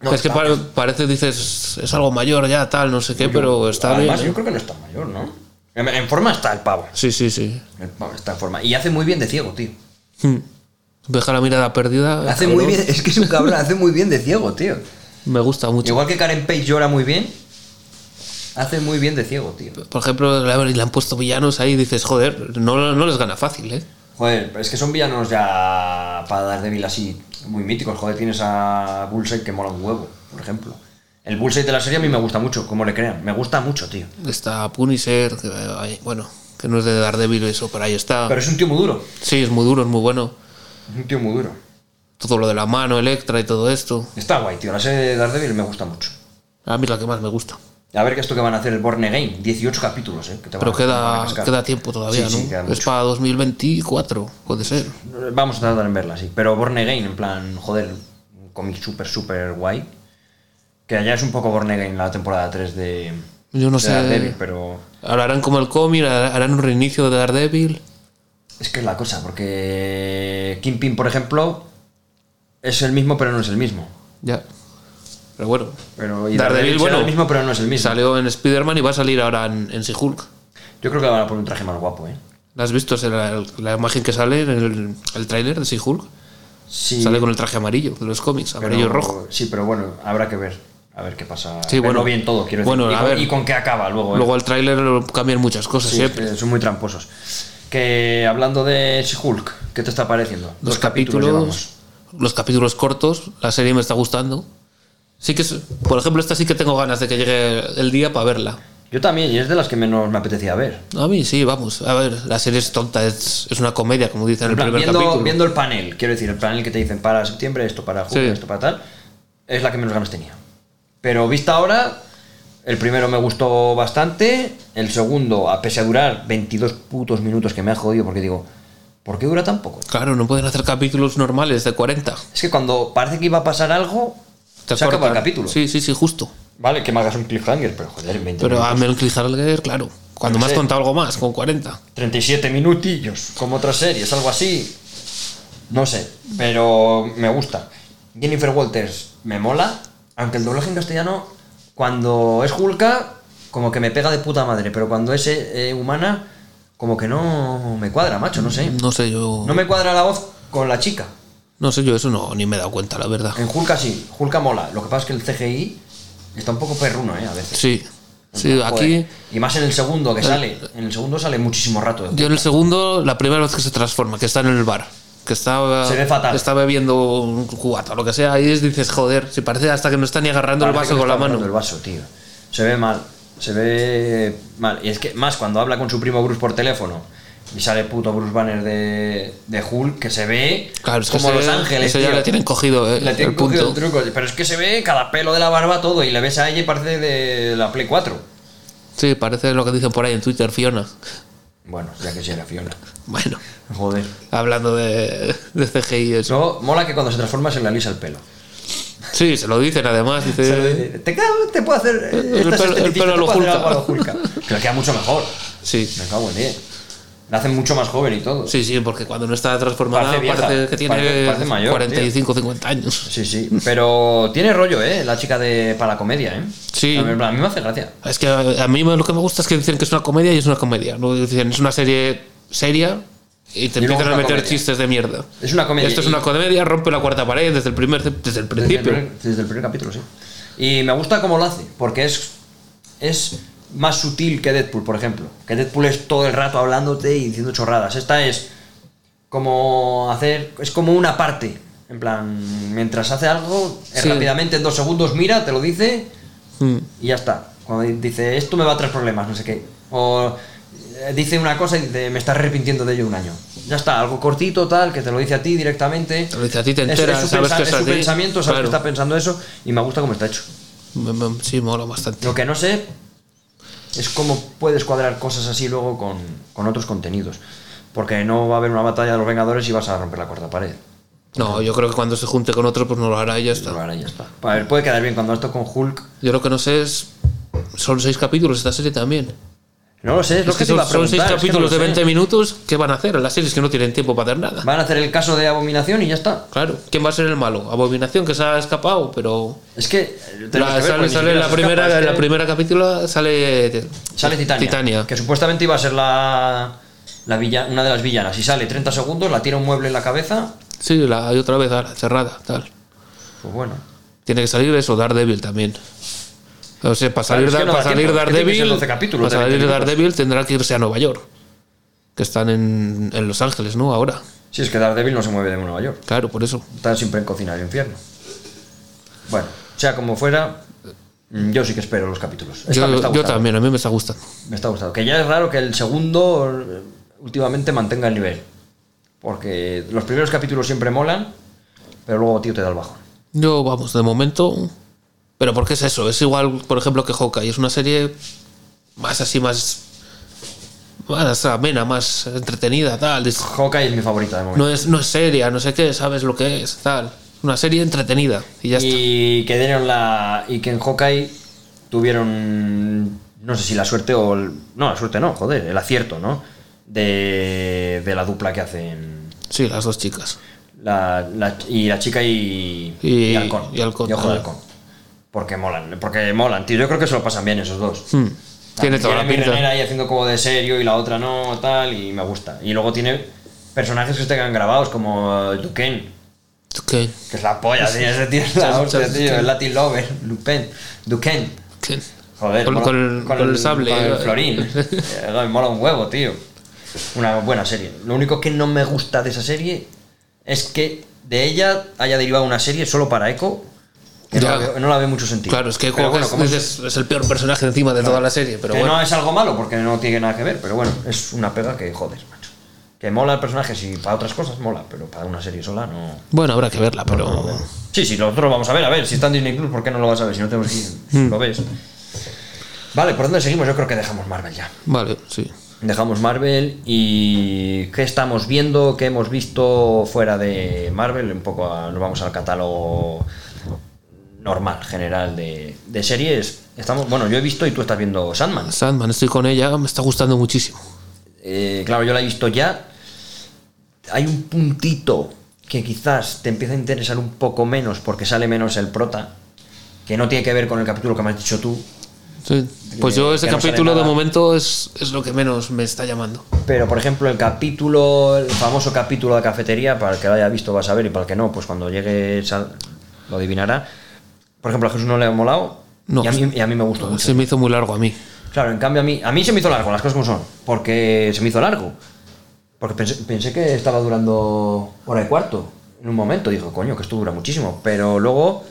S2: No,
S3: es que
S2: está-
S3: pa- parece, dices, es algo mayor ya, tal, no sé qué, pero está bien.
S2: Además,
S3: ¿eh?
S2: yo creo que no está mayor, ¿no? En, en forma está el pavo.
S3: Sí, sí, sí.
S2: El pavo está en forma. Y hace muy bien de ciego, tío.
S3: Hmm. Deja la mirada perdida. el
S2: Hace muy
S3: cabrón.
S2: bien, es que es un cabrón, hace muy bien de ciego, tío.
S3: Me gusta mucho.
S2: Igual que Karen Page llora muy bien, hace muy bien de ciego, tío.
S3: Por ejemplo, le le han puesto villanos ahí dices, joder, no, no les gana fácil, ¿eh?
S2: Joder, pero es que son villanos ya para dar débil así muy míticos. Joder, tienes a Bullseye que mola un huevo, por ejemplo. El Bullseye de la serie a mí me gusta mucho, como le crean. Me gusta mucho, tío.
S3: Está Punisher, que, eh, ahí- bueno, que no es de Daredevil eso, pero ahí está.
S2: Pero es un tío muy duro.
S3: Sí, es muy duro, es muy bueno.
S2: Es un tío muy duro.
S3: Todo lo de la mano, Electra y todo esto.
S2: Está guay, tío. La serie de Daredevil me gusta mucho.
S3: A mí es la que más me gusta.
S2: A ver qué esto que van a hacer el Born Again. 18 capítulos, ¿eh? que te van
S3: Pero
S2: a- van a
S3: queda,
S2: cascar.
S3: queda tiempo todavía,
S2: Sí, sí,
S3: ¿no?
S2: queda
S3: es
S2: mucho.
S3: para 2024, puede ser.
S2: Vamos a tardar en verla, sí. Pero Born Again, en plan, joder, un cómic súper, súper guay. Que allá es un poco Born Again la temporada 3 de.
S3: Yo no
S2: de
S3: sé.
S2: Daredevil, pero.
S3: Hablarán como el cómic, harán un reinicio de Daredevil.
S2: Es que es la cosa, porque. Kingpin, por ejemplo, es el mismo, pero no es el mismo.
S3: Ya. Pero bueno.
S2: Pero, y
S3: Daredevil,
S2: Daredevil, será
S3: bueno,
S2: el mismo, pero no es el mismo.
S3: Salió en Spider-Man y va a salir ahora en, en She-Hulk.
S2: Yo creo que le van a poner un traje más guapo, ¿eh?
S3: ¿La has visto? Es la, la imagen que sale en el, el tráiler de She-Hulk.
S2: Sí.
S3: Sale con el traje amarillo de los cómics,
S2: pero-
S3: amarillo y rojo.
S2: Sí, pero bueno, habrá que ver. A ver qué pasa.
S3: Sí,
S2: Verlo
S3: bueno.
S2: bien todo, quiero decir.
S3: Bueno,
S2: y,
S3: a
S2: con,
S3: ver.
S2: y con qué acaba luego, ¿eh?
S3: Luego al tráiler cambian muchas cosas
S2: Sí,
S3: siempre.
S2: eh, son muy tramposos. Que hablando de She-Hulk, ¿qué te está pareciendo?
S3: Los
S2: Dos
S3: capítulos,
S2: llevamos.
S3: los capítulos cortos, la serie me está gustando. Sí que, es- por ejemplo, esta sí que tengo ganas de que llegue el día para verla.
S2: Yo también, y es de las que menos me apetecía ver.
S3: A mí sí, vamos. A ver, la serie es tonta, es, es una comedia, como
S2: En
S3: dicen en el
S2: plan,
S3: primer
S2: viendo,
S3: capítulo.
S2: viendo el panel, quiero decir, el panel que te dicen para septiembre, esto para julio,
S3: Sí.
S2: esto para tal, es la que menos ganas tenía. Pero vista ahora, el primero me gustó bastante, el segundo, a pesar de durar 22 putos minutos que me ha jodido, porque digo, ¿por qué dura tan poco?
S3: Claro, no pueden hacer capítulos normales de 40.
S2: Es que cuando parece que iba a pasar algo,
S3: Te
S2: se acaba el
S3: cortan.
S2: capítulo.
S3: Sí, sí, sí, justo.
S2: Vale, que me hagas un cliffhanger, pero joder, 20
S3: Pero
S2: minutos.
S3: a Mel Cliffhanger, claro. Cuando
S2: No
S3: me has
S2: sé.
S3: contado algo más, con 40.
S2: 37 minutillos, como otras series, algo así. No sé, pero me gusta. Jennifer Walters me mola, aunque el doblaje en castellano, cuando es Hulka, como que me pega de puta madre, pero cuando es eh, humana, como que no me cuadra, macho, no sé.
S3: No sé, yo.
S2: No me cuadra la voz con la chica.
S3: No sé, yo eso no, ni me he dado cuenta, la verdad.
S2: En Hulka sí, Hulka mola. Lo que pasa es que el CGI está un poco perruno, ¿eh? A veces.
S3: Sí, sí,
S2: Joder.
S3: aquí.
S2: Y más en el segundo que sale. En el segundo sale muchísimo rato. de
S3: Yo en el segundo, la primera vez que se transforma, que está en el bar, que está,
S2: Se ve fatal.
S3: que está bebiendo un cubata o lo que sea, ahí es- dices, joder, si parece hasta que no está ni agarrando
S2: Parece
S3: el vaso
S2: que
S3: con
S2: está
S3: la mano.
S2: agarrando El vaso, tío. Se ve mal. Se ve mal. Y es que más cuando habla con su primo Bruce por teléfono y sale puto Bruce Banner de, de Hulk, que se ve
S3: Claro, es que
S2: como
S3: ese-
S2: Los Ángeles.
S3: ese ya
S2: tío.
S3: le tienen cogido, eh,
S2: Le tienen
S3: el
S2: cogido
S3: punto.
S2: el truco. Pero es que se ve cada pelo de la barba todo y le ves a ella y parece de la Play 4.
S3: Sí, parece lo que dicen por ahí en Twitter, Fiona.
S2: Bueno, ya que se era Fiona.
S3: Bueno,
S2: Joder.
S3: hablando de, de CGI, eso.
S2: Luego, mola que cuando se transforma se le alisa el pelo.
S3: Sí, se lo dicen además, dice.
S2: Se le dice, te, cago- te puedo hacer.
S3: Eh, El
S2: esta es
S3: pelo- el
S2: esteticista,
S3: pelo
S2: te
S3: lo
S2: puedo hacer
S3: Hulka.
S2: algo a lo Hulka. Que le queda mucho mejor.
S3: Sí,
S2: Me cago en 10. La hacen mucho más joven y todo.
S3: sí, sí, porque cuando no está transformada
S2: Parece
S3: parece,
S2: vieja,
S3: que tiene
S2: parece- parece mayor,
S3: 45, 50 años.
S2: Sí, sí. Pero tiene rollo, ¿eh? La chica de para la comedia, ¿eh?
S3: Sí.
S2: A mí, en plan, a mí me hace gracia.
S3: Es que a a mí lo que me gusta es que dicen que es una comedia y es una comedia. No dicen es una serie seria y te
S2: Y luego
S3: empiezan
S2: es
S3: a
S2: una
S3: meter
S2: comedia.
S3: chistes de mierda.
S2: Es una comedia.
S3: Esto es
S2: y-
S3: una comedia, rompe la cuarta pared desde el primer desde el
S2: desde el
S3: principio.
S2: primer- Desde el primer capítulo, sí. Y me gusta cómo lo hace, porque es, es más sutil que Deadpool, por ejemplo. Que Deadpool es todo el rato hablándote y diciendo chorradas. Esta es como hacer. Es como una parte. En plan, mientras hace algo, es
S3: Sí.
S2: rápidamente en dos segundos mira, te lo dice
S3: Mm.
S2: y ya está. Cuando dice, esto me va a traer problemas, no sé qué. O eh, dice una cosa y dice, me estás arrepintiendo de ello un año. Ya está, algo cortito, tal, que te lo dice a ti directamente.
S3: Te lo dice a ti, te
S2: Es-
S3: enteras,
S2: es, su,
S3: sabes
S2: pensa-
S3: que
S2: es
S3: es
S2: su
S3: así,
S2: pensamiento, sabes
S3: claro.
S2: que está
S3: Mm,
S2: pensando eso y me gusta cómo está hecho.
S3: Me- me- Sí, mola bastante.
S2: Lo que no sé es cómo puedes cuadrar cosas así luego con, con otros contenidos. Porque no va a haber una batalla de los Vengadores y vas a romper la cuarta pared.
S3: No, yo creo que cuando se junte con otro, pues no lo hará y ya está.
S2: Ahora ya está. A ver, puede quedar bien cuando esto con Hulk.
S3: Yo lo que no sé es. Son seis capítulos esta serie también.
S2: No lo sé, es lo
S3: Es
S2: que,
S3: que
S2: te iba
S3: son,
S2: a
S3: son
S2: preguntar,
S3: seis
S2: es que no
S3: capítulos
S2: lo
S3: de
S2: sé.
S3: 20 minutos. ¿Qué van a hacer? Las series que no tienen tiempo para hacer nada.
S2: Van a hacer el caso de Abominación y ya está.
S3: Claro. ¿Quién va a ser el malo? Abominación que se ha escapado, pero.
S2: Es que. eh, tenemos que ver,
S3: La-
S2: porque
S3: sale
S2: ni
S3: sale
S2: siquiera
S3: la
S2: se escapa,
S3: primera,
S2: es
S3: la
S2: que
S3: primera capítulo sale.
S2: Sale Titania,
S3: Titania.
S2: Que supuestamente iba a ser la. la villa- una de las villanas. Y sale 30 segundos, la tira un mueble en la cabeza.
S3: Sí, la hay otra vez ahora, cerrada, tal.
S2: Pues bueno.
S3: Tiene que salir eso, Daredevil también. O sea,
S2: Claro,
S3: para salir,
S2: es que
S3: Dar-
S2: no da
S3: para salir
S2: tiempo, es que tiene que ser
S3: Daredevil,
S2: 12 capítulos eh,
S3: para
S2: de 20
S3: salir
S2: minutos.
S3: Daredevil tendrá que irse a Nueva York, que están en, en Los Ángeles, ¿no? Ahora,
S2: Si es que Daredevil no se mueve de Nueva York.
S3: claro, por eso.
S2: Está siempre en cocina del infierno. Bueno, sea como fuera, mm, yo sí que espero los capítulos. Esta me
S3: Yo,
S2: está
S3: yo
S2: gustando.
S3: también, a mí me está gustando.
S2: Me está gustando. Que ya es raro que el segundo eh, últimamente mantenga el nivel. Porque los primeros capítulos siempre molan, pero luego, tío, te da el bajón.
S3: Yo, vamos, de momento. Pero ¿por qué es eso? Es igual, por ejemplo, que Hawkeye. Es una serie más así, más. más amena, más entretenida, tal. Es-
S2: Hawkeye es mi favorita de momento.
S3: No es, no es seria, no sé qué, sabes lo que es, tal. Una serie entretenida y ya está.
S2: y que dieron la. Y que en Hawkeye tuvieron. No sé si la suerte o. el- no, la suerte no, joder, el acierto, ¿no? De, de la dupla que hacen.
S3: Sí, las dos chicas.
S2: La, la- y la chica y,
S3: Y-
S2: Halcón.
S3: y Halcón,
S2: Ojo de
S3: ah.
S2: Halcón. Porque molan, porque molan, tío. Yo creo que se lo pasan bien esos dos.
S3: Hmm. Tiene toda la
S2: Jeremy Renner
S3: pinta.
S2: ahí haciendo como de serio y la otra no, tal, y me gusta. Y luego tiene personajes que se quedan grabados, como eh, Duquesne,
S3: ¿Qué?
S2: que es la polla, tío. Ese tío es la
S3: Charles-
S2: hostia,
S3: Charles
S2: tío.
S3: Duquesne.
S2: El Latin Lover, Lupin, Duquesne.
S3: ¿Qué?
S2: Joder,
S3: Con- con el- con el sable.
S2: Con el florín. Eh, me mola un huevo, tío. Una buena serie. Lo único que no me gusta de esa serie es que de ella haya derivado una serie solo para Echo. que no
S3: Ya.
S2: la veo- no la ve mucho sentido.
S3: Claro, es que
S2: Pero
S3: Hawkeye
S2: bueno, como
S3: es,
S2: es-
S3: es- es el peor personaje encima de toda la serie, pero
S2: que
S3: bueno.
S2: no es algo malo porque no tiene nada que ver, pero bueno, es una pega que joder, macho. Que mola el personaje, si para otras cosas mola, pero para una serie sola no.
S3: Bueno, habrá que verla, pero.
S2: Sí, sí, nosotros lo vamos a ver, a ver, si está en Disney Plus, ¿por qué no lo vas a ver? Si no tenemos que ir, lo ves. Vale, ¿por dónde seguimos? Yo creo que dejamos Marvel ya.
S3: Vale, sí.
S2: Dejamos Marvel y ¿qué estamos viendo? ¿Qué hemos visto fuera de Marvel? Un poco a- nos vamos al catálogo normal, general de, de series. Estamos, bueno, yo he visto y tú estás viendo Sandman.
S3: Sandman, estoy con ella, me está gustando muchísimo.
S2: Eh, claro, yo la he visto ya. Hay un puntito que quizás te empieza a interesar un poco menos porque sale menos el prota, que no tiene que ver con el capítulo que me has dicho tú,
S3: Sí. Pues yo
S2: Eh,
S3: ese
S2: que no sale
S3: capítulo de
S2: nada.
S3: momento es, es lo que menos me está llamando.
S2: Pero, por ejemplo, el capítulo, el famoso capítulo de cafetería, para el que lo haya visto va a saber y para el que no, pues cuando llegue sal- lo adivinará. Por ejemplo, a Jesús no le ha molado
S3: No.
S2: y, a mí, y a mí me gustó mucho.
S3: Se me hizo muy largo a mí.
S2: Claro, en cambio a mí, a mí se me hizo largo, las cosas como son, porque se me hizo largo. Porque pensé, pensé que estaba durando hora y cuarto. En un momento dijo, coño, que esto dura muchísimo. Pero luego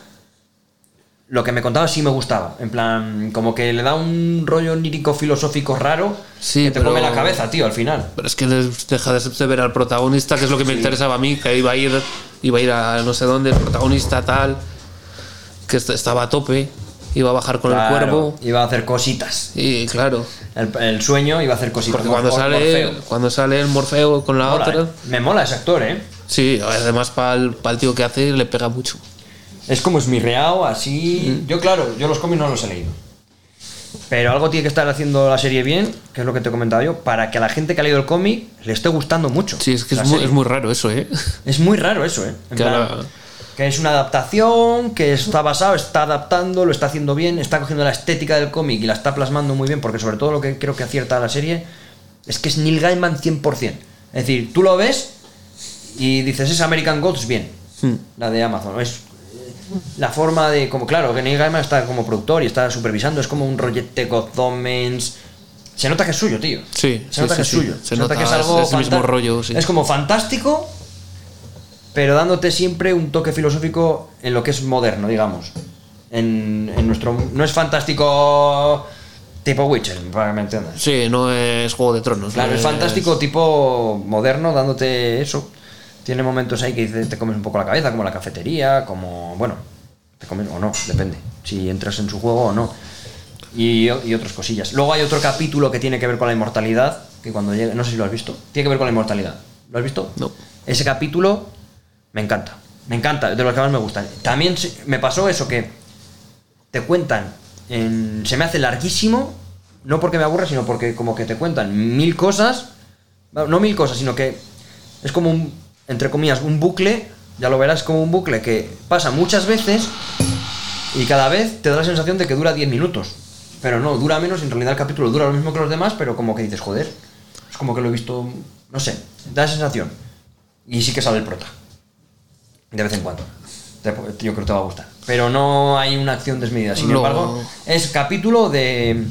S2: lo que me contaba sí me gustaba. En plan, como que le da un rollo lírico filosófico raro
S3: Sí,
S2: que te
S3: pero-
S2: come la cabeza, tío, al final.
S3: Pero es que les deja de ver al protagonista, que es lo que me interesaba a mí, que iba a ir, iba a ir a no sé dónde, el protagonista tal, que est- estaba a tope, iba a bajar con
S2: Claro,
S3: el cuervo.
S2: Iba a hacer cositas.
S3: Y claro,
S2: El, el sueño iba a hacer cositas.
S3: porque cuando
S2: Mor-
S3: sale,
S2: Morfeo.
S3: cuando sale el Morfeo con la
S2: Mola,
S3: otra.
S2: ¿eh? Me mola ese actor, ¿eh?
S3: Sí, además para el, tío que hace le pega mucho.
S2: Es como esmirreado, así. Yo, claro, yo los cómics no los he leído. Pero algo tiene que estar haciendo la serie bien, que es lo que te he comentado yo, para que a la gente que ha leído el cómic le esté gustando mucho.
S3: Sí, es que
S2: la
S3: es muy,
S2: serie.
S3: es muy raro eso, ¿eh?
S2: Es muy raro eso, ¿eh? En
S3: Que
S2: plan,
S3: ahora-
S2: que es una adaptación, que está basado, está adaptando, lo está haciendo bien, está cogiendo la estética del cómic y la está plasmando muy bien, porque sobre todo lo que creo que acierta a la serie es que es Neil Gaiman 100%. Es decir, tú lo ves y dices, es American Gods bien, la de Amazon. Es la forma de, como claro, que Neil Gaiman está como productor y está supervisando, es como un rollete Gothomens. Se nota que es suyo, tío.
S3: Sí,
S2: se nota
S3: sí,
S2: que es
S3: sí,
S2: suyo.
S3: sí. Se nota, es- es el mismo
S2: fanta-
S3: rollo, sí.
S2: Es como fantástico, pero dándote siempre un toque filosófico en lo que es moderno, digamos. En, en nuestro. No es fantástico tipo Witcher, para que me entiendas.
S3: Sí, no es Juego de Tronos.
S2: Claro,
S3: no
S2: es fantástico tipo moderno, dándote eso. Tiene momentos ahí que dices, te comes un poco la cabeza, como la cafetería, como. Bueno, te comes o no, depende. Si entras en su juego o no. y, y otras cosillas. Luego hay otro capítulo que tiene que ver con la inmortalidad, que cuando llegue, no sé si lo has visto, tiene que ver con la inmortalidad. ¿Lo has visto?
S3: No.
S2: Ese capítulo me encanta, me encanta, de los que más me gustan. También se- me pasó eso que te cuentan, en- se me hace larguísimo, no porque me aburra, sino porque como que te cuentan mil cosas, bueno, no mil cosas, sino que es como un, entre comillas, un bucle, ya lo verás como un bucle que pasa muchas veces y cada vez te da la sensación de que dura 10 minutos. Pero no, dura menos, en realidad el capítulo dura lo mismo que los demás, pero como que dices, joder, es como que lo he visto, no sé, da esa sensación. Y sí que sale el prota. De vez en cuando. Te- Yo creo que te va a gustar. Pero no hay una acción desmedida. Sin
S3: No.
S2: embargo, es capítulo de...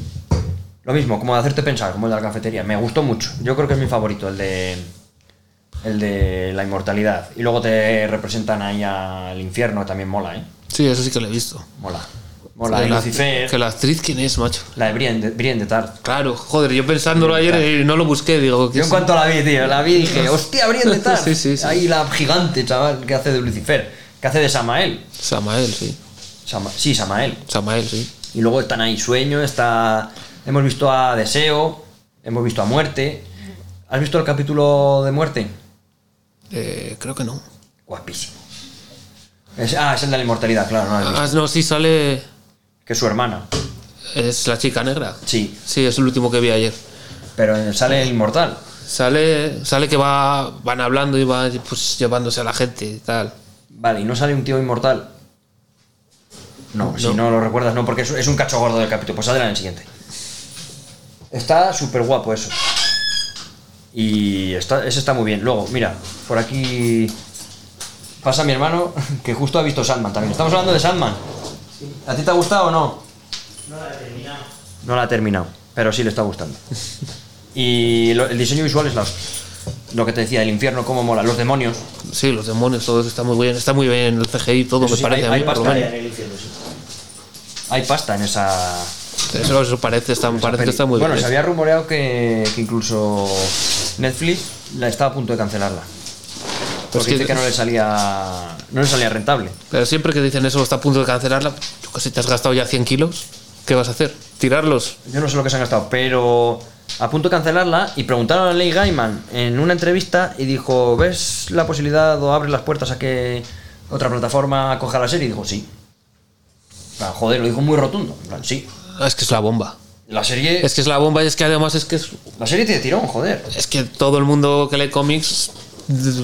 S2: Lo mismo, como de hacerte pensar, como el de la cafetería. Me gustó mucho. Yo creo que es mi favorito, el de... El de la inmortalidad. Y luego te representan ahí al infierno, también mola, ¿eh?
S3: Sí, eso sí que lo he visto.
S2: Mola. Mola.
S3: que,
S2: y
S3: la,
S2: Lucifer.
S3: que la actriz, ¿quién es, macho?
S2: La de Brienne de, Brienne de Tarth.
S3: Claro, joder, yo pensándolo ayer eh, no lo busqué, digo. ¿qué
S2: Yo en
S3: es?
S2: cuanto la vi, tío, la vi y dije, hostia, Brienne de Tarth.
S3: Sí, sí, sí.
S2: Ahí la gigante, chaval, que hace de Lucifer, que hace de Samael.
S3: Samael, sí.
S2: Sama- sí, Samael.
S3: Samael, sí.
S2: Y luego están ahí Sueño, está... Hemos visto a Deseo, hemos visto a Muerte. ¿Has visto el capítulo de Muerte?
S3: Eh, creo que no.
S2: Guapísimo. Es- ah, es el de la inmortalidad, claro, no lo has visto.
S3: Ah, no, sí sale. Ah.
S2: Que es su hermana.
S3: Es la chica negra.
S2: Sí,
S3: Sí, es el último que vi ayer.
S2: pero sale el inmortal.
S3: Sale, sale que va, van hablando y va pues, llevándose a la gente y tal.
S2: Vale, ¿y no sale un tío inmortal? No, si no lo recuerdas, no, porque es, es un cacho gordo del capítulo. Pues saldrá en el siguiente. Está súper guapo eso. Y está, ese está muy bien. Luego, mira, por aquí pasa mi hermano que justo ha visto Sandman también. Estamos hablando de Sandman. ¿A ti te ha gustado o no? No la ha terminado. No la ha terminado, pero sí le está gustando. Y lo- el diseño visual es la hostia. Lo que te decía, el infierno, cómo mola. Los demonios,
S3: Sí, los demonios, todo eso está muy bien. Está muy bien el CGI, todo
S2: Eso
S3: me
S2: sí,
S3: parece
S2: hay-
S3: a mí,
S2: hay
S3: por lo
S2: pasta ¿eh?
S3: menos.
S2: en el infierno, sí. Hay pasta en esa.
S3: Eso, eso parece, está, parece que
S2: peli.
S3: está muy
S2: bueno,
S3: bien.
S2: se había rumoreado que, que incluso Netflix la estaba a punto de cancelarla. Porque
S3: Pues que-
S2: dice que no le salía. No le salía rentable.
S3: Pero siempre que dicen eso, está a punto de cancelarla. Yo qué sé, te has gastado ya 100 kilos. ¿Qué vas a hacer? ¿Tirarlos?
S2: Yo no sé lo que se han gastado, pero a punto de cancelarla y preguntaron a Lee Gaiman en una entrevista y dijo, ¿ves la posibilidad o abres las puertas a que otra plataforma coja la serie? Y dijo, sí. En plan, joder, lo dijo muy rotundo. En plan, sí.
S3: Ah, Es que es la bomba.
S2: La serie,
S3: Es que es la bomba y es que además es que es,
S2: la serie tiene tirón, joder.
S3: es que todo el mundo que lee cómics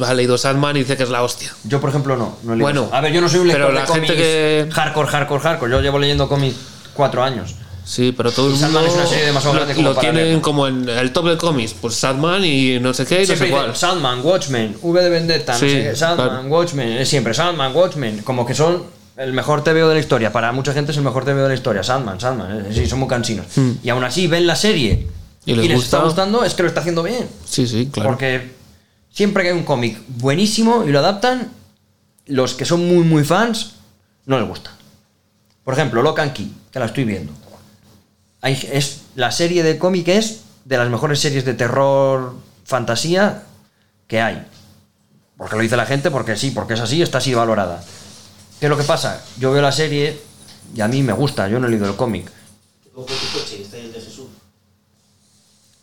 S3: ha leído Sandman y dice que es la hostia.
S2: Yo, por ejemplo, no. no leo
S3: Bueno,
S2: eso. a ver, yo no soy un lector
S3: pero la
S2: de cómics
S3: gente que-
S2: hardcore, hardcore, hardcore. Yo llevo leyendo cómics cuatro años.
S3: Sí, pero todo el
S2: Y
S3: mundo
S2: Sandman es una serie demasiado
S3: lo,
S2: grande como
S3: lo
S2: para
S3: tienen
S2: leerla.
S3: como en el top de cómics, pues Sandman y no sé qué y no
S2: siempre
S3: sé
S2: dicen
S3: cuál.
S2: Sandman, Watchmen, V de Vendetta, no
S3: Sí,
S2: sé qué, Sandman,
S3: claro.
S2: Watchmen, es siempre Sandman, Watchmen, como que son el mejor TVO de la historia. Para mucha gente es el mejor TVO de la historia, Sandman, Sandman, eh, sí, son muy cansinos. Y aún así ven la serie
S3: Hmm. Y
S2: y
S3: les
S2: les,
S3: gusta.
S2: está gustando, es que lo está haciendo bien.
S3: Sí, sí, claro.
S2: Porque siempre que hay un cómic buenísimo y lo adaptan, los que son muy, muy fans no les gusta. Por ejemplo, Locan Key, que la estoy viendo. Hay- es, la serie de cómic es de las mejores series de terror, fantasía que hay. Porque lo dice la gente, porque sí, porque es así, está así valorada. ¿Qué es lo que pasa? Yo veo la serie y a mí me gusta, yo no he leído el cómic.
S6: Coge tu coche, que está ahí el de Jesús.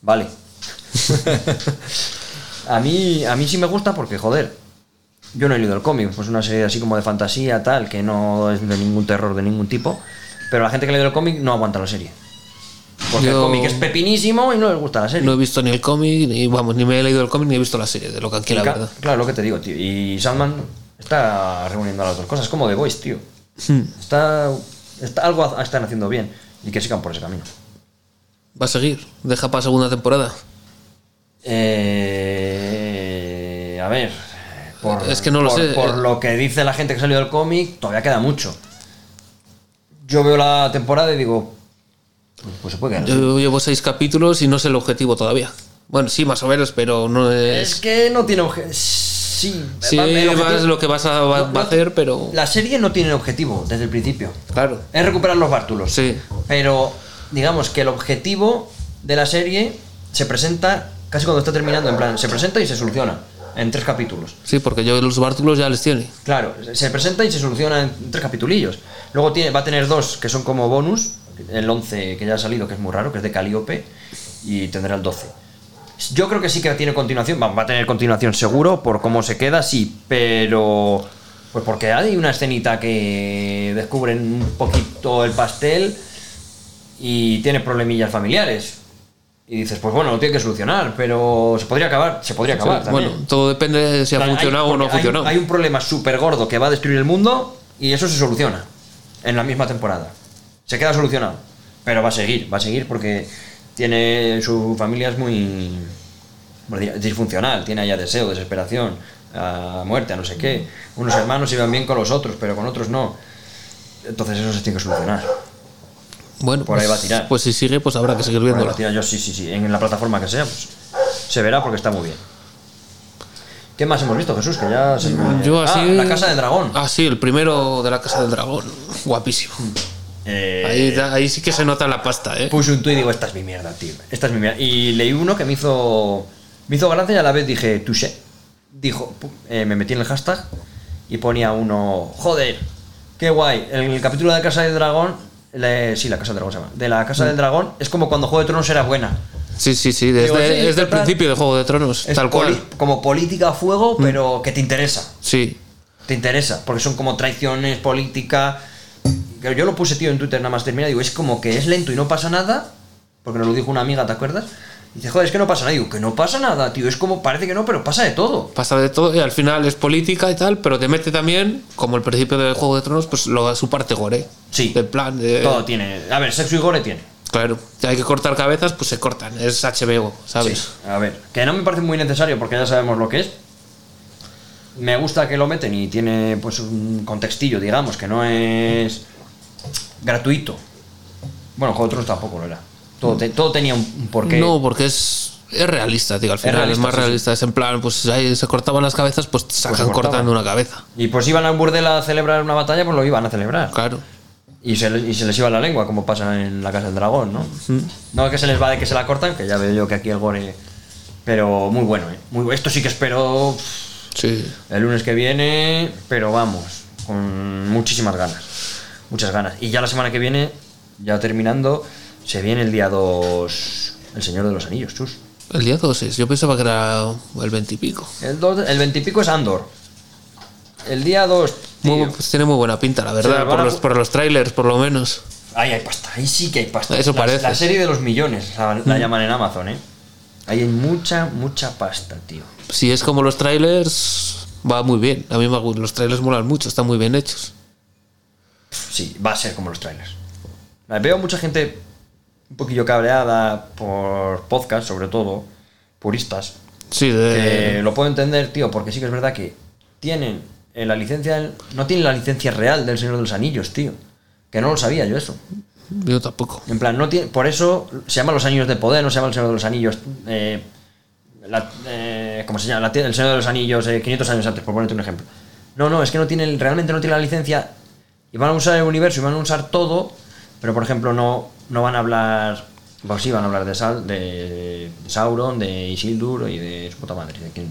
S2: Vale. a, mí, a mí sí me gusta porque, joder, yo no he leído el cómic, pues una serie así como de fantasía, tal, que no es de ningún terror de ningún tipo, pero la gente que ha leído el cómic no aguanta la serie. Porque
S3: Yo-
S2: el cómic es pepinísimo y no les gusta la serie.
S3: No he visto ni el cómic, ni vamos, ni me he leído el cómic ni he visto la serie de lo que aquí
S2: Y
S3: la
S2: ca-
S3: verdad.
S2: Claro, lo que te digo, tío. Y Sandman está reuniendo las dos cosas, como The Voice, tío.
S3: Hmm.
S2: Está, está algo ha- están haciendo bien y que sigan por ese camino.
S3: Va a seguir, deja para segunda temporada.
S2: Eh, a ver. Por,
S3: Es que no lo
S2: por-
S3: sé. eh.
S2: Por lo que dice la gente que salió del cómic, todavía queda mucho. Yo veo la temporada y digo. Pues, pues se puede quedar.
S3: Yo llevo seis capítulos y no sé el objetivo todavía. Bueno, sí, más o menos, pero no es.
S2: es que no tiene obje- Sí,
S3: sí,
S2: va- el
S3: vas
S2: objetivo-
S3: lo que vas a, va-
S2: No,
S3: va a
S2: no-
S3: hacer, pero.
S2: La serie no tiene objetivo desde el principio.
S3: Claro.
S2: Es recuperar los bártulos.
S3: Sí.
S2: Pero digamos que el objetivo de la serie se presenta casi cuando está terminando. En plan, se presenta y se soluciona en tres capítulos.
S3: Sí, porque yo los bártulos ya les tiene.
S2: Claro, se presenta y se soluciona en tres capitulillos. Luego tiene, va a tener dos que son como bonus, el 11 que ya ha salido, que es muy raro, que es de Calíope, y tendrá el 12. Yo creo que sí que tiene continuación, va, va a tener continuación seguro, por cómo se queda, sí, pero. Pues porque hay una escenita que descubren un poquito el pastel y tiene problemillas familiares. Y dices, pues bueno, lo tiene que solucionar, pero se podría acabar, se podría acabar. también.
S3: bueno, todo depende de si ha
S2: Claro, hay-
S3: funcionado o no ha
S2: porque hay-
S3: funcionado.
S2: Hay, un problema súper gordo que va a destruir el mundo y eso se soluciona en la misma temporada. Se queda solucionado. Pero va a seguir, va a seguir porque tiene su familia es muy bueno, dir- disfuncional, tiene allá deseo, desesperación, a muerte, a no sé qué. Unos hermanos se iban bien con los otros, pero con otros no. Entonces eso se tiene que solucionar.
S3: bueno,
S2: por ahí
S3: pues-
S2: va a tirar.
S3: Pues si sigue, pues habrá que seguir
S2: Bueno,
S3: viéndola.
S2: tira yo sí, sí, sí, en la plataforma que sea, pues se verá porque está muy bien. ¿Qué más hemos visto, Jesús? Que ya se me-
S3: Yo
S2: Ah,
S3: así.
S2: la Casa del Dragón.
S3: Ah, sí, el primero de la Casa del Dragón. Guapísimo.
S2: Eh,
S3: Ahí, da- ahí sí que se nota la pasta, ¿eh?
S2: puse un tuit y digo, esta es mi mierda, tío. Esta es mi mierda. Y leí uno que me hizo. Me hizo gracia y a la vez dije, touché. Dijo, pu- eh, me metí en el hashtag y ponía uno. Joder, qué guay. En el capítulo de Casa del Dragón. le- sí, la Casa del Dragón se llama. De la
S3: Mm.
S2: Casa del Dragón es como cuando Juego de Tronos era buena.
S3: Sí, sí, sí. Desde,
S2: Digo, sí,
S3: desde el
S2: total.
S3: principio de Juego de Tronos,
S2: Es
S3: tal
S2: poli-
S3: cual. Mm.
S2: Como política a fuego, pero que te interesa.
S3: Sí.
S2: te interesa, porque son como traiciones, política. Que Yo lo puse, tío, en Twitter nada más termina, digo, es como que es lento y no pasa nada, porque nos lo dijo una amiga, ¿te acuerdas? Y dice, joder, es que no pasa nada, digo, que no pasa nada, tío, es como, parece que no, pero pasa de todo.
S3: Pasa de todo y al final es política y tal, pero te mete también, como el principio del Juego de Tronos, pues lo, su parte gore.
S2: Sí.
S3: Del plan de.
S2: Todo tiene, a ver, sexo y gore tiene.
S3: Claro. Si hay que cortar cabezas, pues se cortan. Es HBO, ¿sabes?
S2: Sí, a ver, que no me parece muy necesario porque ya sabemos lo que es. Me gusta que lo meten y tiene pues un contextillo, digamos, que no es gratuito. Bueno, Juego de Tronos tampoco lo era. Todo, te- todo tenía un un porqué.
S3: No, porque es, es realista, tío. Al final es,
S2: realista,
S3: más
S2: sí, sí.
S3: realista. Es en plan, pues ahí se cortaban las cabezas, pues te sacan
S2: cortaban.
S3: cortando una cabeza.
S2: Y pues iban a un burdel a celebrar una batalla, pues lo iban a celebrar.
S3: Claro.
S2: Y se, le- y se les iba la lengua, como pasa en la Casa del Dragón, ¿no? No que se les va de que se la cortan, que ya veo yo que aquí el gore... Pero muy bueno, ¿eh? Muy, bu- esto sí que espero pff,
S3: Sí.
S2: el lunes que viene, pero vamos, con muchísimas ganas. Muchas ganas. Y ya la semana que viene, ya terminando, se viene el día 2... El Señor de los Anillos, chus.
S3: El día 2 es. Yo pensaba que era el 20 y pico.
S2: El, 20 el veintipico es Andor. El día 2...
S3: Muy bu- pues tiene muy buena pinta, la
S2: Se
S3: verdad.
S2: nos van
S3: Por
S2: a
S3: los,
S2: gu-
S3: por los trailers, por lo menos.
S2: Ahí hay pasta, ahí sí que hay pasta.
S3: Eso
S2: la,
S3: parece. Mm.
S2: La serie de los millones, la, la llaman en Amazon, ¿eh? Ahí hay mucha, mucha pasta, tío.
S3: Si es como los trailers, va muy bien. A mí me gu- los trailers molan mucho, están muy bien hechos.
S2: Sí, va a ser como los trailers. Veo mucha gente un poquillo cabreada por podcast, sobre todo, puristas,
S3: Sí,
S2: que
S3: de,
S2: lo puedo entender, tío, porque sí que es verdad que tienen eh, la licencia, del- no tienen la licencia real del Señor de los Anillos, tío. Que no lo sabía yo eso.
S3: yo tampoco.
S2: En plan, no tiene, por eso se llama Los Anillos de Poder, no se llama El Señor de los Anillos. eh, la- eh, ¿Cómo se llama? La tie- el Señor de los Anillos, eh, 500 años antes, por ponerte un ejemplo. No, no, es que no tienen, realmente no tienen la licencia. Y van a usar el universo y van a usar todo, pero por ejemplo, no, no van a hablar. Pues sí, van a hablar de, Sal, de, de Sauron, de Isildur y de su puta madre. de quién-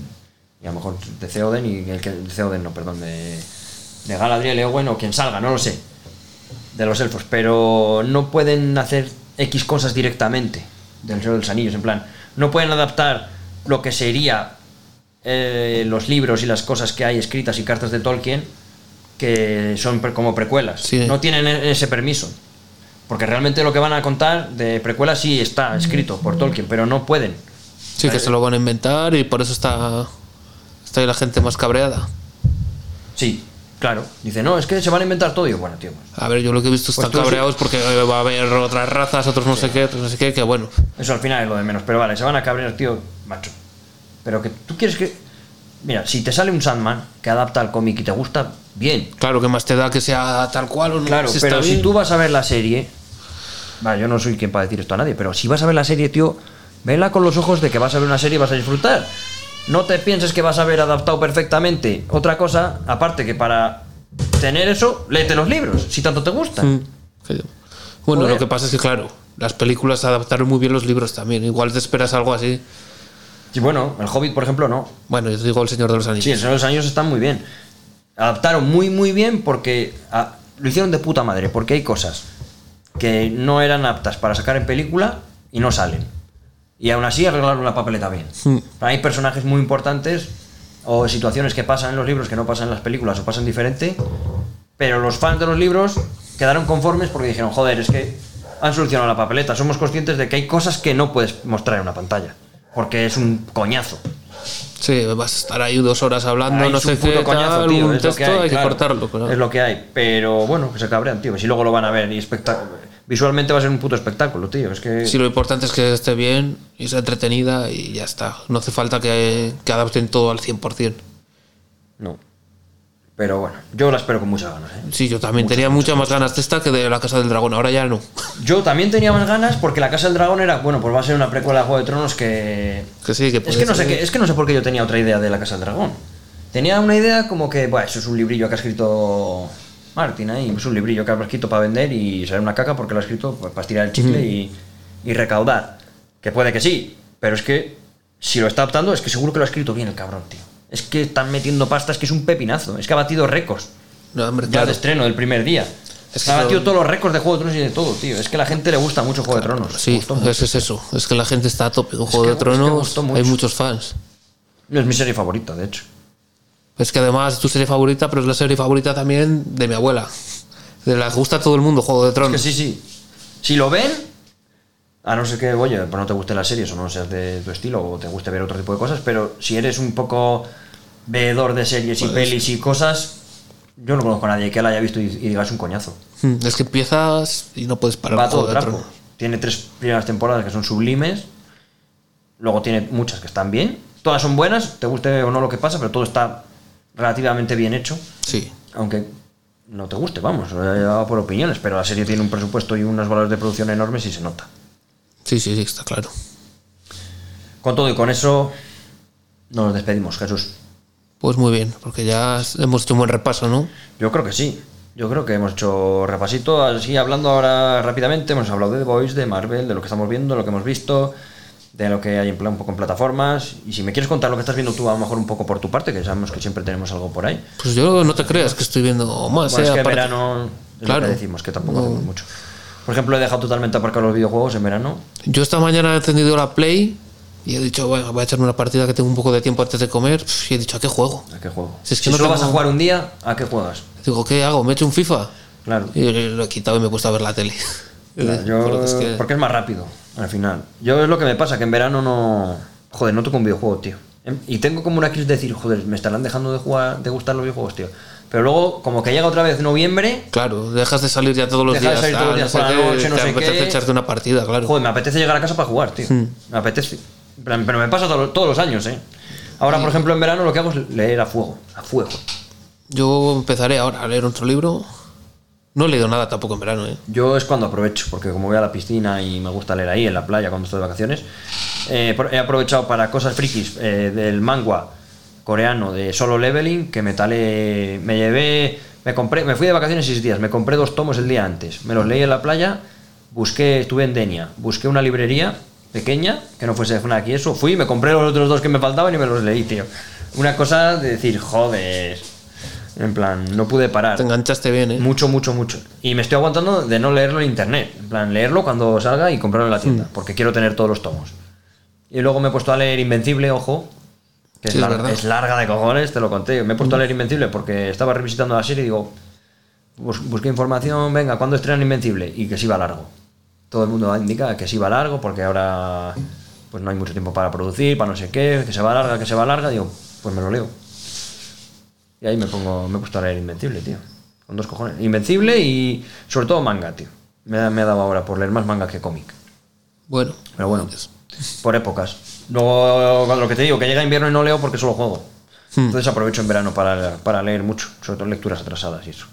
S2: y a lo mejor de Theoden y el que. de Theoden, no, perdón, de, de Galadriel, Eowyn o quien salga, no lo sé de los elfos, pero no pueden hacer X cosas directamente del Señor de los Anillos, en plan, no pueden adaptar lo que sería eh, los libros y las cosas que hay escritas y cartas de Tolkien, que son pre- como precuelas,
S3: Sí.
S2: no tienen e- ese permiso, porque realmente lo que van a contar de precuelas sí está escrito por Tolkien, pero no pueden.
S3: Sí, que se lo van a inventar y por eso está, está ahí la gente más cabreada.
S2: Sí, claro. Dice, no, es que se van a inventar todo. Y yo, bueno, tío, pues,
S3: A ver, yo lo que he visto están
S2: tú sí.
S3: cabreados porque eh, va a haber otras razas, otros no sé qué, otros no sé qué, que bueno.
S2: Eso al final es lo de menos. Pero vale, se van a cabrear, tío, macho. Pero que tú quieres que. Mira, si te sale un Sandman que adapta al cómic y te gusta, bien.
S3: Claro, que más te da que sea tal cual o no.
S2: Claro,
S3: si está
S2: pero si
S3: bien.
S2: tú vas a ver la serie. Vale, yo no soy quien para decir esto a nadie, pero si vas a ver la serie, tío, vela con los ojos de que vas a ver una serie y vas a disfrutar. No te pienses que vas a ver adaptado perfectamente otra cosa, aparte que para tener eso, léete los libros, si tanto te gusta.
S3: Mm, que yo- Bueno,
S2: Joder.
S3: lo que pasa es que, claro, las películas adaptaron muy bien los libros también. Igual te esperas algo así.
S2: Y bueno, el Hobbit, por ejemplo, no.
S3: Bueno, yo te digo El Señor de los Anillos.
S2: Sí, el Señor de los Anillos está muy bien. Adaptaron muy, muy bien porque ah, lo hicieron de puta madre, porque hay cosas que no eran aptas para sacar en película y no salen. Y aún así arreglaron la papeleta bien. Hay personajes muy importantes o situaciones que pasan en los libros que no pasan en las películas o pasan diferente, pero los fans de los libros quedaron conformes porque dijeron, joder, es que han solucionado la papeleta. Somos conscientes de que hay cosas que no puedes mostrar en una pantalla, porque es un coñazo.
S3: Sí, vas a estar ahí dos horas hablando,
S2: Ay,
S3: no
S2: es un
S3: sé qué,
S2: puto coñazo,
S3: tal,
S2: tío,
S3: un
S2: es lo
S3: texto,
S2: que
S3: hay, que
S2: claro.
S3: cortarlo. claro.
S2: Es lo que hay, pero bueno, que se cabrean, tío. Si luego lo van a ver y espectac- visualmente va a ser un puto espectáculo, tío. Es que.
S3: Sí, lo importante es que esté bien y sea entretenida y ya está. No hace falta que, que adapten todo al 100%.
S2: No. Pero bueno, yo la espero con muchas ganas, ¿eh?
S3: Sí, yo también tenía muchas más ganas de esta que de la Casa del Dragón, ahora ya no.
S2: Yo también tenía más ganas porque La Casa del Dragón era, bueno, pues va a ser una precuela de Juego de Tronos que.
S3: Que sí, que
S2: Es
S3: puede
S2: que, no sé
S3: ser.
S2: qué- es que no sé por qué yo tenía otra idea de La Casa del Dragón. Tenía una idea como que, bueno, eso es un librillo que ha escrito Martin ahí, es un librillo que ha escrito para vender y será una caca porque lo ha escrito pues, para estirar el chicle y, y recaudar. Que puede que sí, pero es que si lo está optando es que seguro que lo ha escrito bien el cabrón, tío. Es que están metiendo pasta, es que es un pepinazo, es que ha batido récords.
S3: No, hombre,
S2: Ya
S3: claro.
S2: de este estreno del primer día.
S3: Es que
S2: ha
S3: eso-
S2: batido todos los récords de Juego de Tronos y de todo, tío. Es que a la gente le gusta mucho Juego de Tronos.
S3: Sí,
S2: Gustó mucho.
S3: eso es eso. Es que la gente está a tope. Un juego
S2: que-
S3: de
S2: es que
S3: tronos,
S2: gustó mucho.
S3: hay muchos fans.
S2: Es mi serie favorita, de hecho.
S3: Es que además es tu serie favorita, pero es la serie favorita también de mi abuela. De la gusta a todo el mundo, Juego de
S2: Es que
S3: Tronos.
S2: sí, sí. Si lo ven, a no ser que, oye, pues no te guste las series o no seas de tu estilo o te guste ver otro tipo de cosas, pero si eres un poco veedor de series y pelis y cosas, yo no conozco a nadie que la haya visto y, y digas un coñazo.
S3: Mm, Es que empiezas y no puedes parar.
S2: Va
S3: con
S2: todo
S3: Juego de
S2: trapo.
S3: Tronos.
S2: Tiene tres primeras temporadas que son sublimes, luego tiene muchas que están bien, todas son buenas, te guste o no lo que pasa, pero todo está relativamente bien hecho
S3: Sí.
S2: aunque no te guste, vamos, eh, va por opiniones, pero la serie tiene un presupuesto y unos valores de producción enormes y se nota.
S3: sí, sí, sí, está claro.
S2: Con todo y con eso, nos despedimos, Jesús.
S3: Pues muy bien, porque ya hemos hecho un buen repaso, ¿no?
S2: Yo creo que sí. Yo creo que hemos hecho repasito, así hablando ahora rápidamente, hemos hablado de The Voice, de Marvel, de lo que estamos viendo, lo que hemos visto, de lo que hay en plan un poco en plataformas. Y si me quieres contar lo que estás viendo tú, a lo mejor un poco por tu parte, que sabemos que siempre tenemos algo por ahí.
S3: Pues yo no te creas que estoy viendo más.
S2: Bueno,
S3: eh,
S2: es que en
S3: aparte-
S2: verano es
S3: Claro.
S2: lo que decimos, que tampoco
S3: No.
S2: hacemos mucho. Por ejemplo, he dejado totalmente aparcados los videojuegos en verano,
S3: Yo esta mañana he encendido la Play y he dicho, bueno, voy a echarme una partida que tengo un poco de tiempo antes de comer. Pff, Y he dicho, ¿a qué juego?
S2: ¿A qué juego?
S3: Si
S2: Si,
S3: es que no
S2: solo
S3: tengo-
S2: vas a jugar un día, ¿a qué juegas?
S3: Digo, ¿qué hago? ¿Me echo un FIFA?
S2: Claro.
S3: Y lo he quitado y me he puesto a ver la tele.
S2: Yo-
S3: Porque es que-
S2: Porque es más rápido, al final. Yo es lo que me pasa, que en verano no. Joder, no toco un videojuego, tío. Em- Y tengo como una crisis de decir, joder, me estarán dejando de jugar, de gustar los videojuegos, tío. Pero luego, como que llega otra vez noviembre,
S3: Claro, dejas de salir ya todos los
S2: Dejas de
S3: días.
S2: salir
S3: tal,
S2: todos los días por la
S3: qué,
S2: noche, no
S3: te
S2: sé
S3: apetece
S2: qué.
S3: echarte una partida, claro.
S2: joder, me apetece llegar a casa para jugar, tío.
S3: Hmm.
S2: Me apetece. En plan, Pero me pasa todo- todos los años, ¿eh? Ahora, por ejemplo, en verano lo que hago es leer a fuego, a fuego.
S3: Yo empezaré ahora a leer otro libro. No he leído nada tampoco en verano, ¿eh?
S2: Yo es cuando aprovecho, porque como voy a la piscina y me gusta leer ahí en la playa cuando estoy de vacaciones, eh, pro- he aprovechado para cosas frikis eh, del manga coreano de Solo Leveling, que me talé, me llevé, me compré, me fui de vacaciones seis días, me compré dos tomos el día antes, me los leí en la playa, busqué, estuve en Denia, busqué una librería pequeña, que no fuese Fnac y eso, fui, me compré los otros dos que me faltaban y me los leí, tío. Una cosa de decir, joder, en plan, no pude parar.
S3: Te enganchaste bien, ¿eh?
S2: Mucho, mucho, mucho. Y me estoy aguantando de no leerlo en internet. En plan, leerlo cuando salga y comprarlo en la tienda. Porque quiero tener todos los tomos. Y luego me he puesto a leer Invencible, ojo. Que es,
S3: Sí, es
S2: larga,
S3: verdad.
S2: es larga de cojones, te lo conté. Me he puesto a leer Invencible porque estaba revisitando la serie y digo, bus- busqué información, venga, ¿cuándo estrenan Invencible? Y que sí va largo. Todo el mundo indica que sí va largo porque ahora pues no hay mucho tiempo para producir, para no sé qué, que se va larga, que se va larga. Digo, pues me lo leo. Y ahí me pongo, me he puesto a leer Invencible, tío. Con dos cojones. Invencible y sobre todo manga, tío. Me, ha- me ha dado ahora por leer más manga que cómic.
S3: Bueno.
S2: Pero bueno, por épocas. Luego, lo que te digo, que llega invierno y no leo porque solo juego. Entonces aprovecho en verano para, para leer mucho, sobre todo lecturas atrasadas y eso.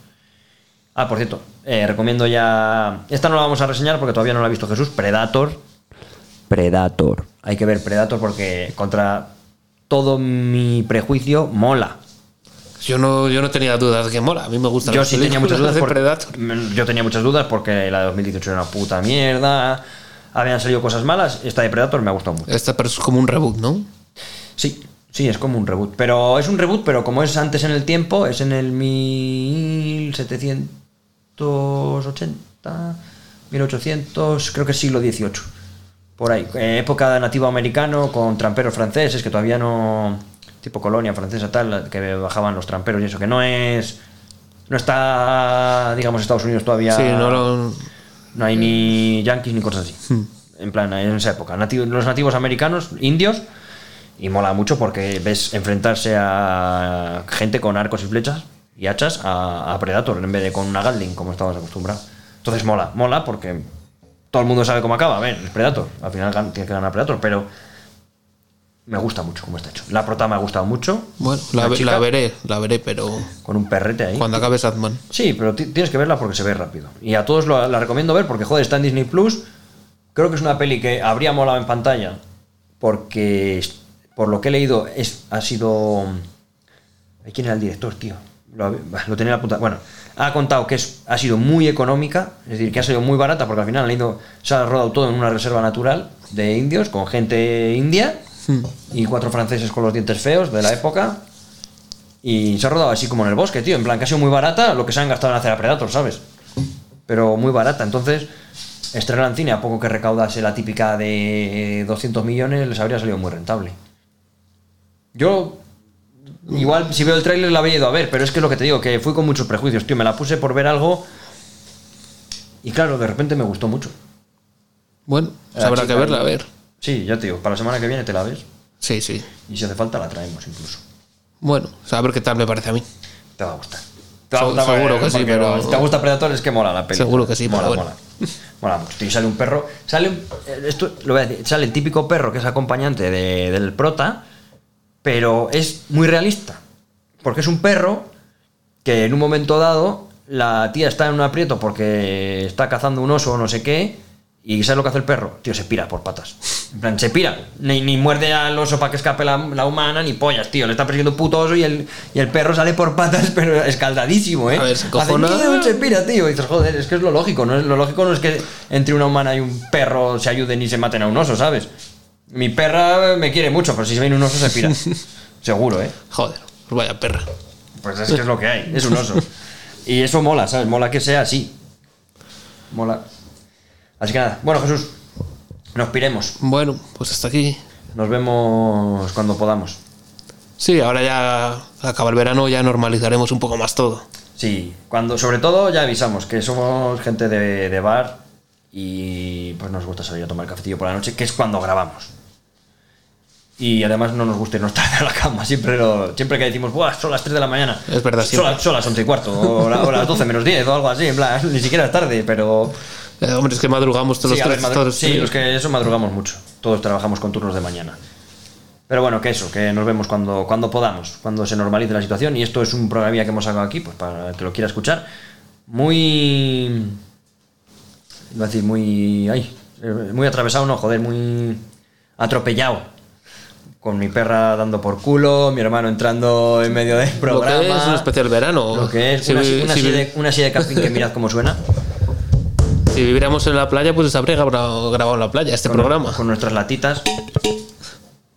S2: Ah, por cierto, eh, recomiendo ya. Esta no la vamos a reseñar porque todavía no la ha visto Jesús. Predator. Predator. Hay que ver Predator porque contra todo mi prejuicio mola.
S3: Yo no, yo no tenía dudas de que mola. A mí me gusta.
S2: Yo sí tenía muchas dudas
S3: de
S2: por- Mm,
S3: Predator.
S2: Yo tenía muchas dudas porque la de 2018 era una puta mierda. Habían salido cosas malas. Esta de Predator me ha gustado mucho.
S3: Esta pero es como un reboot, ¿no?
S2: Sí, sí, es como un reboot. Pero es un reboot, pero como es antes en el tiempo, es en el 1780. 1800, creo que siglo XVIII. Por ahí. Eh, época nativo americano con tramperos franceses que todavía no. tipo colonia francesa tal, que bajaban los tramperos y eso, que no es. No está, digamos, Estados Unidos todavía.
S3: Sí, no lo-
S2: No
S3: Eh,
S2: hay ni yanquis ni cosas así.
S3: Hmm.
S2: En plan, en esa época. Nati- los nativos americanos, indios, y mola mucho porque ves enfrentarse a gente con arcos y flechas y hachas a, a Predator en vez de con una Gatling, como estabas acostumbrado. Entonces mola, mola porque todo el mundo sabe cómo acaba. A ver, es Predator. Al final gan- tiene que ganar Predator, pero me gusta mucho cómo está hecho. La prota me ha gustado mucho.
S3: Bueno, la, ve-
S2: chica
S3: la veré, la veré, pero
S2: Con un perrete ahí.
S3: cuando acabe Sadman.
S2: Sí, pero ti- tienes que verla porque se ve rápido. Y a todos lo- la recomiendo ver porque, joder, está en Disney Plus. Creo que es una peli que habría molado en pantalla porque, es- por lo que he leído, es, ha sido. Ay, ¿Quién era el director, tío? Lo, hab- bah, lo tenía apuntado. Bueno, ha contado que es, ha sido muy económica, es decir, que ha sido muy barata porque al final han ido- se ha rodado todo en una reserva natural de indios con gente india y cuatro franceses con los dientes feos de la época. Y se ha rodado así como en el bosque, tío. En plan, que ha sido muy barata lo que se han gastado en hacer a Predator, ¿sabes? Pero muy barata. Entonces, estrenar en cine, a poco que recaudase la típica de 200 millones, les habría salido muy rentable. Yo, igual, si veo el tráiler la habría ido a ver, pero es que lo que te digo, que fui con muchos prejuicios, tío. Me la puse por ver algo y, claro, de repente me gustó mucho.
S3: Bueno, pues
S2: La
S3: habrá
S2: chica
S3: que verla, a
S2: ahí.
S3: ver.
S2: Sí, ya te digo, para la semana que viene te la ves
S3: Sí, sí.
S2: y si hace falta la traemos incluso.
S3: Bueno, o sea, a ver qué tal me parece a mí.
S2: Te va a gustar. Te va a
S3: Se-
S2: gustar
S3: seguro
S2: porque-
S3: que sí,
S2: porque
S3: pero-
S2: Si te gusta Predator es que mola la peli.
S3: Seguro que sí,
S2: mola,
S3: pero bueno.
S2: mola. Mola mucho. Tío, sale un perro. Sale, un- eh, esto lo voy a decir, sale el típico perro que es acompañante de- del prota, pero es muy realista. Porque es un perro que en un momento dado la tía está en un aprieto porque está cazando un oso o no sé qué. ¿Y sabes lo que hace el perro? Tío, se pira por patas. En plan, se pira. Ni, ni muerde al oso para que escape la, la humana, ni pollas, tío. Le está persiguiendo un puto oso y el, y el perro sale por patas, pero escaldadísimo, ¿eh?
S3: A ver, se
S2: Hace,
S3: cojona.
S2: "Miau", se pira, tío. Y dices, joder, es que es lo lógico. ¿no? es- Lo lógico no es que entre una humana y un perro se ayuden y se maten a un oso, ¿sabes? Mi perra me quiere mucho, pero si se viene un oso se pira. Seguro, ¿eh?
S3: Joder, pues vaya perra.
S2: Pues es que es lo que hay, es un oso. Y eso mola, ¿sabes? Mola que sea así. Mola. Así que nada, bueno Jesús, nos piremos.
S3: Bueno, pues hasta aquí.
S2: Nos vemos cuando podamos.
S3: Sí, ahora ya acaba el verano, ya normalizaremos un poco más todo.
S2: Sí, cuando, sobre todo ya avisamos que somos gente de, de bar y pues nos gusta salir a tomar cafetillo por la noche, que es cuando grabamos. Y además no nos gusta irnos tarde a la cama, siempre, lo- siempre que decimos, Buah, son las 3 de la mañana.
S3: Es verdad,
S2: son,
S3: siempre.
S2: las- son las 11 y cuarto, o, la- o las 12 menos 10 o algo así, en plan, ni siquiera es tarde, pero...
S3: Eh, hombre, es que madrugamos todos
S2: sí,
S3: los
S2: a ver,
S3: tres.
S2: madru-
S3: todos los
S2: sí,
S3: tres.
S2: los que eso madrugamos mucho. Todos trabajamos con turnos de mañana. Pero bueno, que eso, que nos vemos cuando, cuando podamos, cuando se normalice la situación. Y esto es un programilla que hemos sacado aquí, pues para el que lo quiera escuchar. Muy. Iba a decir, muy. Ay, eh, muy atravesado, no, joder, muy. Atropellado. Con mi perra dando por culo, mi hermano entrando en medio del
S3: Lo
S2: programa.
S3: que es un especial verano.
S2: Lo que es
S3: Si
S2: una,
S3: vi-
S2: una
S3: si vi-
S2: serie de, una serie de casting que mirad cómo suena.
S3: Si viviéramos en la playa, pues se habría grabado, grabado en la playa este
S2: con-
S3: programa.
S2: Con nuestras latitas.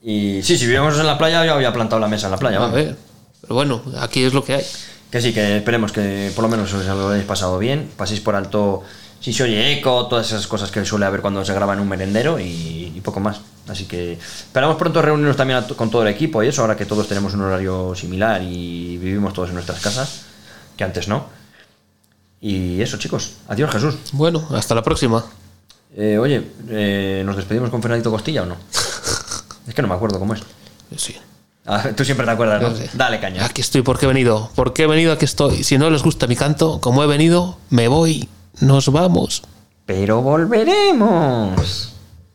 S2: Y sí, si vivíamos en la playa, yo había plantado la mesa en la playa.
S3: A
S2: vamos.
S3: ver. Pero bueno, aquí es lo que hay.
S2: Que sí, que esperemos que por lo menos os lo hayáis pasado bien. Paséis por alto si se oye eco, todas esas cosas que suele haber cuando se graba en un merendero y, y poco más. Así que esperamos pronto reunirnos también a to- con todo el equipo y eso, ahora que todos tenemos un horario similar y vivimos todos en nuestras casas, que antes no. Y eso, chicos. Adiós, Jesús.
S3: Bueno, hasta la próxima.
S2: Eh, oye, eh, ¿nos despedimos con Fernandito Costilla o no? es que no me acuerdo cómo es.
S3: Sí.
S2: Ah, tú siempre te acuerdas, ¿no?
S3: Yo sé.
S2: Dale caña.
S3: Aquí estoy, porque he venido? porque he venido? Aquí estoy. Si no les gusta mi canto, como he venido, me voy. Nos vamos.
S2: Pero volveremos.